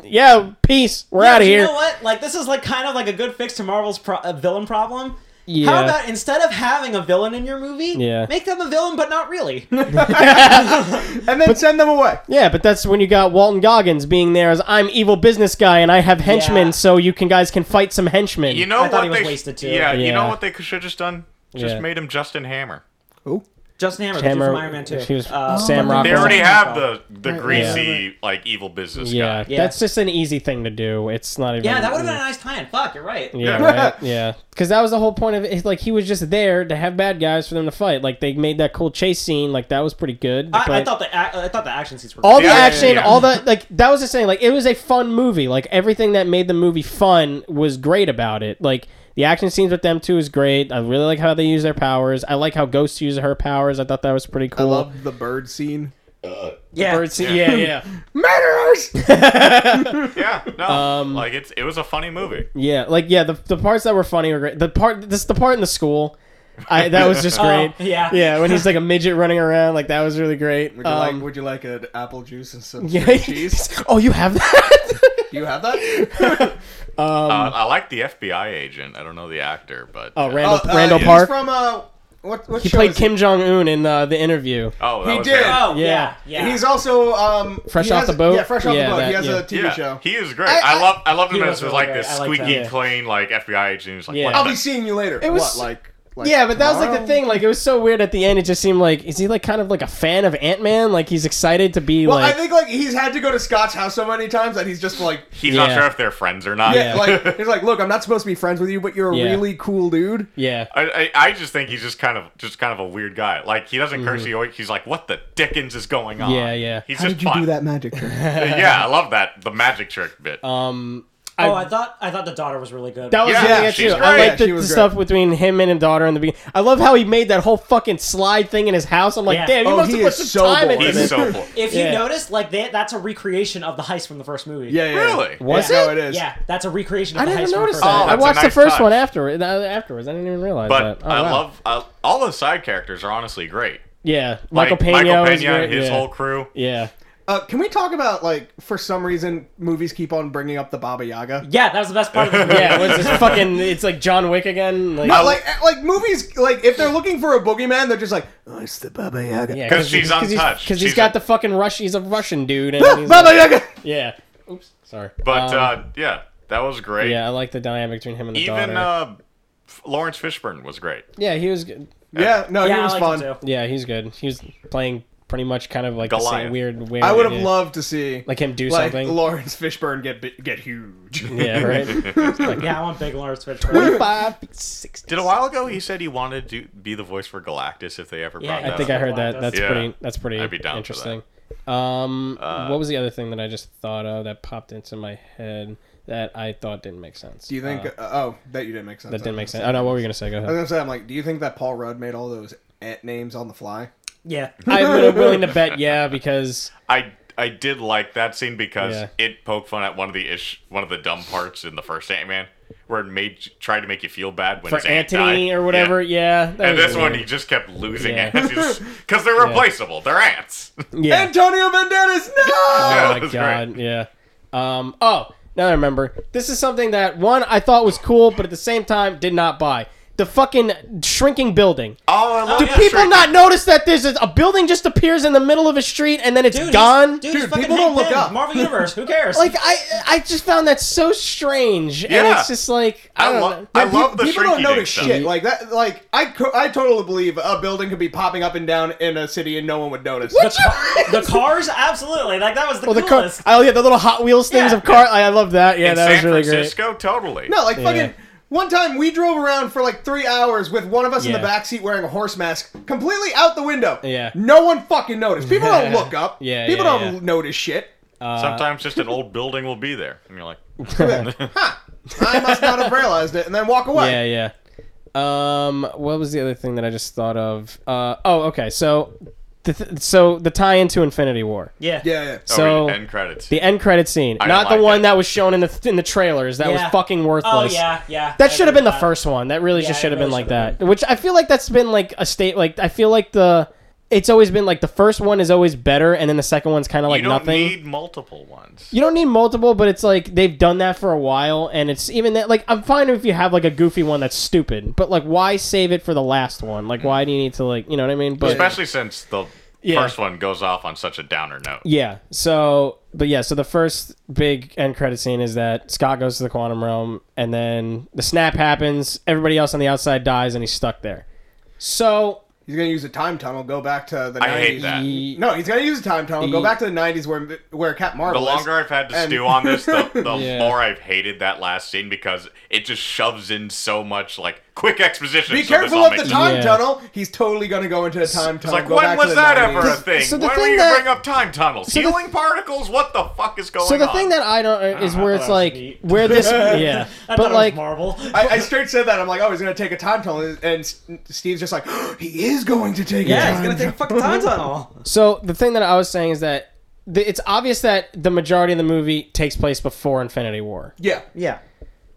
Speaker 1: yeah, peace. We're
Speaker 3: Yeah,
Speaker 1: out
Speaker 3: but
Speaker 1: of
Speaker 3: you
Speaker 1: here.
Speaker 3: know what? Like this is like kind of like a good fix to Marvel's pro- uh, villain problem.
Speaker 1: Yeah.
Speaker 3: How about instead of having a villain in your movie,
Speaker 1: Yeah.
Speaker 3: make them a villain but not really.
Speaker 2: and then send them away.
Speaker 1: Yeah, but that's when you got Walton Goggins being there as I'm evil business guy and I have henchmen,
Speaker 3: Yeah.
Speaker 1: so you can guys can fight some henchmen.
Speaker 4: You know
Speaker 3: I thought
Speaker 4: what
Speaker 3: he was
Speaker 4: they?
Speaker 3: wasted too.
Speaker 4: Yeah, you know
Speaker 1: Yeah.
Speaker 4: what they should have just done? Just
Speaker 1: Yeah.
Speaker 4: made him Justin Hammer.
Speaker 3: Justin Hammer, the dude
Speaker 1: Hammer-
Speaker 3: from Iron Man 2.
Speaker 1: she was
Speaker 3: Uh,
Speaker 1: Sam
Speaker 3: but
Speaker 4: They
Speaker 1: Rockwell.
Speaker 4: already
Speaker 3: Sam
Speaker 4: have
Speaker 3: Rockwell.
Speaker 4: the the greasy like evil business
Speaker 1: yeah,
Speaker 4: guy.
Speaker 3: Yeah.
Speaker 1: that's just an easy thing to do. It's not even.
Speaker 3: Yeah, that would have been a nice tie-in. Fuck, you're right.
Speaker 1: Yeah, right? yeah, because that was the whole point of it. It's Like he was just there to have bad guys for them to fight. Like they made that cool chase scene. Like that was pretty good.
Speaker 3: I, I
Speaker 1: but-
Speaker 3: thought the ac- I thought the action scenes were.
Speaker 1: all the
Speaker 4: Yeah, yeah,
Speaker 1: action,
Speaker 4: yeah.
Speaker 1: all the like that was the thing. Like it was a fun movie. Like everything that made the movie fun was great about it. Like the action scenes with them two is great. I really like how they use their powers. I like how Ghost uses her powers. I thought that was pretty
Speaker 2: I
Speaker 1: cool.
Speaker 2: love the bird scene.
Speaker 3: yeah.
Speaker 1: Bird scene- yeah, yeah,
Speaker 2: Murderers!
Speaker 4: Yeah, no,
Speaker 3: Um,
Speaker 4: like it's it was a funny movie.
Speaker 1: yeah. Like yeah, the, the parts that were funny were great. The part this the part in the school, I that was just great.
Speaker 3: Oh, yeah.
Speaker 1: yeah. When he's like a midget running around, like that was really great.
Speaker 2: Would you, like,
Speaker 1: Um,
Speaker 2: would you like an apple juice and some
Speaker 1: yeah.
Speaker 2: string cheese?
Speaker 1: oh, you have that.
Speaker 2: Do you have that?
Speaker 3: um,
Speaker 4: uh, I like the FBI agent. I don't know the actor, but
Speaker 1: oh,
Speaker 4: uh,
Speaker 1: Randall,
Speaker 2: uh,
Speaker 1: Randall
Speaker 2: he's
Speaker 1: Park.
Speaker 2: from, uh, what, what
Speaker 1: he
Speaker 2: show
Speaker 1: played
Speaker 2: is
Speaker 1: Kim Jong Un in uh, the interview.
Speaker 4: oh, that
Speaker 2: He
Speaker 4: was
Speaker 2: did.
Speaker 4: him.
Speaker 3: Oh
Speaker 1: Yeah.
Speaker 3: yeah, yeah.
Speaker 2: He's also um,
Speaker 1: Fresh
Speaker 2: he
Speaker 1: Off
Speaker 2: has
Speaker 1: the
Speaker 2: a-
Speaker 1: Boat?
Speaker 2: Yeah, fresh off the
Speaker 1: Yeah,
Speaker 2: boat. he
Speaker 1: that-
Speaker 2: has
Speaker 1: yeah.
Speaker 2: a TV show.
Speaker 4: He is great.
Speaker 2: I-
Speaker 4: I,
Speaker 2: I-
Speaker 4: love I love him
Speaker 3: was
Speaker 4: as
Speaker 3: really
Speaker 4: like
Speaker 3: great.
Speaker 4: this
Speaker 3: I liked him.
Speaker 4: squeaky
Speaker 1: Yeah.
Speaker 4: clean like FBI agent who's like
Speaker 1: Yeah.
Speaker 4: what
Speaker 2: I'll
Speaker 4: the-
Speaker 2: be seeing you later.
Speaker 1: uh, was-
Speaker 2: what, like, like
Speaker 1: yeah, but that was like the
Speaker 2: tomorrow?
Speaker 1: thing. Like it was so weird at the end. It just seemed like is he like kind of like a fan of Ant Man? Like he's excited to be
Speaker 2: Well,
Speaker 1: like
Speaker 2: I think like he's had to go to Scott's house so many times that he's just like,
Speaker 4: he's not
Speaker 1: Yeah.
Speaker 4: sure if they're friends or not.
Speaker 2: yeah, like he's like, look, I'm not supposed to be friends with you, but you're a
Speaker 1: Yeah.
Speaker 2: really cool dude.
Speaker 1: yeah.
Speaker 4: I, I, I just think he's just kind of just kind of a weird guy. Like he doesn't
Speaker 3: Mm-hmm.
Speaker 4: curse. He always, he's like, "What the dickens is going on?"
Speaker 1: Yeah, yeah.
Speaker 4: He's
Speaker 5: How
Speaker 4: just
Speaker 5: did you
Speaker 4: fun.
Speaker 5: do that magic trick?
Speaker 4: yeah, I love that the magic trick bit.
Speaker 1: Um,
Speaker 3: oh, I thought I thought the daughter was really good.
Speaker 1: that was
Speaker 4: Yeah,
Speaker 1: the thing too.
Speaker 4: she's
Speaker 1: I
Speaker 4: great.
Speaker 1: like the,
Speaker 2: She
Speaker 1: the
Speaker 2: was
Speaker 1: stuff between him and his daughter in the beginning. I love how he made that whole fucking slide thing in his house. I'm like,
Speaker 3: Yeah.
Speaker 1: damn, you
Speaker 2: Oh,
Speaker 1: must
Speaker 2: he
Speaker 1: have put
Speaker 2: is
Speaker 1: some
Speaker 2: so
Speaker 1: time
Speaker 2: bored.
Speaker 1: into
Speaker 4: he's
Speaker 1: this.
Speaker 4: so cool.
Speaker 3: if
Speaker 1: yeah.
Speaker 3: you notice, like that, that's a recreation of the heist from the first movie.
Speaker 2: Yeah, yeah, yeah.
Speaker 4: Really?
Speaker 1: Was
Speaker 2: Yeah.
Speaker 1: it?
Speaker 2: No, it is.
Speaker 3: Yeah, that's a recreation of
Speaker 1: I
Speaker 3: the heist
Speaker 1: didn't
Speaker 3: from the
Speaker 1: notice
Speaker 3: first
Speaker 1: that.
Speaker 4: Oh,
Speaker 3: movie.
Speaker 1: I
Speaker 4: that's a
Speaker 1: watched the
Speaker 4: nice
Speaker 1: first
Speaker 4: touch.
Speaker 1: one afterward. Afterwards, I didn't even realize
Speaker 4: But
Speaker 1: that. Oh,
Speaker 4: I
Speaker 1: wow.
Speaker 4: love uh, all the side characters are honestly great.
Speaker 1: Yeah,
Speaker 4: Like,
Speaker 1: Michael Pena.
Speaker 4: Michael
Speaker 1: was
Speaker 4: Pena
Speaker 1: great,
Speaker 4: and his
Speaker 1: yeah.
Speaker 4: whole crew.
Speaker 1: Yeah.
Speaker 2: Uh, can we talk about like for some reason movies keep on bringing up the Baba Yaga?
Speaker 3: Yeah, that was the best part of the movie.
Speaker 1: Yeah, what's this fucking? It's like John Wick again. Like,
Speaker 2: But, like, like movies, like if they're looking for a boogeyman, they're just like, oh, it's the Baba Yaga.
Speaker 1: Yeah,
Speaker 4: 'Cause she's untouched.
Speaker 1: Because he's
Speaker 4: She's
Speaker 1: got the
Speaker 4: a-
Speaker 1: fucking rush. He's a Russian dude. And he's
Speaker 2: Baba
Speaker 1: like-
Speaker 2: Yaga.
Speaker 1: yeah. Oops. Sorry.
Speaker 4: But
Speaker 1: Um,
Speaker 4: uh, yeah, that was great.
Speaker 1: yeah, I like the dynamic between him and the
Speaker 4: Even
Speaker 1: daughter.
Speaker 4: uh, F- Lawrence Fishburne was great.
Speaker 1: yeah, he was. good.
Speaker 2: Yeah, no,
Speaker 3: yeah,
Speaker 2: he was
Speaker 3: I
Speaker 2: fun.
Speaker 3: liked him too.
Speaker 1: Yeah, he's good. He was playing pretty much kind of like the
Speaker 4: Goliath.
Speaker 1: same weird. weird
Speaker 2: I would have
Speaker 1: yeah.
Speaker 2: loved to see
Speaker 1: like him do
Speaker 2: like
Speaker 1: something.
Speaker 2: Lawrence Fishburne get bi- get huge.
Speaker 1: yeah, right.
Speaker 3: Yeah, I want big Lawrence Fishburne.
Speaker 1: Twenty-five, sixty.
Speaker 4: Did a while ago he said he wanted to be the voice for Galactus if they ever
Speaker 3: Yeah,
Speaker 4: brought
Speaker 1: I
Speaker 4: that
Speaker 1: think
Speaker 4: up.
Speaker 1: I heard that. That's
Speaker 4: Yeah.
Speaker 1: pretty. That's pretty
Speaker 4: I'd be down for Uh,
Speaker 1: interesting. Um, what was the other thing that I just thought of that popped into my head that I thought didn't make sense?
Speaker 2: Do you think?
Speaker 1: Uh,
Speaker 2: Uh, oh, that you didn't make sense.
Speaker 1: that didn't make sense? Oh no, what were you gonna say? Go ahead.
Speaker 2: I was gonna say, I'm like, do you think that Paul Rudd made all those ant names on the fly?
Speaker 3: yeah.
Speaker 1: I'm really willing to bet, yeah, because
Speaker 4: I I did like that scene because
Speaker 1: Yeah.
Speaker 4: it poked fun at one of the ish one of the dumb parts in the first Ant Man where it made tried to make you feel bad when
Speaker 1: for
Speaker 4: his aunt
Speaker 1: Anthony
Speaker 4: died.
Speaker 1: or whatever,
Speaker 4: Yeah.
Speaker 1: yeah. that
Speaker 4: And
Speaker 1: was
Speaker 4: this one,
Speaker 1: weird.
Speaker 4: he just kept losing
Speaker 1: Yeah.
Speaker 4: ants because they're replaceable. They're ants.
Speaker 1: yeah.
Speaker 2: Antonio Banderas, no.
Speaker 4: Yeah,
Speaker 1: oh my
Speaker 4: that's
Speaker 1: god, yeah. Um, oh, now I remember. This is something that one I thought was cool, but at the same time did not buy. The fucking shrinking building.
Speaker 4: Oh, I love
Speaker 1: Do
Speaker 4: that
Speaker 1: people
Speaker 4: shrinking-
Speaker 1: not notice that there's a, a building just appears in the middle of a street and then it's
Speaker 3: Dude, he's-
Speaker 1: gone?
Speaker 3: Dude, he's
Speaker 2: Dude,
Speaker 3: fucking
Speaker 2: people don't
Speaker 3: Hank
Speaker 2: look
Speaker 3: Pym,
Speaker 2: up.
Speaker 3: Marvel Universe. Who cares?
Speaker 1: Like I, I just found that so strange, and
Speaker 4: Yeah.
Speaker 1: it's just like I
Speaker 4: I,
Speaker 1: don't
Speaker 4: lo-
Speaker 1: know.
Speaker 4: I
Speaker 2: Pe-
Speaker 4: love the
Speaker 2: people
Speaker 4: shrinking
Speaker 2: don't notice
Speaker 4: stuff.
Speaker 2: shit like that. Like I, co- I totally believe a building could be popping up and down in a city and no one would notice.
Speaker 3: the, ca- the cars, absolutely. Like that was the
Speaker 1: Well, the car,
Speaker 3: coolest.
Speaker 1: oh yeah, the little Hot Wheels things
Speaker 3: Yeah.
Speaker 1: of car. I, I love that. Yeah,
Speaker 4: In
Speaker 1: that
Speaker 4: San
Speaker 1: was really great.
Speaker 4: Francisco, totally.
Speaker 2: No, like
Speaker 1: Yeah.
Speaker 2: fucking. One time we drove around for like three hours with one of us in the
Speaker 1: Yeah.
Speaker 2: back seat wearing a horse mask, completely out the window.
Speaker 1: Yeah.
Speaker 2: No one fucking noticed. People don't look up.
Speaker 1: Yeah,
Speaker 2: People
Speaker 1: yeah,
Speaker 2: don't
Speaker 1: yeah.
Speaker 2: notice shit.
Speaker 1: Uh,
Speaker 4: Sometimes just an old building will be there, and you're like, oh,
Speaker 2: I must not have realized it, and then walk away.
Speaker 1: Yeah, yeah. Um, what was the other thing that I just thought of? Uh, oh, okay. So, the th- so the tie into Infinity War,
Speaker 3: yeah.
Speaker 2: Yeah, yeah.
Speaker 4: "Oh,
Speaker 1: So-
Speaker 4: end credits."
Speaker 1: the end credit scene,
Speaker 4: I
Speaker 1: not
Speaker 4: like
Speaker 1: the one
Speaker 4: it.
Speaker 1: that was shown in the in the trailers. That was
Speaker 3: Yeah.
Speaker 1: fucking
Speaker 3: Oh
Speaker 1: worthless.
Speaker 3: yeah, yeah.
Speaker 1: That
Speaker 3: I
Speaker 1: should have
Speaker 3: agree
Speaker 1: been the
Speaker 3: with that.
Speaker 1: first one. That really
Speaker 3: Yeah,
Speaker 1: just
Speaker 3: it
Speaker 1: should have been
Speaker 3: really
Speaker 1: like
Speaker 3: should have
Speaker 1: that. Which I feel like that's been like a state. Like I feel like the it's always been like the first one is always better, and then the second one's kind of like
Speaker 4: you don't
Speaker 1: nothing.
Speaker 4: need multiple ones.
Speaker 1: you don't need multiple, but it's like they've done that for a while, and it's even that like I'm fine if you have like a goofy one that's stupid, but like why save it for the last one? Like why do you need to like you know what I mean? But
Speaker 4: Especially since the
Speaker 1: Yeah.
Speaker 4: first one goes off on such a downer note.
Speaker 1: Yeah. So, but yeah, so the first big end credit scene is that Scott goes to the quantum realm, and then the snap happens. Everybody else on the outside dies, and he's stuck there. So,
Speaker 2: He's gonna use a time tunnel, go back to the 90s.
Speaker 4: I hate
Speaker 3: Uh,
Speaker 4: that.
Speaker 1: he-
Speaker 2: No, he's gonna use a time tunnel, go back to the 90s where where Cap
Speaker 4: The
Speaker 2: Marvel.
Speaker 4: longer I've had to
Speaker 2: and-
Speaker 4: stew on this, the, the
Speaker 1: Yeah.
Speaker 4: more I've hated that last scene because it just shoves in so much like quick exposition.
Speaker 2: Be
Speaker 4: so this
Speaker 2: careful
Speaker 4: all
Speaker 2: of
Speaker 4: makes
Speaker 2: the time
Speaker 1: Yeah.
Speaker 2: tunnel. He's totally gonna go into a time
Speaker 4: It's
Speaker 2: tunnel.
Speaker 4: like
Speaker 2: go
Speaker 4: when
Speaker 2: back to
Speaker 4: was
Speaker 2: the
Speaker 4: that
Speaker 2: 90s.
Speaker 4: ever a thing?
Speaker 1: so the
Speaker 4: when
Speaker 1: thing
Speaker 4: were you
Speaker 1: that-
Speaker 4: bring up time tunnels?
Speaker 1: the-
Speaker 4: Healing particles? What the fuck is going on?
Speaker 1: so the thing that I don't uh, is where
Speaker 3: I
Speaker 1: it's
Speaker 3: thought it was
Speaker 1: like
Speaker 3: neat.
Speaker 1: where this, yeah,
Speaker 3: I thought
Speaker 1: but
Speaker 3: it
Speaker 1: like.
Speaker 3: was Marvel.
Speaker 2: I, I straight said that. I'm like, oh, he's gonna take a time tunnel, and S- Steve's just like, he is going to take
Speaker 3: yeah,
Speaker 2: a
Speaker 3: he's
Speaker 2: time
Speaker 3: gonna take a fucking time tunnel.
Speaker 1: So the thing that I was saying is that the, it's obvious that the majority of the movie takes place before Infinity War.
Speaker 2: Yeah.
Speaker 3: Yeah.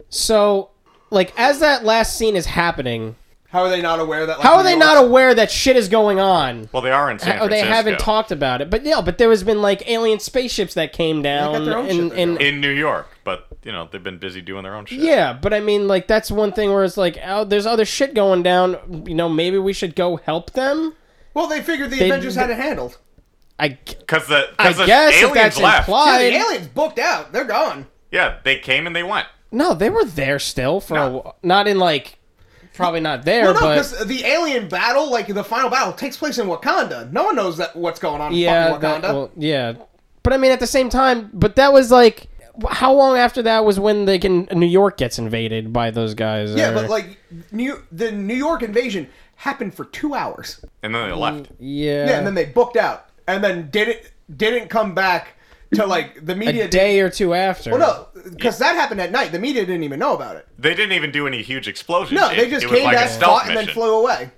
Speaker 1: So, like as that last scene is happening,
Speaker 2: How are they not aware that? Like,
Speaker 1: how are they
Speaker 2: New
Speaker 1: not
Speaker 2: York-
Speaker 1: aware that shit is going on?
Speaker 4: well, they are in San
Speaker 1: Oh, they
Speaker 4: Francisco.
Speaker 1: haven't talked about it, but yeah, but there has been like alien spaceships that came down,
Speaker 2: their own shit
Speaker 1: and,
Speaker 2: they're
Speaker 1: and-
Speaker 4: in New York, but you know they've been busy doing their own shit.
Speaker 1: yeah, but I mean, like that's one thing where it's like, oh, there's other shit going down. You know, maybe we should go help them.
Speaker 2: Well, they figured the
Speaker 1: They-
Speaker 2: Avengers had it handled.
Speaker 1: I,
Speaker 4: because the
Speaker 1: I
Speaker 4: because the
Speaker 1: guess if
Speaker 4: aliens
Speaker 1: that's
Speaker 4: left.
Speaker 2: Yeah,
Speaker 1: implied.
Speaker 2: the aliens booked out. They're gone.
Speaker 4: Yeah, they came and they went.
Speaker 1: no, they were there still for a
Speaker 4: No.
Speaker 1: wh- not in like probably not there,
Speaker 2: Well, no,
Speaker 1: but
Speaker 2: because the alien battle, like the final battle, takes place in Wakanda. No one knows that what's going on in
Speaker 1: yeah,
Speaker 2: fucking Wakanda.
Speaker 1: that- well, yeah. But I mean, at the same time, but that was like. How long after that was when they can New York gets invaded by those guys?
Speaker 2: yeah,
Speaker 1: or-
Speaker 2: but like New the New York invasion happened for two hours.
Speaker 4: And
Speaker 1: Mm.
Speaker 4: then they left.
Speaker 1: yeah,
Speaker 2: Yeah, and then they booked out, and then didn't didn't come back to like the media.
Speaker 1: a day or two after.
Speaker 2: Well, no, because that happened at night. The media didn't even know about it.
Speaker 4: They didn't even do any huge explosions.
Speaker 2: No,
Speaker 4: It-
Speaker 2: they just
Speaker 4: it was
Speaker 2: came
Speaker 4: like a
Speaker 2: back,
Speaker 4: stealth
Speaker 2: fought, and then
Speaker 4: mission.
Speaker 2: flew away.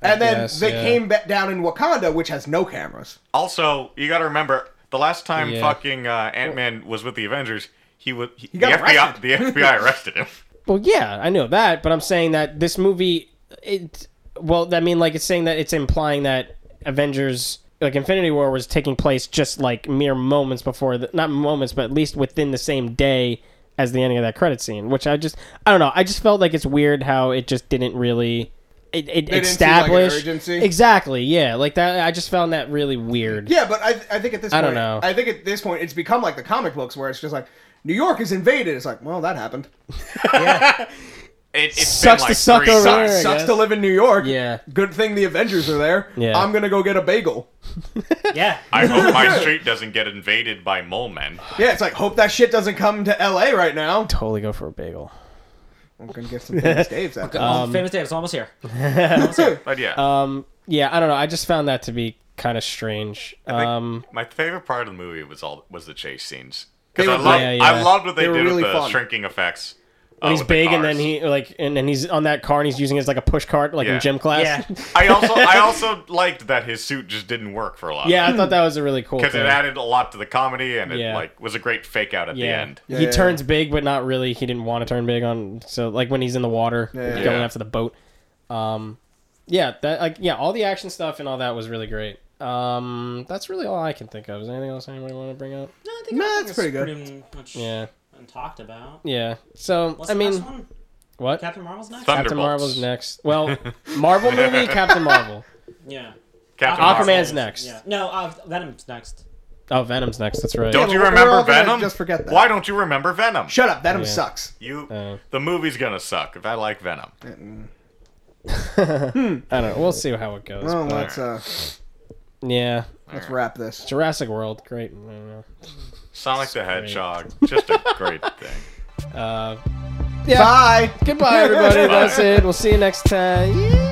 Speaker 2: And then
Speaker 1: guess,
Speaker 2: they
Speaker 1: yeah.
Speaker 2: came back down in Wakanda, which has no cameras.
Speaker 4: Also, you got to remember the last time
Speaker 1: Yeah.
Speaker 4: fucking uh, Ant Man was with the Avengers, he was he,
Speaker 2: got
Speaker 4: the FBI
Speaker 2: arrested.
Speaker 4: the FBI arrested him.
Speaker 1: Well, yeah, I know that, but I'm saying that this movie, it, well, I mean, like it's saying that it's implying that Avengers, like Infinity War, was taking place just like mere moments before, the, not moments, but at least within the same day as the ending of that credit scene. Which I just, I don't know, I just felt like it's weird how it just didn't really. It,
Speaker 2: didn't
Speaker 1: it
Speaker 2: seem like an
Speaker 1: established
Speaker 2: urgency?
Speaker 1: exactly, yeah, like that. I just found that really weird.
Speaker 2: Yeah, but I, I think at this
Speaker 1: I
Speaker 2: point,
Speaker 1: don't know.
Speaker 2: I think at this point, it's become like the comic books where it's just like New York is invaded. It's like, well, that happened.
Speaker 4: It, it's
Speaker 1: Sucks
Speaker 4: been
Speaker 1: to
Speaker 4: like
Speaker 1: suck
Speaker 4: three
Speaker 1: over
Speaker 4: sucks.
Speaker 1: there. I
Speaker 2: Sucks
Speaker 1: guess.
Speaker 2: to live in New York.
Speaker 1: Yeah.
Speaker 2: Good thing the Avengers are there.
Speaker 1: Yeah.
Speaker 2: I'm gonna go get a bagel.
Speaker 3: Yeah.
Speaker 4: I hope my street doesn't get invaded by mole men.
Speaker 2: Yeah, it's like hope that shit doesn't come to L.A. right now.
Speaker 1: Totally go for a bagel.
Speaker 2: I'm gonna get some famous Dave's out there.
Speaker 3: Oh, famous Dave's almost here.
Speaker 4: But yeah,
Speaker 1: Um, yeah, I don't know. I just found that to be kind of strange.
Speaker 4: I think
Speaker 1: Um,
Speaker 4: my favorite part of the movie was all was the chase scenes because
Speaker 2: They
Speaker 4: I
Speaker 2: were
Speaker 4: loved
Speaker 1: great. Yeah,
Speaker 4: I
Speaker 1: yeah.
Speaker 4: loved what they,
Speaker 2: They were
Speaker 4: did
Speaker 2: really
Speaker 4: with the
Speaker 2: fun.
Speaker 4: shrinking effects. uh,
Speaker 1: when he's
Speaker 4: with the
Speaker 1: big and
Speaker 4: cars.
Speaker 1: then he like and, and he's on that car and he's using it as like a push cart like
Speaker 4: Yeah.
Speaker 1: in gym class.
Speaker 3: Yeah.
Speaker 4: I also I also liked that his suit just didn't work for a lot.
Speaker 1: Yeah, I thought that was a really cool
Speaker 4: because
Speaker 1: thing.
Speaker 4: it added a lot to the comedy and it
Speaker 1: Yeah.
Speaker 4: like was a great fake out at the
Speaker 1: yeah.
Speaker 4: end.
Speaker 1: he
Speaker 2: yeah,
Speaker 1: turns big but not really. He didn't want to turn big on so like when he's in the water
Speaker 2: yeah,
Speaker 1: going
Speaker 4: yeah.
Speaker 1: after the boat. Um yeah, that like yeah, all the action stuff and all that was really great. Um that's really all I can think of. Is there anything else anybody want to bring up?
Speaker 3: No, I think
Speaker 2: Nah, that's pretty good.
Speaker 3: Pretty much
Speaker 1: Yeah.
Speaker 3: Talked about.
Speaker 1: Yeah. So
Speaker 3: What's
Speaker 1: I
Speaker 3: the
Speaker 1: mean
Speaker 3: next one?
Speaker 1: what?
Speaker 3: Captain Marvel's next.
Speaker 4: Thun-
Speaker 1: Captain
Speaker 4: Thunderbolts.
Speaker 1: Marvel's next. Well, Marvel movie, Captain Marvel.
Speaker 3: yeah.
Speaker 4: Captain
Speaker 1: Aquaman's
Speaker 4: Marvel.
Speaker 1: next.
Speaker 3: Yeah. No, uh, Venom's next.
Speaker 1: Oh, Venom's next. That's right.
Speaker 4: Don't
Speaker 2: Yeah,
Speaker 4: you
Speaker 2: we're- we're
Speaker 4: remember
Speaker 2: all gonna
Speaker 4: Venom?
Speaker 2: just forget that.
Speaker 4: Why don't you remember Venom?
Speaker 2: Shut up. Venom
Speaker 1: Yeah.
Speaker 2: sucks.
Speaker 4: you.
Speaker 1: Uh.
Speaker 4: the movie's gonna suck if I like Venom.
Speaker 2: Mm.
Speaker 1: I don't know. We'll see how it goes.
Speaker 2: Well,
Speaker 1: but-
Speaker 2: let's uh,
Speaker 1: yeah.
Speaker 2: let's wrap this.
Speaker 1: Jurassic World, great. I don't know.
Speaker 4: Sonic the Hedgehog, just a great thing.
Speaker 1: Uh, yeah.
Speaker 2: Bye.
Speaker 1: Goodbye, everybody.
Speaker 4: Bye.
Speaker 1: That's it. We'll see you next time. Yeah.